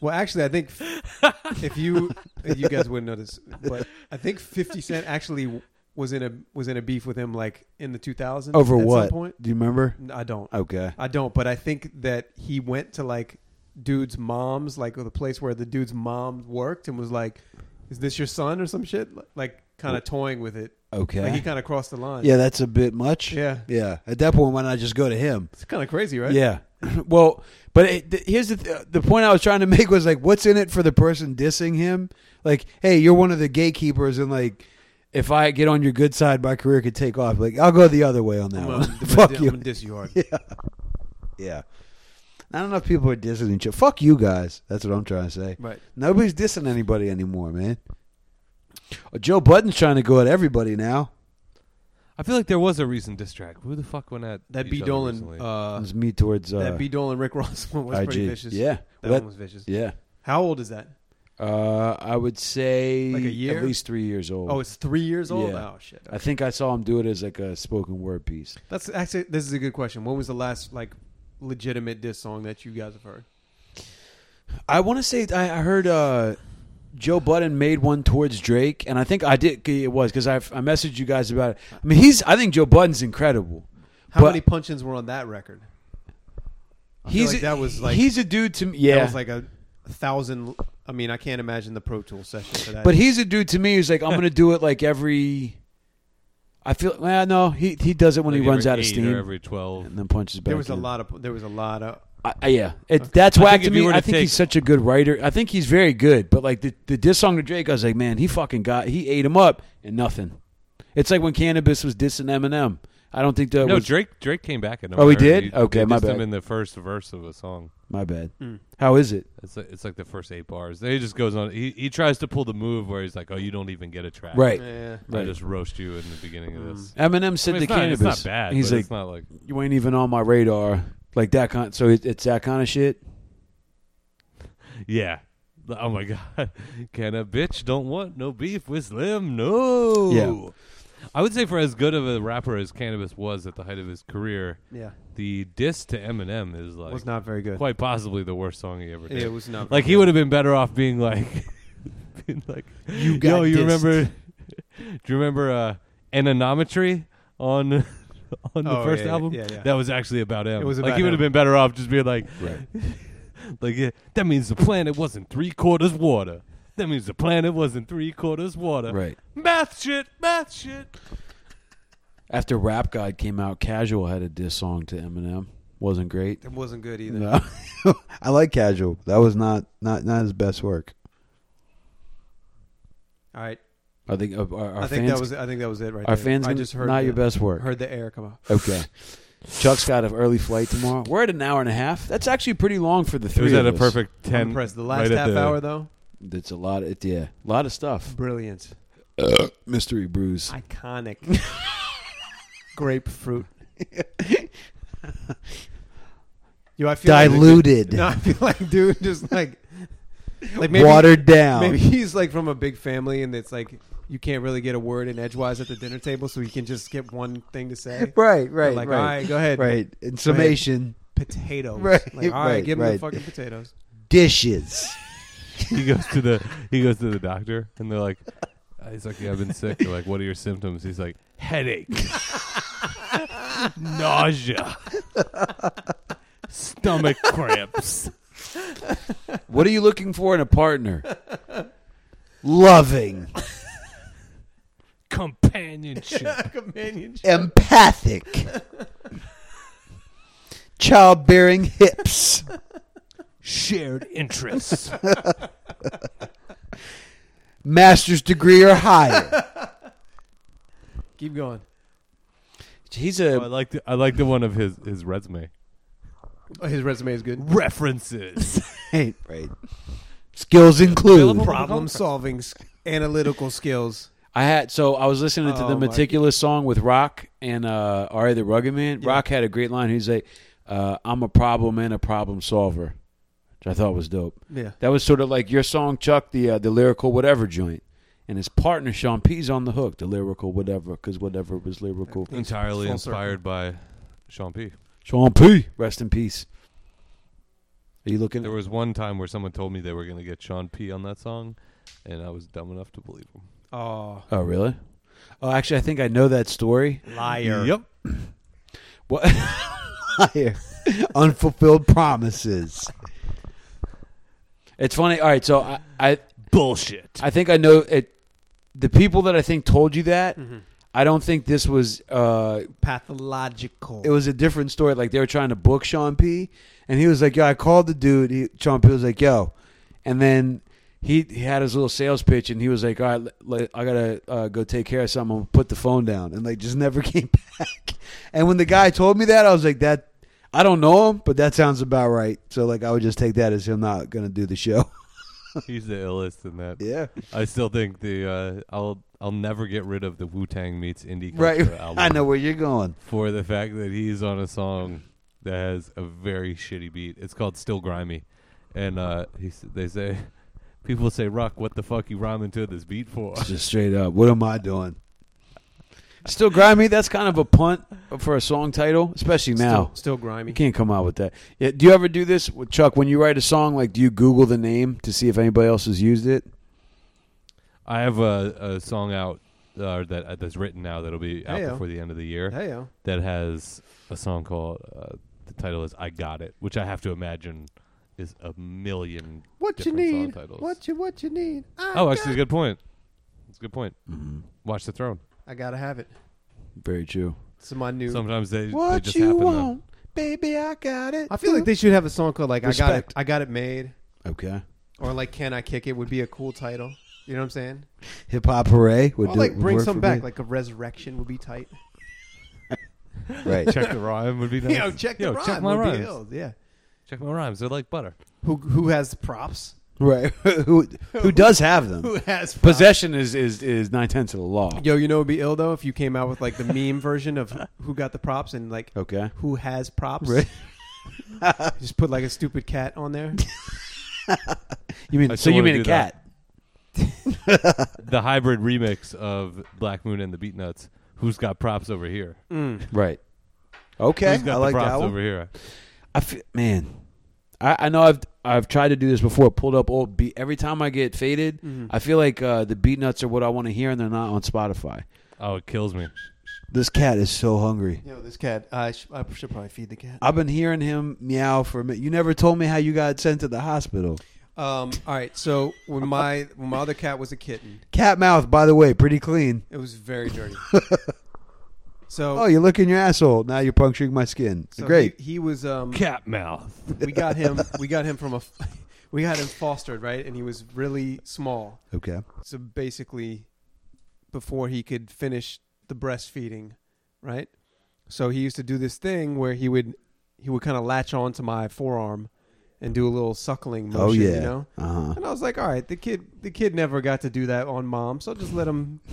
Speaker 4: Well, actually, I think f- if you you guys wouldn't know this, but I think Fifty Cent actually was in a was in a beef with him like in the 2000s.
Speaker 3: Over
Speaker 4: at
Speaker 3: what?
Speaker 4: Some point.
Speaker 3: Do you remember?
Speaker 4: N- I don't.
Speaker 3: Okay.
Speaker 4: I don't. But I think that he went to like dude's mom's, like the place where the dude's mom worked, and was like, "Is this your son or some shit?" Like kind of toying with it.
Speaker 3: Okay.
Speaker 4: Like he kind of crossed the line.
Speaker 3: yeah, that's a bit much.
Speaker 4: Yeah.
Speaker 3: Yeah. At that point, why not just go to him?
Speaker 4: It's kind of crazy, right?
Speaker 3: Yeah. well, but it, th- here's the th- uh, the point I was trying to make was like, what's in it for the person dissing him? Like, hey, you're one of the gatekeepers, and like, if I get on your good side, my career could take off. Like, I'll go the other way on that
Speaker 4: I'm gonna,
Speaker 3: one.
Speaker 4: I'm gonna-
Speaker 3: Fuck
Speaker 4: I'm
Speaker 3: you.
Speaker 4: gonna diss you hard.
Speaker 3: yeah. Not enough people are dissing each other. Fuck you guys. That's what I'm trying to say.
Speaker 4: Right.
Speaker 3: Nobody's dissing anybody anymore, man. Uh, Joe Budden's trying to go at everybody now.
Speaker 1: I feel like there was a recent diss track. Who the fuck went at
Speaker 4: That
Speaker 1: each
Speaker 4: B
Speaker 1: other
Speaker 4: Dolan,
Speaker 1: recently?
Speaker 4: uh,
Speaker 3: it's me towards uh,
Speaker 4: that B Dolan Rick Ross one was
Speaker 3: IG.
Speaker 4: pretty vicious.
Speaker 3: Yeah.
Speaker 4: that
Speaker 3: Well,
Speaker 4: one was vicious.
Speaker 3: Yeah.
Speaker 4: How old is that?
Speaker 2: Uh, I would say
Speaker 4: Like a year?
Speaker 2: at least three years old.
Speaker 4: Oh, it's three years old.
Speaker 2: Yeah.
Speaker 4: Oh shit.
Speaker 2: I think I saw him do it as like a spoken word piece.
Speaker 4: That's actually this is a good question. When was the last like legitimate diss song that you guys have heard?
Speaker 2: I want to say I I heard uh, Joe Budden made one towards Drake, and I think I did. It was because I I messaged you guys about it. I mean, he's I think Joe Budden's incredible.
Speaker 4: How
Speaker 2: But-
Speaker 4: many punch-ins were on that record? I feel
Speaker 2: He's
Speaker 4: like
Speaker 2: a-
Speaker 4: that was like
Speaker 2: he's a dude to me. Yeah,
Speaker 4: that was like a thousand. I mean, I can't imagine the Pro Tool session for that.
Speaker 2: but he's a dude to me who's like I'm gonna do it like every. I feel well. No, he he does it when
Speaker 1: Like
Speaker 2: he runs
Speaker 1: every
Speaker 2: out of
Speaker 1: eight
Speaker 2: steam
Speaker 1: Or every twelve.
Speaker 2: and then punches back.
Speaker 4: there was a
Speaker 2: in.
Speaker 4: lot of there was a lot of
Speaker 2: I, I- yeah, it, that's
Speaker 1: think
Speaker 2: whack to
Speaker 1: if you
Speaker 2: me.
Speaker 1: were to
Speaker 2: I think
Speaker 1: take-
Speaker 2: he's such a good writer. I think he's very good. But like the the diss song to Drake, I was like, man, he fucking got he ate him up and nothing. It's like when cannabis was dissing Eminem. I don't think that
Speaker 1: No,
Speaker 2: was
Speaker 1: Drake. Drake came back at him.
Speaker 2: Oh, he
Speaker 1: hard.
Speaker 2: did?
Speaker 1: He-
Speaker 2: Okay,
Speaker 1: they
Speaker 2: my
Speaker 1: dissed him
Speaker 2: bad.
Speaker 1: in the first verse of a song.
Speaker 2: my bad.
Speaker 1: hmm.
Speaker 4: Mm.
Speaker 2: How is it?
Speaker 1: It's like, it's like the first eight bars. Then he just goes on. He, he tries to pull the move where he's like, "Oh, you don't even get a track.
Speaker 2: Right.
Speaker 4: yeah.
Speaker 1: I
Speaker 2: Right.
Speaker 1: just roast you in the beginning of this."
Speaker 2: Eminem
Speaker 1: I
Speaker 2: said
Speaker 1: mean,
Speaker 2: the
Speaker 1: it's, not, it's
Speaker 2: cannabis.
Speaker 1: not bad.
Speaker 2: He's
Speaker 1: but
Speaker 2: like,
Speaker 1: it's not like
Speaker 2: you ain't even on my radar. Like that kind. So it, it's that kind of shit.
Speaker 1: yeah. Oh my god, can a bitch don't want no beef with Slim? No.
Speaker 2: Yeah.
Speaker 1: I would say for as good of a rapper as Cannabis was at the height of his career,
Speaker 4: Yeah.
Speaker 1: the diss to Eminem is like
Speaker 4: was not very good.
Speaker 1: quite possibly the worst song he ever did.
Speaker 4: it was not
Speaker 1: Like
Speaker 4: very
Speaker 1: he would have been better off being like, being like, you
Speaker 3: got
Speaker 1: yo, you
Speaker 3: dissed."
Speaker 1: remember? Do you remember uh, Anonymetry on on the
Speaker 4: Oh,
Speaker 1: first
Speaker 4: yeah,
Speaker 1: album?
Speaker 4: yeah, yeah.
Speaker 1: That was actually about him.
Speaker 4: It was
Speaker 1: like
Speaker 4: about
Speaker 1: he would have
Speaker 4: him.
Speaker 1: been better off just being like,
Speaker 3: Right.
Speaker 1: like yeah, that means the planet wasn't three quarters water. That means the planet wasn't three quarters water.
Speaker 2: Right.
Speaker 1: Math shit, math shit.
Speaker 2: After Rap God came out, Casual had a diss song to Eminem. Wasn't great.
Speaker 4: It wasn't good either.
Speaker 3: No. I like casual. That was not not not his best work.
Speaker 4: All right,
Speaker 2: I think our, our
Speaker 4: I
Speaker 2: fans.
Speaker 4: think that was I think that was it right
Speaker 2: our
Speaker 4: there.
Speaker 2: fans.
Speaker 4: I
Speaker 2: gonna-
Speaker 4: just heard
Speaker 2: not
Speaker 4: the,
Speaker 2: your best work.
Speaker 4: heard the air come out.
Speaker 2: Okay. Chuck's got an early flight tomorrow. We're at an hour and a half. That's actually pretty long for the
Speaker 1: It
Speaker 2: three.
Speaker 1: was
Speaker 2: of
Speaker 1: at a
Speaker 2: us.
Speaker 1: perfect
Speaker 4: I'm
Speaker 1: ten.
Speaker 4: impressed. The last
Speaker 1: right at
Speaker 4: half
Speaker 1: the-
Speaker 4: hour though,
Speaker 2: That's a lot. Of, yeah, a lot of stuff.
Speaker 4: brilliant,
Speaker 2: Mystery brews.
Speaker 4: iconic, grapefruit. Yo, I feel like-
Speaker 3: Diluted,
Speaker 4: No, I feel like dude just like like maybe
Speaker 3: watered down.
Speaker 4: maybe he's like from a big family and it's like you can't really get a word in edgewise at the dinner table, so you can just skip one thing to say.
Speaker 3: Right, right,
Speaker 4: They're like,
Speaker 3: right,
Speaker 4: all right, go ahead.
Speaker 3: right. In summation,
Speaker 4: Potatoes.
Speaker 3: Right,
Speaker 4: Like, all right,
Speaker 3: right,
Speaker 4: give him the
Speaker 3: right.
Speaker 4: fucking potatoes.
Speaker 3: dishes.
Speaker 1: he goes to the he goes to the doctor and they're like uh, he's like yeah i've been sick they're like what are your symptoms he's like headache nausea stomach cramps
Speaker 2: What are you looking for in a partner?
Speaker 3: Loving,
Speaker 1: companionship
Speaker 4: Companionship.
Speaker 3: empathic, childbearing hips.
Speaker 1: shared interests
Speaker 3: Master's degree or higher.
Speaker 4: Keep going.
Speaker 2: He's
Speaker 1: oh, i
Speaker 2: a
Speaker 1: like the, i like the one of his his resume
Speaker 4: Oh, his resume is good.
Speaker 1: references
Speaker 3: right, right. Skills include
Speaker 4: Problem solving, s- analytical skills.
Speaker 2: I had so I was listening to
Speaker 4: Oh,
Speaker 2: the
Speaker 4: my-
Speaker 2: meticulous song with Rock and uh Ari the Rugged Man. Rock had a great line. He's like, uh, "I'm a problem and a problem solver," which I thought was dope.
Speaker 4: Yeah.
Speaker 2: That was sort of like your song, Chuck, the uh, the lyrical whatever joint, and his partner Sean P's on the hook, the lyrical whatever, because whatever was lyrical.
Speaker 1: entirely
Speaker 4: Full
Speaker 1: inspired by sean p
Speaker 2: Sean P, rest in peace.
Speaker 3: Are you looking?
Speaker 1: There was one time where someone told me they were going to get Sean P on that song, and I was dumb enough to believe him.
Speaker 4: Oh,
Speaker 3: oh, really? Oh, actually, I think I know that story.
Speaker 4: liar.
Speaker 1: Yep.
Speaker 3: What? Unfulfilled promises.
Speaker 2: It's funny. All right, so I, I
Speaker 1: Bullshit.
Speaker 2: I think I know it. The people that I think told you that, I don't think this was. Uh,
Speaker 4: Pathological.
Speaker 2: it was a different story. Like they were trying to book Sean P, and he was like, "Yo, I called the dude." He, Sean P was like, "Yo," and then he, he had his little sales pitch, and he was like, "All right, l- l- I gotta uh, go take care of something. I'm gonna put the phone down," and like just never came back. And when the guy told me that, I was like, "That I don't know him, but that sounds about right." So like, I would just take that as him not gonna do the show.
Speaker 1: He's the illest in that.
Speaker 3: Yeah.
Speaker 1: I still think the uh, I'll I'll never get rid of the Wu Tang meets indie
Speaker 3: Right.
Speaker 1: culture album
Speaker 3: I know where you're going.
Speaker 1: for the fact that he's on a song that has a very shitty beat. It's called Still Grimy, and uh, he s- they say people say Rock, what the fuck you rhyming to this beat for?
Speaker 3: Just straight up. What am I doing?
Speaker 2: Still grimy. That's kind of a punt for a song title, especially now.
Speaker 4: still, still grimy.
Speaker 2: You can't come out with that. Yeah, do you ever do this, with Chuck? When you write a song, like, do you Google the name to see if anybody else has used it?
Speaker 1: I have a, a song out uh, that uh, that's written now that'll be out
Speaker 4: Heyo.
Speaker 1: before the end of the year
Speaker 4: Hey, yo.
Speaker 1: that has a song called uh, the title is I Got It, which I have to imagine is a million
Speaker 4: What you
Speaker 1: different
Speaker 4: need?
Speaker 1: song titles.
Speaker 4: What you what you need? I
Speaker 1: oh,
Speaker 4: got-
Speaker 1: actually, good point. It's a good point. Watch the throne.
Speaker 4: I gotta have it.
Speaker 2: Very true.
Speaker 4: It's my new.
Speaker 1: Sometimes they, they
Speaker 2: What
Speaker 1: just
Speaker 2: you
Speaker 1: happen. though.
Speaker 2: want, baby? I got it.
Speaker 4: I feel like they should have a song called like I got it.
Speaker 2: Respect.
Speaker 4: I got it made,
Speaker 2: okay.
Speaker 4: or like Can I Kick It would be a cool title. You know what I'm saying?
Speaker 3: Hip hop hooray would
Speaker 4: Or
Speaker 3: do-
Speaker 4: like
Speaker 3: would
Speaker 4: bring
Speaker 3: work
Speaker 4: something
Speaker 3: for me.
Speaker 4: back, like a resurrection would be tight.
Speaker 3: right.
Speaker 1: Check the rhyme would be nice.
Speaker 4: Yo, check the
Speaker 1: Yo,
Speaker 4: rhyme.
Speaker 1: Check my
Speaker 4: would be
Speaker 1: rhymes.
Speaker 4: ill, Yeah.
Speaker 1: Check my rhymes. They're like butter.
Speaker 4: Who who has props?
Speaker 3: Right. who who does have them?
Speaker 4: Who has props?
Speaker 2: Possession is is is nine tenths of the law.
Speaker 4: Yo, you know it'd be ill though if you came out with like the meme version of who got the props and like
Speaker 2: Okay.
Speaker 4: who has props.
Speaker 3: Right.
Speaker 4: Just put like a stupid cat on there.
Speaker 2: You mean
Speaker 1: I
Speaker 2: so?
Speaker 1: still
Speaker 2: You
Speaker 1: wanna
Speaker 2: mean a
Speaker 1: do that.
Speaker 2: cat?
Speaker 1: The hybrid remix of Black Moon and the Beatnuts. Who's got props over here?
Speaker 2: Right.
Speaker 3: Okay.
Speaker 1: Who's
Speaker 3: I
Speaker 1: got the
Speaker 3: like
Speaker 1: props
Speaker 3: that one.
Speaker 1: over here?
Speaker 2: I feel, man. I, I know I've I've tried to do this before. Pulled up old beat. Every time I get faded,
Speaker 4: Mm-hmm.
Speaker 2: I feel like uh, the beat nuts are what I want to hear, and they're not on Spotify.
Speaker 1: Oh, it kills me.
Speaker 3: This cat is so hungry.
Speaker 4: Yo, this cat. I, sh- I should probably feed the cat.
Speaker 3: I've been hearing him meow for a minute. You never told me how you got sent to the hospital.
Speaker 4: Um. All right. So when my when my other cat was a kitten,
Speaker 3: Cat mouth, by the way, pretty clean.
Speaker 4: it was very dirty. So
Speaker 3: Oh, you're licking your asshole. Now you're puncturing my skin.
Speaker 4: so
Speaker 3: Great.
Speaker 4: He, he was um.
Speaker 1: Cat mouth.
Speaker 4: We got him. We got him from a. f- We got him fostered, right? And he was really small.
Speaker 3: okay.
Speaker 4: So basically, before he could finish the breastfeeding, right? So he used to do this thing where he would he would kind of latch onto my forearm and do a little suckling motion,
Speaker 3: Oh yeah.
Speaker 4: you know.
Speaker 2: Uh-huh.
Speaker 3: Uh huh.
Speaker 4: And I was like, all right, the kid the kid never got to do that on mom, so I'll just let him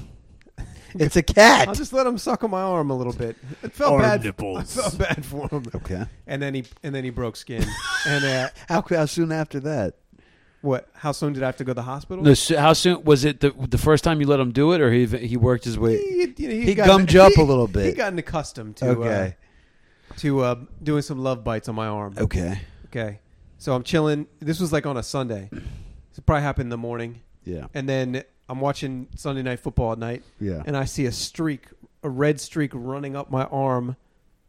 Speaker 3: It's a
Speaker 4: I'll
Speaker 3: cat.
Speaker 4: just let him suck on my arm a little bit. It felt
Speaker 1: Arm
Speaker 4: bad.
Speaker 1: nipples.
Speaker 4: I felt bad for him.
Speaker 3: Okay.
Speaker 4: And then he and then he broke skin. and uh,
Speaker 3: How, how soon after that?
Speaker 4: what? How soon did I have to go to the hospital?
Speaker 2: No, so how soon was it? The the first time you let him do it, or he he worked his way?
Speaker 4: He, you know, he'd
Speaker 3: He
Speaker 4: gotten-
Speaker 3: gummed you up a little
Speaker 4: He
Speaker 3: bit.
Speaker 4: gotten accustomed to uh,
Speaker 3: Okay.
Speaker 4: to uh, doing some love bites on my arm.
Speaker 3: Okay.
Speaker 4: Okay. So I'm chilling. This was like on a Sunday. This probably happened in the morning.
Speaker 3: Yeah.
Speaker 4: And then I'm watching Sunday night football at night.
Speaker 3: Yeah.
Speaker 4: And I see a streak, a red streak running up my arm,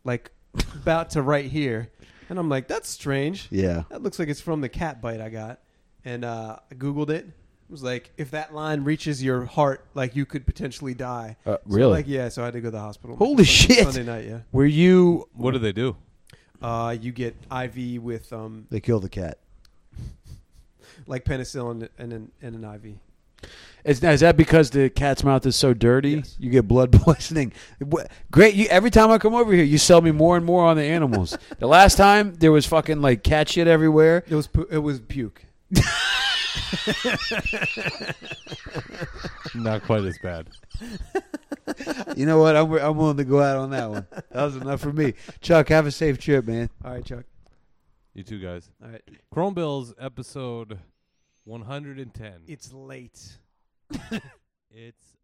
Speaker 4: like about to right here. And I'm like, that's strange.
Speaker 3: Yeah.
Speaker 4: That looks like it's from the cat bite I got. And uh, I Googled it. It was like, if that line reaches your heart, like you could potentially die.
Speaker 2: Uh,
Speaker 4: So,
Speaker 2: really?
Speaker 4: like, yeah. So I had to go to the hospital.
Speaker 2: Holy
Speaker 4: Sunday,
Speaker 2: shit.
Speaker 4: Sunday night, yeah.
Speaker 2: Were you?
Speaker 1: What do they do?
Speaker 4: Uh, you get IV with um,
Speaker 3: They killed the cat.
Speaker 4: like penicillin and an, and an IV.
Speaker 2: Is, is that because the cat's mouth is so dirty?
Speaker 4: Yes.
Speaker 3: You get blood poisoning.
Speaker 2: Wha- Great. You, every time I come over here, you sell me more and more on the animals. the last time there was fucking like cat shit everywhere.
Speaker 4: It was pu- it was puke.
Speaker 1: Not quite as bad.
Speaker 3: You know what? I'm, I'm willing to go out on that one. That was enough for me. Chuck, have a safe trip, man.
Speaker 4: All right, Chuck.
Speaker 1: You two guys.
Speaker 4: All right,
Speaker 1: Chrome Bills episode 110.
Speaker 4: it's late.
Speaker 1: It's